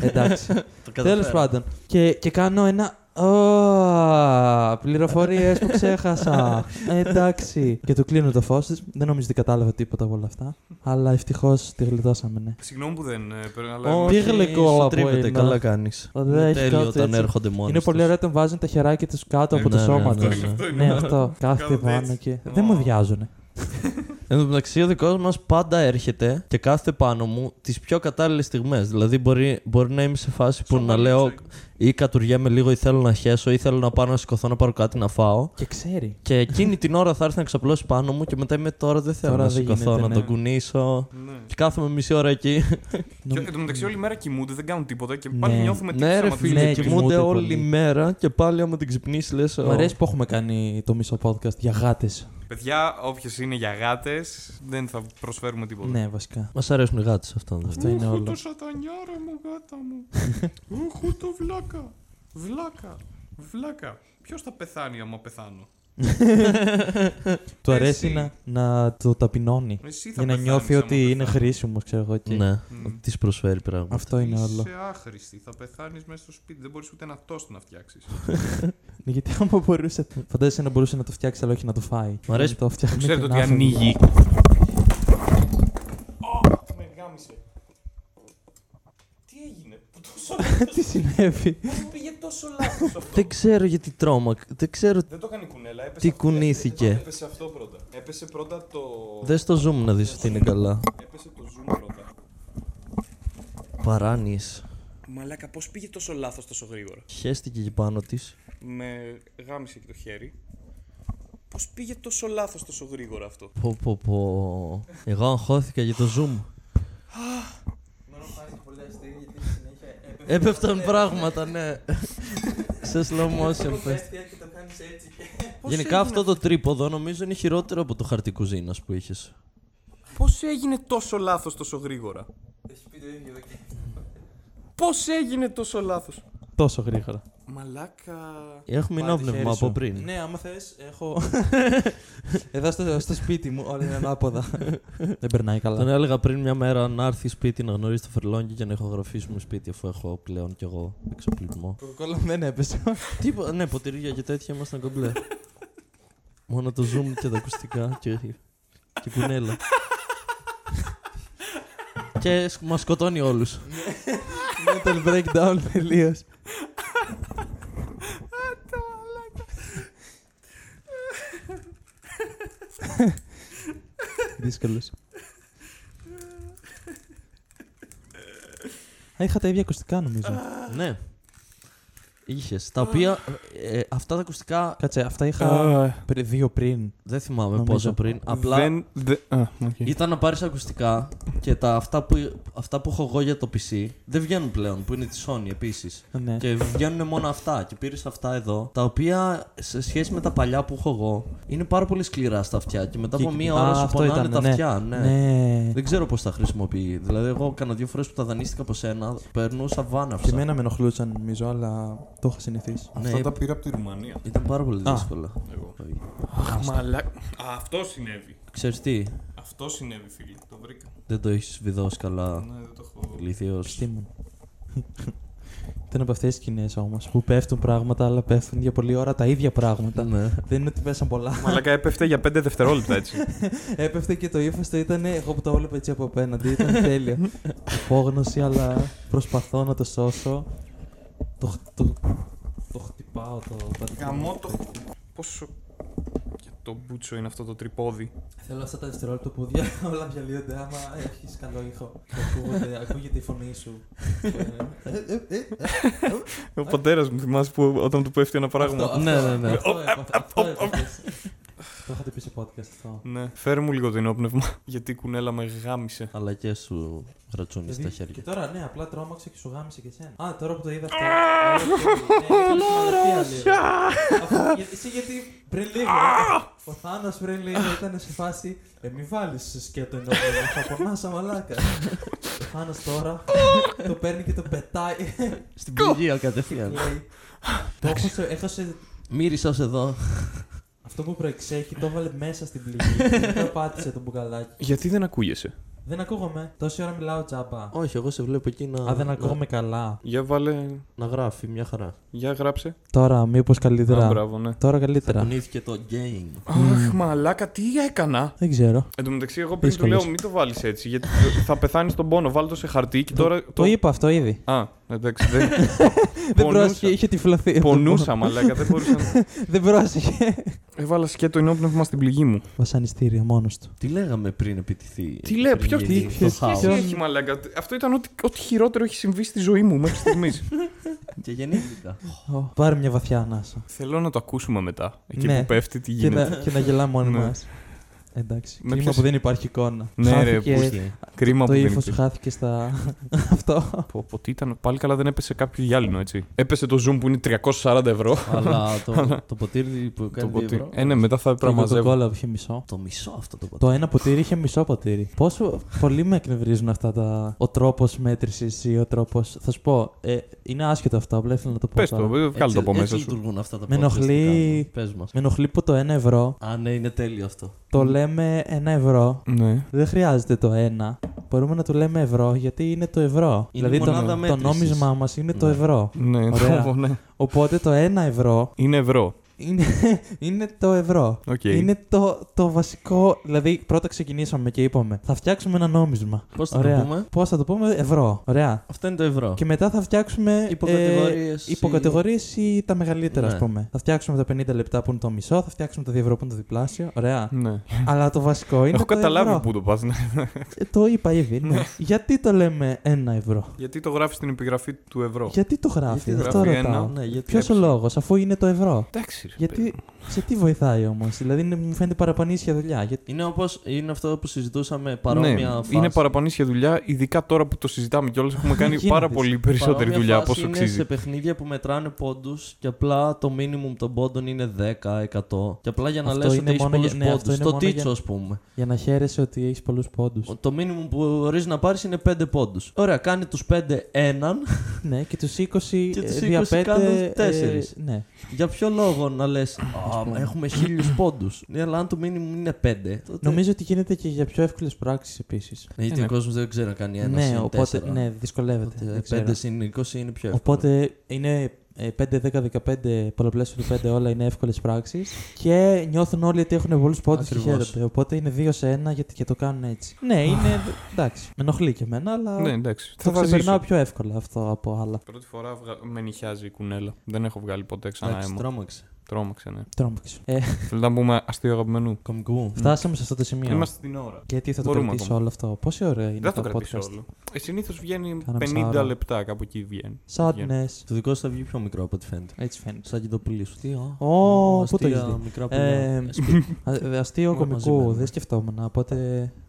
[SPEAKER 2] Εντάξει. Τέλο
[SPEAKER 3] Τέλος
[SPEAKER 2] πάντων. Και, και κάνω ένα. Ω, πληροφορίες που ξέχασα. Εντάξει. Και του κλείνω το φως. Δεν νομίζω ότι κατάλαβα τίποτα από όλα αυτά. Αλλά ευτυχώς τη γλιτώσαμε, ναι.
[SPEAKER 4] Συγγνώμη που δεν ε, παίρνω, αλλά
[SPEAKER 3] πάντων.
[SPEAKER 2] Όχι,
[SPEAKER 3] Πήγε
[SPEAKER 2] σου
[SPEAKER 3] λεκό από
[SPEAKER 2] τρίβεται,
[SPEAKER 3] είναι. Καλά
[SPEAKER 2] καλά
[SPEAKER 3] κάνει.
[SPEAKER 2] Δεν έχει
[SPEAKER 3] Τέλειο
[SPEAKER 2] κάτι
[SPEAKER 3] όταν
[SPEAKER 2] έτσι.
[SPEAKER 3] έρχονται μόνοι
[SPEAKER 2] Είναι πολύ
[SPEAKER 3] τους.
[SPEAKER 2] ωραίο όταν βάζουν τα χεράκια τους κάτω από
[SPEAKER 4] Ναι,
[SPEAKER 2] το
[SPEAKER 3] ναι, ναι,
[SPEAKER 2] σώμα τους.
[SPEAKER 3] ναι.
[SPEAKER 4] Αυτό είναι.
[SPEAKER 2] Ναι, αυτό. Κάθεται
[SPEAKER 4] Κάθονται
[SPEAKER 2] πάνω
[SPEAKER 4] έτσι.
[SPEAKER 2] και.
[SPEAKER 4] Ω.
[SPEAKER 2] Δεν μου βιάζουνε.
[SPEAKER 3] Εν τω μεταξύ, ο δικός μας πάντα έρχεται και κάθεται πάνω μου τις πιο κατάλληλες στιγμές. Δηλαδή, μπορεί, μπορεί να είμαι σε φάση που να λέω ή κατουριέμαι λίγο ή θέλω να χέσω ή θέλω να πάω να σηκωθώ να πάρω κάτι να φάω.
[SPEAKER 2] Και ξέρει.
[SPEAKER 3] Και εκείνη την ώρα θα έρθει να ξαπλώσει πάνω μου και μετά είμαι τώρα δεν θέλω
[SPEAKER 2] Τώρα
[SPEAKER 3] να
[SPEAKER 2] δεν
[SPEAKER 3] σηκωθώ,
[SPEAKER 2] γίνεται,
[SPEAKER 3] να
[SPEAKER 2] ναι.
[SPEAKER 3] τον κουνήσω.
[SPEAKER 4] Ναι.
[SPEAKER 3] Και κάθομαι μισή ώρα εκεί.
[SPEAKER 4] Και εν τω μεταξύ, όλη μέρα κοιμούνται, δεν κάνουν τίποτα και πάλι
[SPEAKER 2] Ναι.
[SPEAKER 4] νιώθουμε τι
[SPEAKER 3] ναι, ρε
[SPEAKER 4] ψέματα
[SPEAKER 3] φίλε,
[SPEAKER 4] ζούμε.
[SPEAKER 2] Ναι,
[SPEAKER 3] κοιμούνται
[SPEAKER 2] κοιμούνται
[SPEAKER 3] όλη
[SPEAKER 2] πολύ.
[SPEAKER 3] μέρα και πάλι άμα την ξυπνήσεις λες.
[SPEAKER 2] Μ' αρέσει που έχουμε κάνει το μισό podcast για γάτες.
[SPEAKER 4] Παιδιά, όποιος είναι για γάτες, δεν θα προσφέρουμε τίποτα.
[SPEAKER 2] Ναι, βασικά.
[SPEAKER 3] Μας αρέσουν οι γάτες αυτό. δεν
[SPEAKER 2] Αυτό είναι όλο.
[SPEAKER 4] σατανιάρα μου, γάτα μου. Ούχου το βλάκα. Βλάκα. Βλάκα. Ποιος θα πεθάνει άμα πεθάνω.
[SPEAKER 2] Του
[SPEAKER 4] Εσύ.
[SPEAKER 2] αρέσει να, να το ταπεινώνει.
[SPEAKER 4] Εσύ θα
[SPEAKER 2] Για να
[SPEAKER 4] πεθάνεις
[SPEAKER 2] νιώθει
[SPEAKER 4] άμα
[SPEAKER 2] ότι είναι
[SPEAKER 4] πεθάνεις.
[SPEAKER 2] χρήσιμος, ξέρω εγώ. και-
[SPEAKER 3] Ναι,
[SPEAKER 4] Μμ.
[SPEAKER 3] ότι της προσφέρει πράγμα.
[SPEAKER 2] Αυτό είναι όλο.
[SPEAKER 4] Είσαι άχρηστη. Θα πεθάνεις μέσα στο σπίτι. Δεν μπορείς ούτε ένα τόστ να φτιάξεις.
[SPEAKER 2] Γιατί άμα μπορούσε. Φαντάζεσαι να μπορούσε να το φτιάξει, αλλά όχι να το φάει.
[SPEAKER 3] Μ' αρέσει-
[SPEAKER 2] Να Το φτιάχνει
[SPEAKER 4] Ξέρετε
[SPEAKER 2] και
[SPEAKER 4] ότι
[SPEAKER 2] να φεύγει.
[SPEAKER 4] ανοίγει. Με γάμισε. Τι έγινε, που τόσο
[SPEAKER 2] Τι συνέβη.
[SPEAKER 4] Πώς πήγε τόσο λάθος αυτό.
[SPEAKER 3] Δεν ξέρω γιατί τρώμα. Δεν ξέρω.
[SPEAKER 4] Δεν το έκανε η κουνέλα, έπεσε
[SPEAKER 3] Τι
[SPEAKER 4] αυτό-
[SPEAKER 3] κουνήθηκε.
[SPEAKER 4] έπεσε- Έπεσε αυτό πρώτα. Έπεσε πρώτα το.
[SPEAKER 3] Δες στο zoom να δεις ότι είναι καλά.
[SPEAKER 4] Έπεσε το zoom πρώτα.
[SPEAKER 3] Παράνοιες.
[SPEAKER 4] Μαλάκα, πώς πήγε τόσο λάθος τόσο γρήγορα.
[SPEAKER 3] Χαίστηκε και πάνω της.
[SPEAKER 4] Με γάμισε και το χέρι. Πώς πήγε τόσο λάθος τόσο γρήγορα αυτό.
[SPEAKER 3] Πω, πω, πω. Εγώ αγχώθηκα για το zoom. Έπεφταν πράγματα, ναι. Σε slow motion πες. Γενικά αυτό το τρίποδο νομίζω είναι χειρότερο από το χαρτί κουζίνας που είχες.
[SPEAKER 4] Πώς έγινε τόσο λάθος τόσο γρήγορα. Πώς έγινε τόσο λάθος.
[SPEAKER 2] Τόσο γρήγορα.
[SPEAKER 4] Μαλάκα.
[SPEAKER 3] Έχουμε
[SPEAKER 2] Πάρε το
[SPEAKER 3] ενόπνευμα
[SPEAKER 2] χέρι σου.
[SPEAKER 3] από πριν.
[SPEAKER 2] Ναι, άμα θες, έχω. Εδώ στο, στο σπίτι μου, όλα είναι ανάποδα. Δεν περνάει
[SPEAKER 3] Τον
[SPEAKER 2] καλά.
[SPEAKER 3] έλεγα πριν μια μέρα να έρθει σπίτι να γνωρίσει το Φερλόγγι και να ηχογραφήσουμε σπίτι αφού έχω πλέον κι εγώ εξοπλισμό.
[SPEAKER 2] Κοκόλα μου δεν έπεσε.
[SPEAKER 3] Τίποτα, ναι, ποτηρία και τέτοια ήμασταν κομπλέ. Μόνο το zoom και τα ακουστικά και, και κουνέλα. και σκ- μας σκοτώνει όλους.
[SPEAKER 2] Mental breakdown τελείως. Δύσκολος. Α, είχα τα ίδια ακουστικά νομίζω.
[SPEAKER 3] ναι. Είχες. Τα οποία. ε, αυτά τα ακουστικά
[SPEAKER 2] Κάτσε, αυτά
[SPEAKER 4] Ε,
[SPEAKER 2] είχα πρι- δύο πριν.
[SPEAKER 3] δεν θυμάμαι
[SPEAKER 2] Νομίζω.
[SPEAKER 3] πόσο πριν. Απλά
[SPEAKER 4] Δεν. Δε, α, οκ.
[SPEAKER 3] ήταν να πάρεις ακουστικά και τα, αυτά, που, αυτά που έχω εγώ για το PC δεν βγαίνουν πλέον. Που είναι της Sony επίσης.
[SPEAKER 2] Ναι.
[SPEAKER 3] Και βγαίνουν μόνο αυτά. Και πήρες αυτά εδώ, τα οποία σε σχέση με τα παλιά που έχω εγώ είναι πάρα πολύ σκληρά στα αυτιά. Και μετά από
[SPEAKER 2] Και-
[SPEAKER 3] μία
[SPEAKER 2] Α,
[SPEAKER 3] ώρα σου
[SPEAKER 2] αυτό
[SPEAKER 3] πονάνε
[SPEAKER 2] ήταν,
[SPEAKER 3] τα
[SPEAKER 2] ναι.
[SPEAKER 3] αυτιά. Ναι.
[SPEAKER 2] Ναι.
[SPEAKER 3] Δεν ξέρω πώς τα χρησιμοποιεί. Δηλαδή, εγώ κάνα δύο φορές που τα δανείστηκα από σένα, περνούσα βάναυσα.
[SPEAKER 2] Και εμένα με ενοχλούσαν νομίζω, αλλά το είχα συνηθίσει.
[SPEAKER 3] Ναι,
[SPEAKER 4] Αυτά τα πήρα από τη Ρουμανία.
[SPEAKER 3] ήταν πάρα πολύ
[SPEAKER 2] Α.
[SPEAKER 3] δύσκολο.
[SPEAKER 4] Εγώ. Μαλάκα. Α, αυτό συνέβη.
[SPEAKER 3] Ξέρεις τι,
[SPEAKER 4] Αυτό συνέβη, φίλε. Το βρήκα.
[SPEAKER 3] δεν το έχεις βιδώσει καλά.
[SPEAKER 4] Ναι, δεν το έχω.
[SPEAKER 3] Ηλίθιος.
[SPEAKER 2] Επιστήμον. Ήταν από αυτές τις σκηνές όμως που πέφτουν πράγματα, αλλά πέφτουν για πολλή ώρα τα ίδια πράγματα.
[SPEAKER 3] Ναι.
[SPEAKER 2] Δεν είναι ότι πέσαν πολλά.
[SPEAKER 4] Μαλάκα έπεφτε για 5 δευτερόλεπτα έτσι.
[SPEAKER 2] Έπεφτε και το ύφος του ήταν. Εγώ που το έβλεπα έτσι από απέναντι, ήταν τέλειο. Απόγνωση, αλλά προσπαθώ να το σώσω. Το, χ- το, το χτυπάω το
[SPEAKER 4] Γαμώ το. Πόσο. Και το μπούτσο είναι αυτό το τρυπόδι.
[SPEAKER 2] Θέλω αυτά τα δευτερόλεπτα που δια... όλα διαλύονται άμα έχεις καλό ήχο. Ακούγεται, ακούγεται η φωνή σου.
[SPEAKER 4] Ο πατέρα μου θυμάσαι που όταν του πέφτει ένα πράγμα.
[SPEAKER 3] ναι, ναι, ναι.
[SPEAKER 2] Αυτό έπαθε- αυτό έπαθες. Το είχατε πει σε podcast αυτό.
[SPEAKER 4] Ναι, φέρ μου λίγο το ενόπνευμα. Γιατί η κουνέλα με γάμισε.
[SPEAKER 3] Αλλά και σου ρατσούνι στα
[SPEAKER 2] Δηλαδή,
[SPEAKER 3] χέρια.
[SPEAKER 2] Και τώρα ναι, απλά τρόμαξε και σου γάμισε και εσένα. Α, τώρα που το είδα αυτό. Λόρος! Εσύ γιατί πριν λίγο. ε, Ο Θάνος πριν λίγο ήταν σε φάση. Ε, μη βάλεις σε σκέτο ενώ θα πονάς αμαλάκα. Ο Θάνος τώρα το παίρνει και το πετάει.
[SPEAKER 3] Στην πληγία κατευθείαν.
[SPEAKER 2] Λέει. Το έχωσε- έχωσε
[SPEAKER 3] Μύρισα ως εδώ.
[SPEAKER 2] αυτό που προεξέχει, το έβαλε μέσα στην πληγή. και Μετά πάτησε το μπουκαλάκι.
[SPEAKER 4] Γιατί δεν ακούγεσαι.
[SPEAKER 2] Δεν ακούγομαι. Τόση ώρα μιλάω τσάπα.
[SPEAKER 3] Όχι, εγώ σε βλέπω εκεί να,
[SPEAKER 2] Α, δεν
[SPEAKER 3] να,
[SPEAKER 2] ακούγομαι καλά.
[SPEAKER 4] Για βάλε.
[SPEAKER 3] να γράφει μια χαρά.
[SPEAKER 4] Για γράψε.
[SPEAKER 2] Τώρα, μήπως
[SPEAKER 4] Α,
[SPEAKER 2] καλύτερα.
[SPEAKER 4] μπράβο, ναι.
[SPEAKER 2] Τώρα καλύτερα.
[SPEAKER 3] Κουνήθηκε το game.
[SPEAKER 4] Αχ, μαλάκα, τι έκανα.
[SPEAKER 2] Δεν ξέρω.
[SPEAKER 4] Εν τω μεταξύ, εγώ πριν του
[SPEAKER 2] Δύσκολος.
[SPEAKER 4] λέω μην το βάλεις έτσι. Γιατί θα πεθάνεις τον πόνο. Βάλ το σε χαρτί και τώρα.
[SPEAKER 2] Το είπα αυτό ήδη.
[SPEAKER 4] Α, Εντάξει, δεν...
[SPEAKER 2] Δεν
[SPEAKER 4] Πονούσα.
[SPEAKER 2] πρόσεχε, είχε τυφλωθεί.
[SPEAKER 4] Πονούσα, μαλάκα, δεν μπορούσα να...
[SPEAKER 2] Δεν πρόσεχε.
[SPEAKER 4] Έβαλα σκέτο ενόπνευμα στην πληγή μου.
[SPEAKER 2] Βασανιστήριο μόνος του.
[SPEAKER 3] Τι λέγαμε πριν επιτηθεί.
[SPEAKER 4] Τι λέει,
[SPEAKER 3] πριν
[SPEAKER 4] ποιο-
[SPEAKER 3] γίνει
[SPEAKER 2] τι-
[SPEAKER 3] το
[SPEAKER 2] ποιος-
[SPEAKER 3] χάος.
[SPEAKER 4] Τι έχει, μαλάκα. Αυτό ήταν ό,τι, ό,τι χειρότερο έχει συμβεί στη ζωή μου μέχρι στιγμής.
[SPEAKER 3] Και γεννήθηκα.
[SPEAKER 2] Ω, Πάρε μια βαθιά ανάσα.
[SPEAKER 4] Θέλω να το ακούσουμε μετά. Εκεί
[SPEAKER 2] Ναι.
[SPEAKER 4] που πέφτει, τι
[SPEAKER 2] Και
[SPEAKER 4] γίνεται.
[SPEAKER 2] να, και να γελάμε μόνοι
[SPEAKER 4] Ναι.
[SPEAKER 2] μας. Εντάξει.
[SPEAKER 4] Με
[SPEAKER 2] Κρίμα
[SPEAKER 4] ποιες-
[SPEAKER 2] που δεν υπάρχει εικόνα.
[SPEAKER 4] Ναι, ρε,
[SPEAKER 2] Χάθηκε-
[SPEAKER 4] που- Κρίμα
[SPEAKER 2] Το
[SPEAKER 4] που δεν
[SPEAKER 2] ύφος
[SPEAKER 4] υπήρχε.
[SPEAKER 2] χάθηκε στα. Αυτό.
[SPEAKER 4] Πω, πω, τι ήταν, πάλι καλά δεν έπεσε κάποιο γυάλινο, έτσι. Έπεσε το Zoom που είναι 340 ευρώ.
[SPEAKER 3] Αλλά το, το ποτήρι που
[SPEAKER 4] Το
[SPEAKER 3] κάνει δύο
[SPEAKER 4] ποτήρι.
[SPEAKER 3] ευρώ.
[SPEAKER 4] Ε, ναι, μετά θα
[SPEAKER 2] Το
[SPEAKER 4] έπρεπε να μαζεύω.
[SPEAKER 2] κοκακόλα που είχε μισό.
[SPEAKER 3] Το μισό αυτό το ποτήρι.
[SPEAKER 2] Το ένα ποτήρι είχε μισό ποτήρι. Πόσο πολύ με εκνευρίζουν αυτά τα. Ο τρόπος μέτρησης ή ο τρόπος. Θα σου πω. ε, είναι άσχετο αυτό, απλά ήθελα να το πω.
[SPEAKER 4] Πες
[SPEAKER 2] τώρα.
[SPEAKER 4] το, ε, βγάλε το από μέσα
[SPEAKER 3] Έτσι
[SPEAKER 4] σου.
[SPEAKER 3] λειτουργούν αυτά τα
[SPEAKER 2] Με ενοχλεί-
[SPEAKER 3] Πες μας.
[SPEAKER 2] Με ενοχλεί που το 1 ευρώ
[SPEAKER 3] Α, ναι, είναι τέλειο αυτό.
[SPEAKER 2] το λέμε 1 ευρώ.
[SPEAKER 4] Ναι.
[SPEAKER 2] Δεν χρειάζεται το 1. Μπορούμε να το λέμε ευρώ γιατί είναι το ευρώ.
[SPEAKER 3] Είναι
[SPEAKER 2] δηλαδή το,
[SPEAKER 3] μονάδα
[SPEAKER 2] το
[SPEAKER 3] μέτρησης.
[SPEAKER 2] νόμισμά μας είναι το
[SPEAKER 3] Ναι.
[SPEAKER 2] ευρώ.
[SPEAKER 4] Ναι,
[SPEAKER 2] Ωραία.
[SPEAKER 4] ναι, ναι.
[SPEAKER 2] Οπότε το 1 ευρώ
[SPEAKER 4] Είναι ευρώ.
[SPEAKER 2] είναι, είναι το ευρώ.
[SPEAKER 4] Οκ.
[SPEAKER 2] Είναι το, το βασικό. Δηλαδή, πρώτα ξεκινήσαμε και είπαμε: Θα φτιάξουμε ένα νόμισμα.
[SPEAKER 3] Πώς θα
[SPEAKER 2] Ωραία.
[SPEAKER 3] το πούμε.
[SPEAKER 2] Πώς θα το πούμε, ευρώ. Ωραία.
[SPEAKER 3] Αυτό είναι το ευρώ.
[SPEAKER 2] Και μετά θα φτιάξουμε.
[SPEAKER 4] ε,
[SPEAKER 3] Υποκατηγορίες.
[SPEAKER 2] Ε, υποκατηγορίες ή τα μεγαλύτερα, ας
[SPEAKER 3] Ναι.
[SPEAKER 2] πούμε. Θα φτιάξουμε τα 50 λεπτά που είναι το μισό, θα φτιάξουμε τα 2 ευρώ που είναι το διπλάσιο. Ωραία.
[SPEAKER 4] Ναι.
[SPEAKER 2] Αλλά το βασικό είναι.
[SPEAKER 4] Έχω
[SPEAKER 2] το ευρώ.
[SPEAKER 4] καταλάβει πού το πας. Ναι.
[SPEAKER 2] Ε, το είπα ήδη. Ναι. Γιατί το λέμε ένα ευρώ.
[SPEAKER 4] Γιατί το γράφεις στην επιγραφή του ευρώ.
[SPEAKER 2] Γιατί το γράφεις,
[SPEAKER 4] Γιατί
[SPEAKER 2] αυτό
[SPEAKER 4] γράφει
[SPEAKER 2] ρωτάω.
[SPEAKER 4] ένα,
[SPEAKER 3] Ναι, γιατί.
[SPEAKER 2] Ποιος ο λόγος, αφού είναι το ευρώ.
[SPEAKER 4] Εντάξει, ρε,
[SPEAKER 2] Γιατί
[SPEAKER 4] παιδί μου.
[SPEAKER 2] σε τι βοηθάει όμως, Δηλαδή είναι- μου φαίνεται παραπονίσια δουλειά. Γιατί
[SPEAKER 3] Είναι, όπως, είναι αυτό που συζητούσαμε παρόμοια
[SPEAKER 4] ναι,
[SPEAKER 3] φάση.
[SPEAKER 4] είναι παραπανήσια δουλειά, ειδικά τώρα που το συζητάμε κιόλας. Έχουμε κάνει
[SPEAKER 2] γίνεται,
[SPEAKER 4] πάρα πολύ περισσότερη
[SPEAKER 3] Παρόμοια
[SPEAKER 4] δουλειά από
[SPEAKER 3] φάση
[SPEAKER 4] όσο
[SPEAKER 3] είναι
[SPEAKER 4] αξίζει.
[SPEAKER 3] σε παιχνίδια που μετράνε πόντους και απλά το minimum των πόντων είναι 10, 100. Και απλά για να
[SPEAKER 2] Αυτό
[SPEAKER 3] λες ότι
[SPEAKER 2] είναι
[SPEAKER 3] έχεις
[SPEAKER 2] μόνο
[SPEAKER 3] πολλούς
[SPEAKER 2] για- ναι, αυτό
[SPEAKER 3] πόντους.
[SPEAKER 2] είναι
[SPEAKER 3] Το
[SPEAKER 2] μόνο για-
[SPEAKER 3] τίτσο, ας πούμε.
[SPEAKER 2] για να χαίρεσαι ότι έχεις πολλούς πόντους.
[SPEAKER 3] Το minimum που ορίζεις να πάρεις είναι 5 πόντους. Ωραία, κάνει τους 5 έναν.
[SPEAKER 2] ναι, και τους 20
[SPEAKER 3] Και τους
[SPEAKER 2] ε,
[SPEAKER 3] 20
[SPEAKER 2] δια 5.
[SPEAKER 3] κάνουν
[SPEAKER 2] ε,
[SPEAKER 3] τέσσερις.
[SPEAKER 2] ναι.
[SPEAKER 3] Για ποιο λόγο να λε, έχουμε χίλιους πόντους. Ναι, αλλά αν το minimum είναι 5. Τότε...
[SPEAKER 2] Νομίζω ότι γίνεται και για πιο εύκολες πράξεις επίσης.
[SPEAKER 3] Ναι, γιατί
[SPEAKER 4] Ναι.
[SPEAKER 3] ο κόσμος δεν ξέρει να κάνει ένα.
[SPEAKER 2] Ναι,
[SPEAKER 3] συν
[SPEAKER 2] οπότε
[SPEAKER 3] τέσσερα. ε,
[SPEAKER 2] ναι, δυσκολεύεται.
[SPEAKER 3] Οπότε,
[SPEAKER 2] δεν ξέρω.
[SPEAKER 3] 5 συν 20 είναι πιο εύκολο.
[SPEAKER 2] Οπότε είναι ε, 5, 10, 15, πολλαπλάσιο του 5, όλα είναι εύκολες πράξεις. Και νιώθουν όλοι ότι έχουν πολλούς πόντους και
[SPEAKER 3] Ακριβώς.
[SPEAKER 2] χαίρονται. Οπότε είναι 2 σε 1 γιατί και το κάνουν έτσι. Ναι, είναι. εντάξει. Με ενοχλεί και εμένα, αλλά.
[SPEAKER 4] Ναι, εντάξει.
[SPEAKER 2] το
[SPEAKER 4] Θα
[SPEAKER 2] ξεπερνάω
[SPEAKER 4] βαζίσω.
[SPEAKER 2] πιο εύκολα αυτό από άλλα.
[SPEAKER 4] Πρώτη φορά βγα- με νυχιάζει η κουνέλα. Δεν έχω βγάλει ποτέ ξανά
[SPEAKER 3] Εντάξει,
[SPEAKER 4] αίμα.
[SPEAKER 3] τρόμαξε.
[SPEAKER 4] Τρόμαξε, ναι.
[SPEAKER 2] Τρόμαξε. Ε,
[SPEAKER 4] Θέλετε να πούμε αστείο αγαπημένου.
[SPEAKER 3] Κομικού.
[SPEAKER 2] φτάσαμε σε αυτό το σημείο.
[SPEAKER 4] Είμαστε στην ώρα.
[SPEAKER 2] Γιατί θα το
[SPEAKER 4] Μπορούμε
[SPEAKER 2] κρατήσω
[SPEAKER 4] ακόμα.
[SPEAKER 2] όλο αυτό. Πόση ώρα είναι
[SPEAKER 4] Δεν θα
[SPEAKER 2] το
[SPEAKER 4] το κρατήσω
[SPEAKER 2] podcast.
[SPEAKER 4] όλο. Ε, Συνήθως βγαίνει
[SPEAKER 2] Κάνα
[SPEAKER 4] 50
[SPEAKER 2] μισάωρο.
[SPEAKER 4] λεπτά, κάπου εκεί βγαίνει. Βγαίνει.
[SPEAKER 2] Sadness.
[SPEAKER 3] Το δικό σου θα βγει πιο μικρό από ό,τι φαίνεται.
[SPEAKER 2] Έτσι φαίνεται.
[SPEAKER 3] Σαν και το πουλί σου. Τι, α,
[SPEAKER 2] Ω, πού το
[SPEAKER 3] αστεία
[SPEAKER 2] έχεις δει?
[SPEAKER 3] μικρά πουλιά.
[SPEAKER 2] Ε, α- αστείο
[SPEAKER 3] Όλα μαζί
[SPEAKER 2] κομικού,
[SPEAKER 3] μένουμε.
[SPEAKER 2] δεν σκεφτόμουν. Οπότε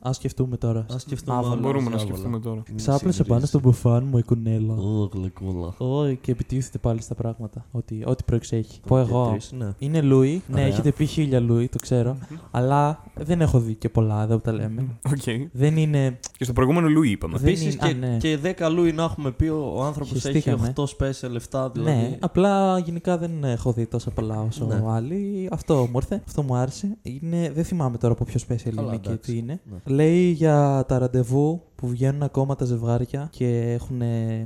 [SPEAKER 2] α σκεφτούμε τώρα.
[SPEAKER 3] Ας σκεφτούμε
[SPEAKER 2] Άβολος.
[SPEAKER 3] όλα.
[SPEAKER 4] Μπορούμε να
[SPEAKER 3] Άβολα.
[SPEAKER 4] σκεφτούμε τώρα.
[SPEAKER 3] Μη
[SPEAKER 2] Ξάπλωσε πάνω
[SPEAKER 3] συγκρίνεις.
[SPEAKER 2] στον μπουφάν μου η κουνέλα.
[SPEAKER 3] Ω, γλυκούλα.
[SPEAKER 2] Ω, και επιτίθεται πάλι στα πράγματα. Ό,τι, ό,τι προεξέχει. Πω
[SPEAKER 3] Και
[SPEAKER 2] εγώ.
[SPEAKER 3] τρεις, ναι.
[SPEAKER 2] Είναι Λούι. Ναι,
[SPEAKER 3] Ωραία.
[SPEAKER 2] έχετε πει χίλια Λούι, το ξέρω. αλλά δεν έχω δει και πολλά εδώ που τα λέμε.
[SPEAKER 4] Οκ.
[SPEAKER 2] δεν είναι.
[SPEAKER 4] Και στο προηγούμενο Λουί είπαμε.
[SPEAKER 2] Δεν
[SPEAKER 3] Επίσης
[SPEAKER 2] είναι- α, ναι.
[SPEAKER 3] και, και 10 λούι να έχουμε πει ο, ο άνθρωπος έχει
[SPEAKER 2] Χεστήκαμε.
[SPEAKER 3] 8 special λεφτά.
[SPEAKER 2] Ναι,
[SPEAKER 3] Δηλαδή.
[SPEAKER 2] απλά γενικά δεν έχω δει τόσα πολλά όσο
[SPEAKER 3] Ναι.
[SPEAKER 2] άλλοι. Αυτό μου ήρθε, αυτό μου άρεσε. Είναι, δεν θυμάμαι τώρα από ποιο special
[SPEAKER 3] Καλά,
[SPEAKER 2] είναι και
[SPEAKER 3] εντάξει.
[SPEAKER 2] τι είναι.
[SPEAKER 3] Ναι.
[SPEAKER 2] Λέει για τα ραντεβού που βγαίνουν ακόμα τα ζευγάρια και έχουν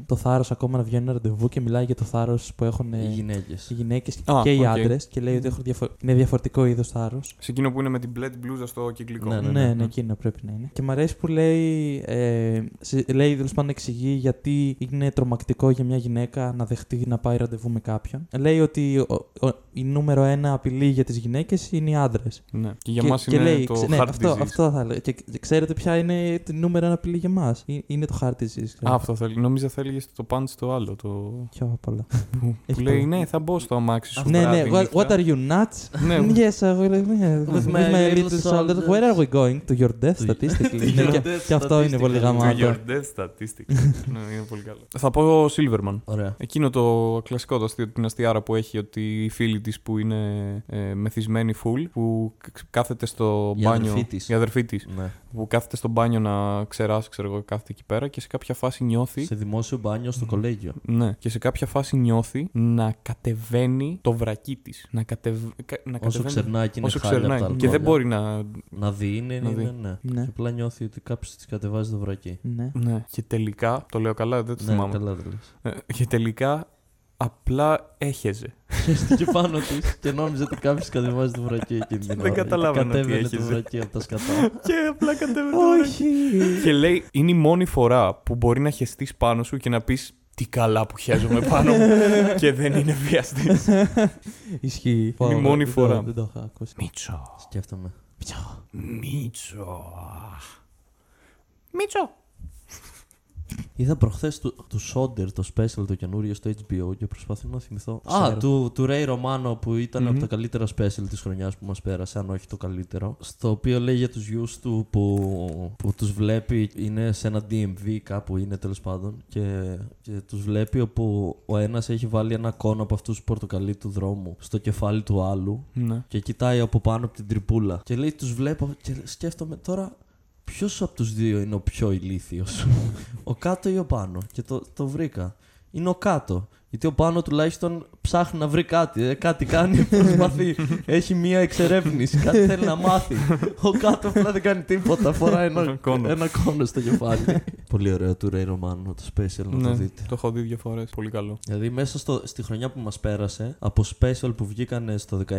[SPEAKER 2] το θάρρος ακόμα να βγαίνουν ραντεβού και μιλάει για το θάρρος που έχουν
[SPEAKER 3] Οι γυναίκες.
[SPEAKER 2] ναι. οι γυναίκες
[SPEAKER 4] Α,
[SPEAKER 2] και οι
[SPEAKER 4] οκ.
[SPEAKER 2] άντρες και λέει ότι έχουν διαφο- είναι διαφορετικό είδος θάρρος.
[SPEAKER 4] Σε εκείνο που είναι με την μπλε την μπλούζα στο κυκλικό.
[SPEAKER 3] Ναι,
[SPEAKER 2] Ναι, ναι, εκείνο πρέπει να είναι. Και μου αρέσει που λέει, ε, συ- λέει τέλος πάντων εξηγεί γιατί είναι τρομακτικό για μια γυναίκα να δεχτεί να πάει ραντεβού με κάποιον. Λέει ότι ο- ο- η νούμερο ένα απειλή για τις γυναίκες είναι οι άντρες.
[SPEAKER 4] Ναι. Και για μα είναι το
[SPEAKER 2] ξε-
[SPEAKER 4] hard
[SPEAKER 2] ναι,
[SPEAKER 4] disease.
[SPEAKER 2] αυτό, αυτό θα λέω. Και ξε- ξέρετε ποια είναι το νούμερο ένα απειλή για μας. Είναι το heart disease. ξέρω.
[SPEAKER 4] Α, αυτό θέλει. Νόμιζα θα έλεγε το punch το άλλο. Το...
[SPEAKER 2] Πιο πολλά.
[SPEAKER 4] που-
[SPEAKER 2] Έχει
[SPEAKER 4] που λέει
[SPEAKER 2] πολύ.
[SPEAKER 4] ναι, θα μπω στο αμάξι σου.
[SPEAKER 2] ναι, ναι.
[SPEAKER 4] βράδυ,
[SPEAKER 2] What,
[SPEAKER 4] νύχτα».
[SPEAKER 2] what are you nuts?
[SPEAKER 4] Ναι,
[SPEAKER 2] Yes, I will, yeah, with, my, little, soldiers. Where are we going? To your death, statistically.
[SPEAKER 3] your
[SPEAKER 2] Ναι, και-
[SPEAKER 3] death,
[SPEAKER 2] και αυτό είναι πολύ
[SPEAKER 3] statistically.
[SPEAKER 4] to
[SPEAKER 2] γαμάτο.
[SPEAKER 4] your death statistic. ναι, είναι πολύ καλό. Θα πω Silverman.
[SPEAKER 3] Ωραία.
[SPEAKER 4] Εκείνο το κλασικό, το αστείο, την αστείαρα που έχει ότι η φίλη της που είναι ε, μεθυσμένη full, που κ- κάθεται στο
[SPEAKER 3] Η
[SPEAKER 4] μπάνιο.
[SPEAKER 3] αδερφή της.
[SPEAKER 4] Η αδερφή της.
[SPEAKER 3] Ναι.
[SPEAKER 4] Που κάθεται στο μπάνιο να ξεράσει, ξέρω εγώ, κάθεται εκεί πέρα και σε κάποια φάση νιώθει.
[SPEAKER 3] Σε δημόσιο μπάνιο στο κολέγιο.
[SPEAKER 4] Ναι. Και σε κάποια φάση νιώθει να κατεβαίνει το βρακί της. Να, κατευ... κα- να
[SPEAKER 3] Όσο
[SPEAKER 4] κατεβαίνει.
[SPEAKER 3] ξερνάει και είναι
[SPEAKER 4] όσο
[SPEAKER 3] χάλια
[SPEAKER 4] ξερνάει.
[SPEAKER 3] από τα
[SPEAKER 4] Και δεν
[SPEAKER 3] αλκοόλια.
[SPEAKER 4] μπορεί να.
[SPEAKER 3] Να δει, είναι,
[SPEAKER 4] Να
[SPEAKER 3] είναι,
[SPEAKER 4] δει.
[SPEAKER 3] ναι.
[SPEAKER 2] Ναι.
[SPEAKER 3] Και απλά νιώθει ότι κάποιος της κατεβάζει το βρακί.
[SPEAKER 2] Ναι.
[SPEAKER 4] Ναι. Και τελικά. Το λέω καλά, δεν το
[SPEAKER 3] Ναι,
[SPEAKER 4] θυμάμαι.
[SPEAKER 3] καλά δεν λες.
[SPEAKER 4] Ε, Και τελικά απλά έχεζε.
[SPEAKER 3] Και πάνω της και νόμιζε ότι κάποιος κατεβάζει το βρακί εκείνη την
[SPEAKER 4] Δεν
[SPEAKER 3] ώρα. Και
[SPEAKER 4] καταλάβαινα τι
[SPEAKER 3] Κατέβαινε το
[SPEAKER 4] έχεις.
[SPEAKER 3] βρακί από τα σκατά.
[SPEAKER 4] και απλά κατεβαίνει.
[SPEAKER 2] Όχι.
[SPEAKER 4] Και λέει, είναι η μόνη φορά που μπορεί να χεστείς πάνω σου και να πεις Τι καλά που χαίζομαι πάνω μου και δεν είναι βιαστής.
[SPEAKER 2] Ισχύει.
[SPEAKER 4] Είναι η μόνη
[SPEAKER 2] Δεν το-
[SPEAKER 4] φορά.
[SPEAKER 2] Δεν το είχα ακούσει.
[SPEAKER 4] Μίτσο.
[SPEAKER 3] Σκέφτομαι.
[SPEAKER 4] Μίτσο. Μίτσο.
[SPEAKER 3] Είδα προχθές του, του Σόντερ το special το καινούριο στο HBO και προσπαθώ να θυμηθώ. Α,
[SPEAKER 2] Ξέρω.
[SPEAKER 3] του, του Ray Romano που ηταν
[SPEAKER 4] Μμμ.
[SPEAKER 3] από τα καλύτερα special της χρονιάς που μας πέρασε, αν όχι το καλύτερο. Στο οποίο λέει για τους γιους του που, που τους βλέπει, είναι σε ένα DMV κάπου είναι τέλος πάντων. Και, και τους βλέπει όπου ο ένας έχει βάλει ένα κόνο από αυτούς του πορτοκαλί του δρόμου στο κεφάλι του άλλου
[SPEAKER 4] Ναι.
[SPEAKER 3] και κοιτάει από πάνω από την τρυπούλα. Και λέει, τους βλέπω και σκέφτομαι τώρα ποιος από τους δύο είναι ο πιο ηλίθιος. ο κάτω ή ο πάνω. Και το, το βρήκα. Είναι ο κάτω. Γιατί ο πάνω τουλάχιστον ψάχνει να βρει κάτι. Ε, κάτι κάνει, προσπαθεί. Έχει μία εξερεύνηση. Κάτι θέλει να μάθει. Ο κάτω απλά δεν κάνει τίποτα. Φοράει ένα,
[SPEAKER 4] Ένα κόνος.
[SPEAKER 3] ένα κόνος στο κεφάλι. Πολύ ωραίο του Ray Romano το special να το
[SPEAKER 4] Ναι,
[SPEAKER 3] δείτε.
[SPEAKER 4] το έχω δει δύο φορές. Πολύ καλό.
[SPEAKER 3] Δηλαδή μέσα στο, στη χρονιά που μας πέρασε, από special που βγήκανε στο 19,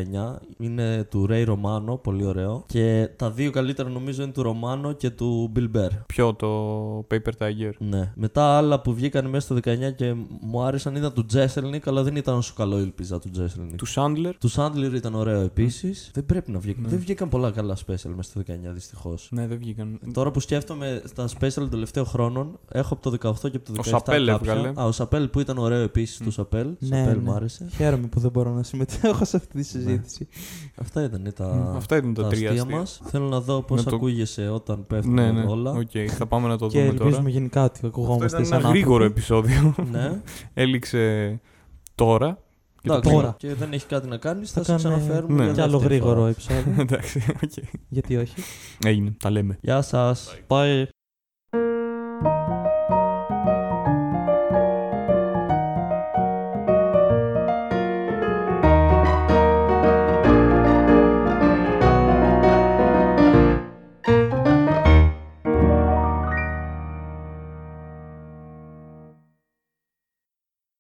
[SPEAKER 3] είναι του Ray Romano, πολύ ωραίο. Και τα δύο καλύτερα νομίζω είναι του Romano και του Bill Burr.
[SPEAKER 4] Ποιο το Paper Tiger.
[SPEAKER 3] Ναι. Μετά άλλα που βγήκαν μέσα στο 19 και μου άρεσαν ήταν του Jesselnik, αλλά δεν ήταν όσο καλό ήλπιζα του Jesselnik.
[SPEAKER 4] Του Ναι. Σάντλερ.
[SPEAKER 3] Του Sandler ήταν ωραίο επίσης. Δεν πρέπει να βγήκαν. Δεν βγήκαν πολλά καλά special μέσα στο 19 δυστυχώς.
[SPEAKER 4] Ναι, δεν βγήκαν.
[SPEAKER 3] Ε, Τώρα που σκέφτομαι τα special των τελευταίων χρόνων, έχω από το 18 και από το 17.
[SPEAKER 4] Ο Σαπέλ
[SPEAKER 3] κάποια.
[SPEAKER 4] έβγαλε.
[SPEAKER 3] Α, ο Σαπέλ που ήταν ωραίο επίσης, του Σαπέλ.
[SPEAKER 2] Ναι,
[SPEAKER 3] Σαπέλ
[SPEAKER 2] ναι.
[SPEAKER 3] μου άρεσε.
[SPEAKER 2] Χαίρομαι που δεν μπορώ να συμμετέχω σε
[SPEAKER 4] Ναι.
[SPEAKER 2] αυτή τη συζήτηση.
[SPEAKER 3] Αυτά ήταν τα,
[SPEAKER 4] Αυτά ήταν τα
[SPEAKER 3] τα
[SPEAKER 4] τρία
[SPEAKER 3] αστεία
[SPEAKER 4] αστεία.
[SPEAKER 3] μας. Θέλω να δω πώς
[SPEAKER 4] Με το-
[SPEAKER 3] ακούγεσαι όταν πέφτουν
[SPEAKER 4] Ναι, ναι.
[SPEAKER 3] όλα.
[SPEAKER 4] Οκ, θα πάμε να το
[SPEAKER 2] Και
[SPEAKER 4] δούμε τώρα.
[SPEAKER 2] ελπίζουμε γενικά ότι
[SPEAKER 4] Αυτό
[SPEAKER 2] ακουγόμαστε
[SPEAKER 4] ήταν
[SPEAKER 2] σαν
[SPEAKER 4] ένα γρήγορο
[SPEAKER 2] άνθρωποι.
[SPEAKER 4] επεισόδιο.
[SPEAKER 3] ναι.
[SPEAKER 4] Έληξε τώρα. Και το
[SPEAKER 3] Εντάξει,
[SPEAKER 4] κλείνω.
[SPEAKER 2] Τώρα.
[SPEAKER 3] Και δεν έχει κάτι να κάνεις, θα,
[SPEAKER 2] Θα
[SPEAKER 3] σε
[SPEAKER 2] κάνουμε-
[SPEAKER 3] ξαναφέρουμε.
[SPEAKER 4] Ναι.
[SPEAKER 3] για
[SPEAKER 2] Κι άλλο
[SPEAKER 3] δεύτερη
[SPEAKER 2] γρήγορο
[SPEAKER 3] φορά.
[SPEAKER 2] επεισόδιο.
[SPEAKER 4] Εντάξει, οκ.
[SPEAKER 2] Γιατί όχι.
[SPEAKER 4] Έγινε, τα λέμε.
[SPEAKER 3] Γεια σας. Bye.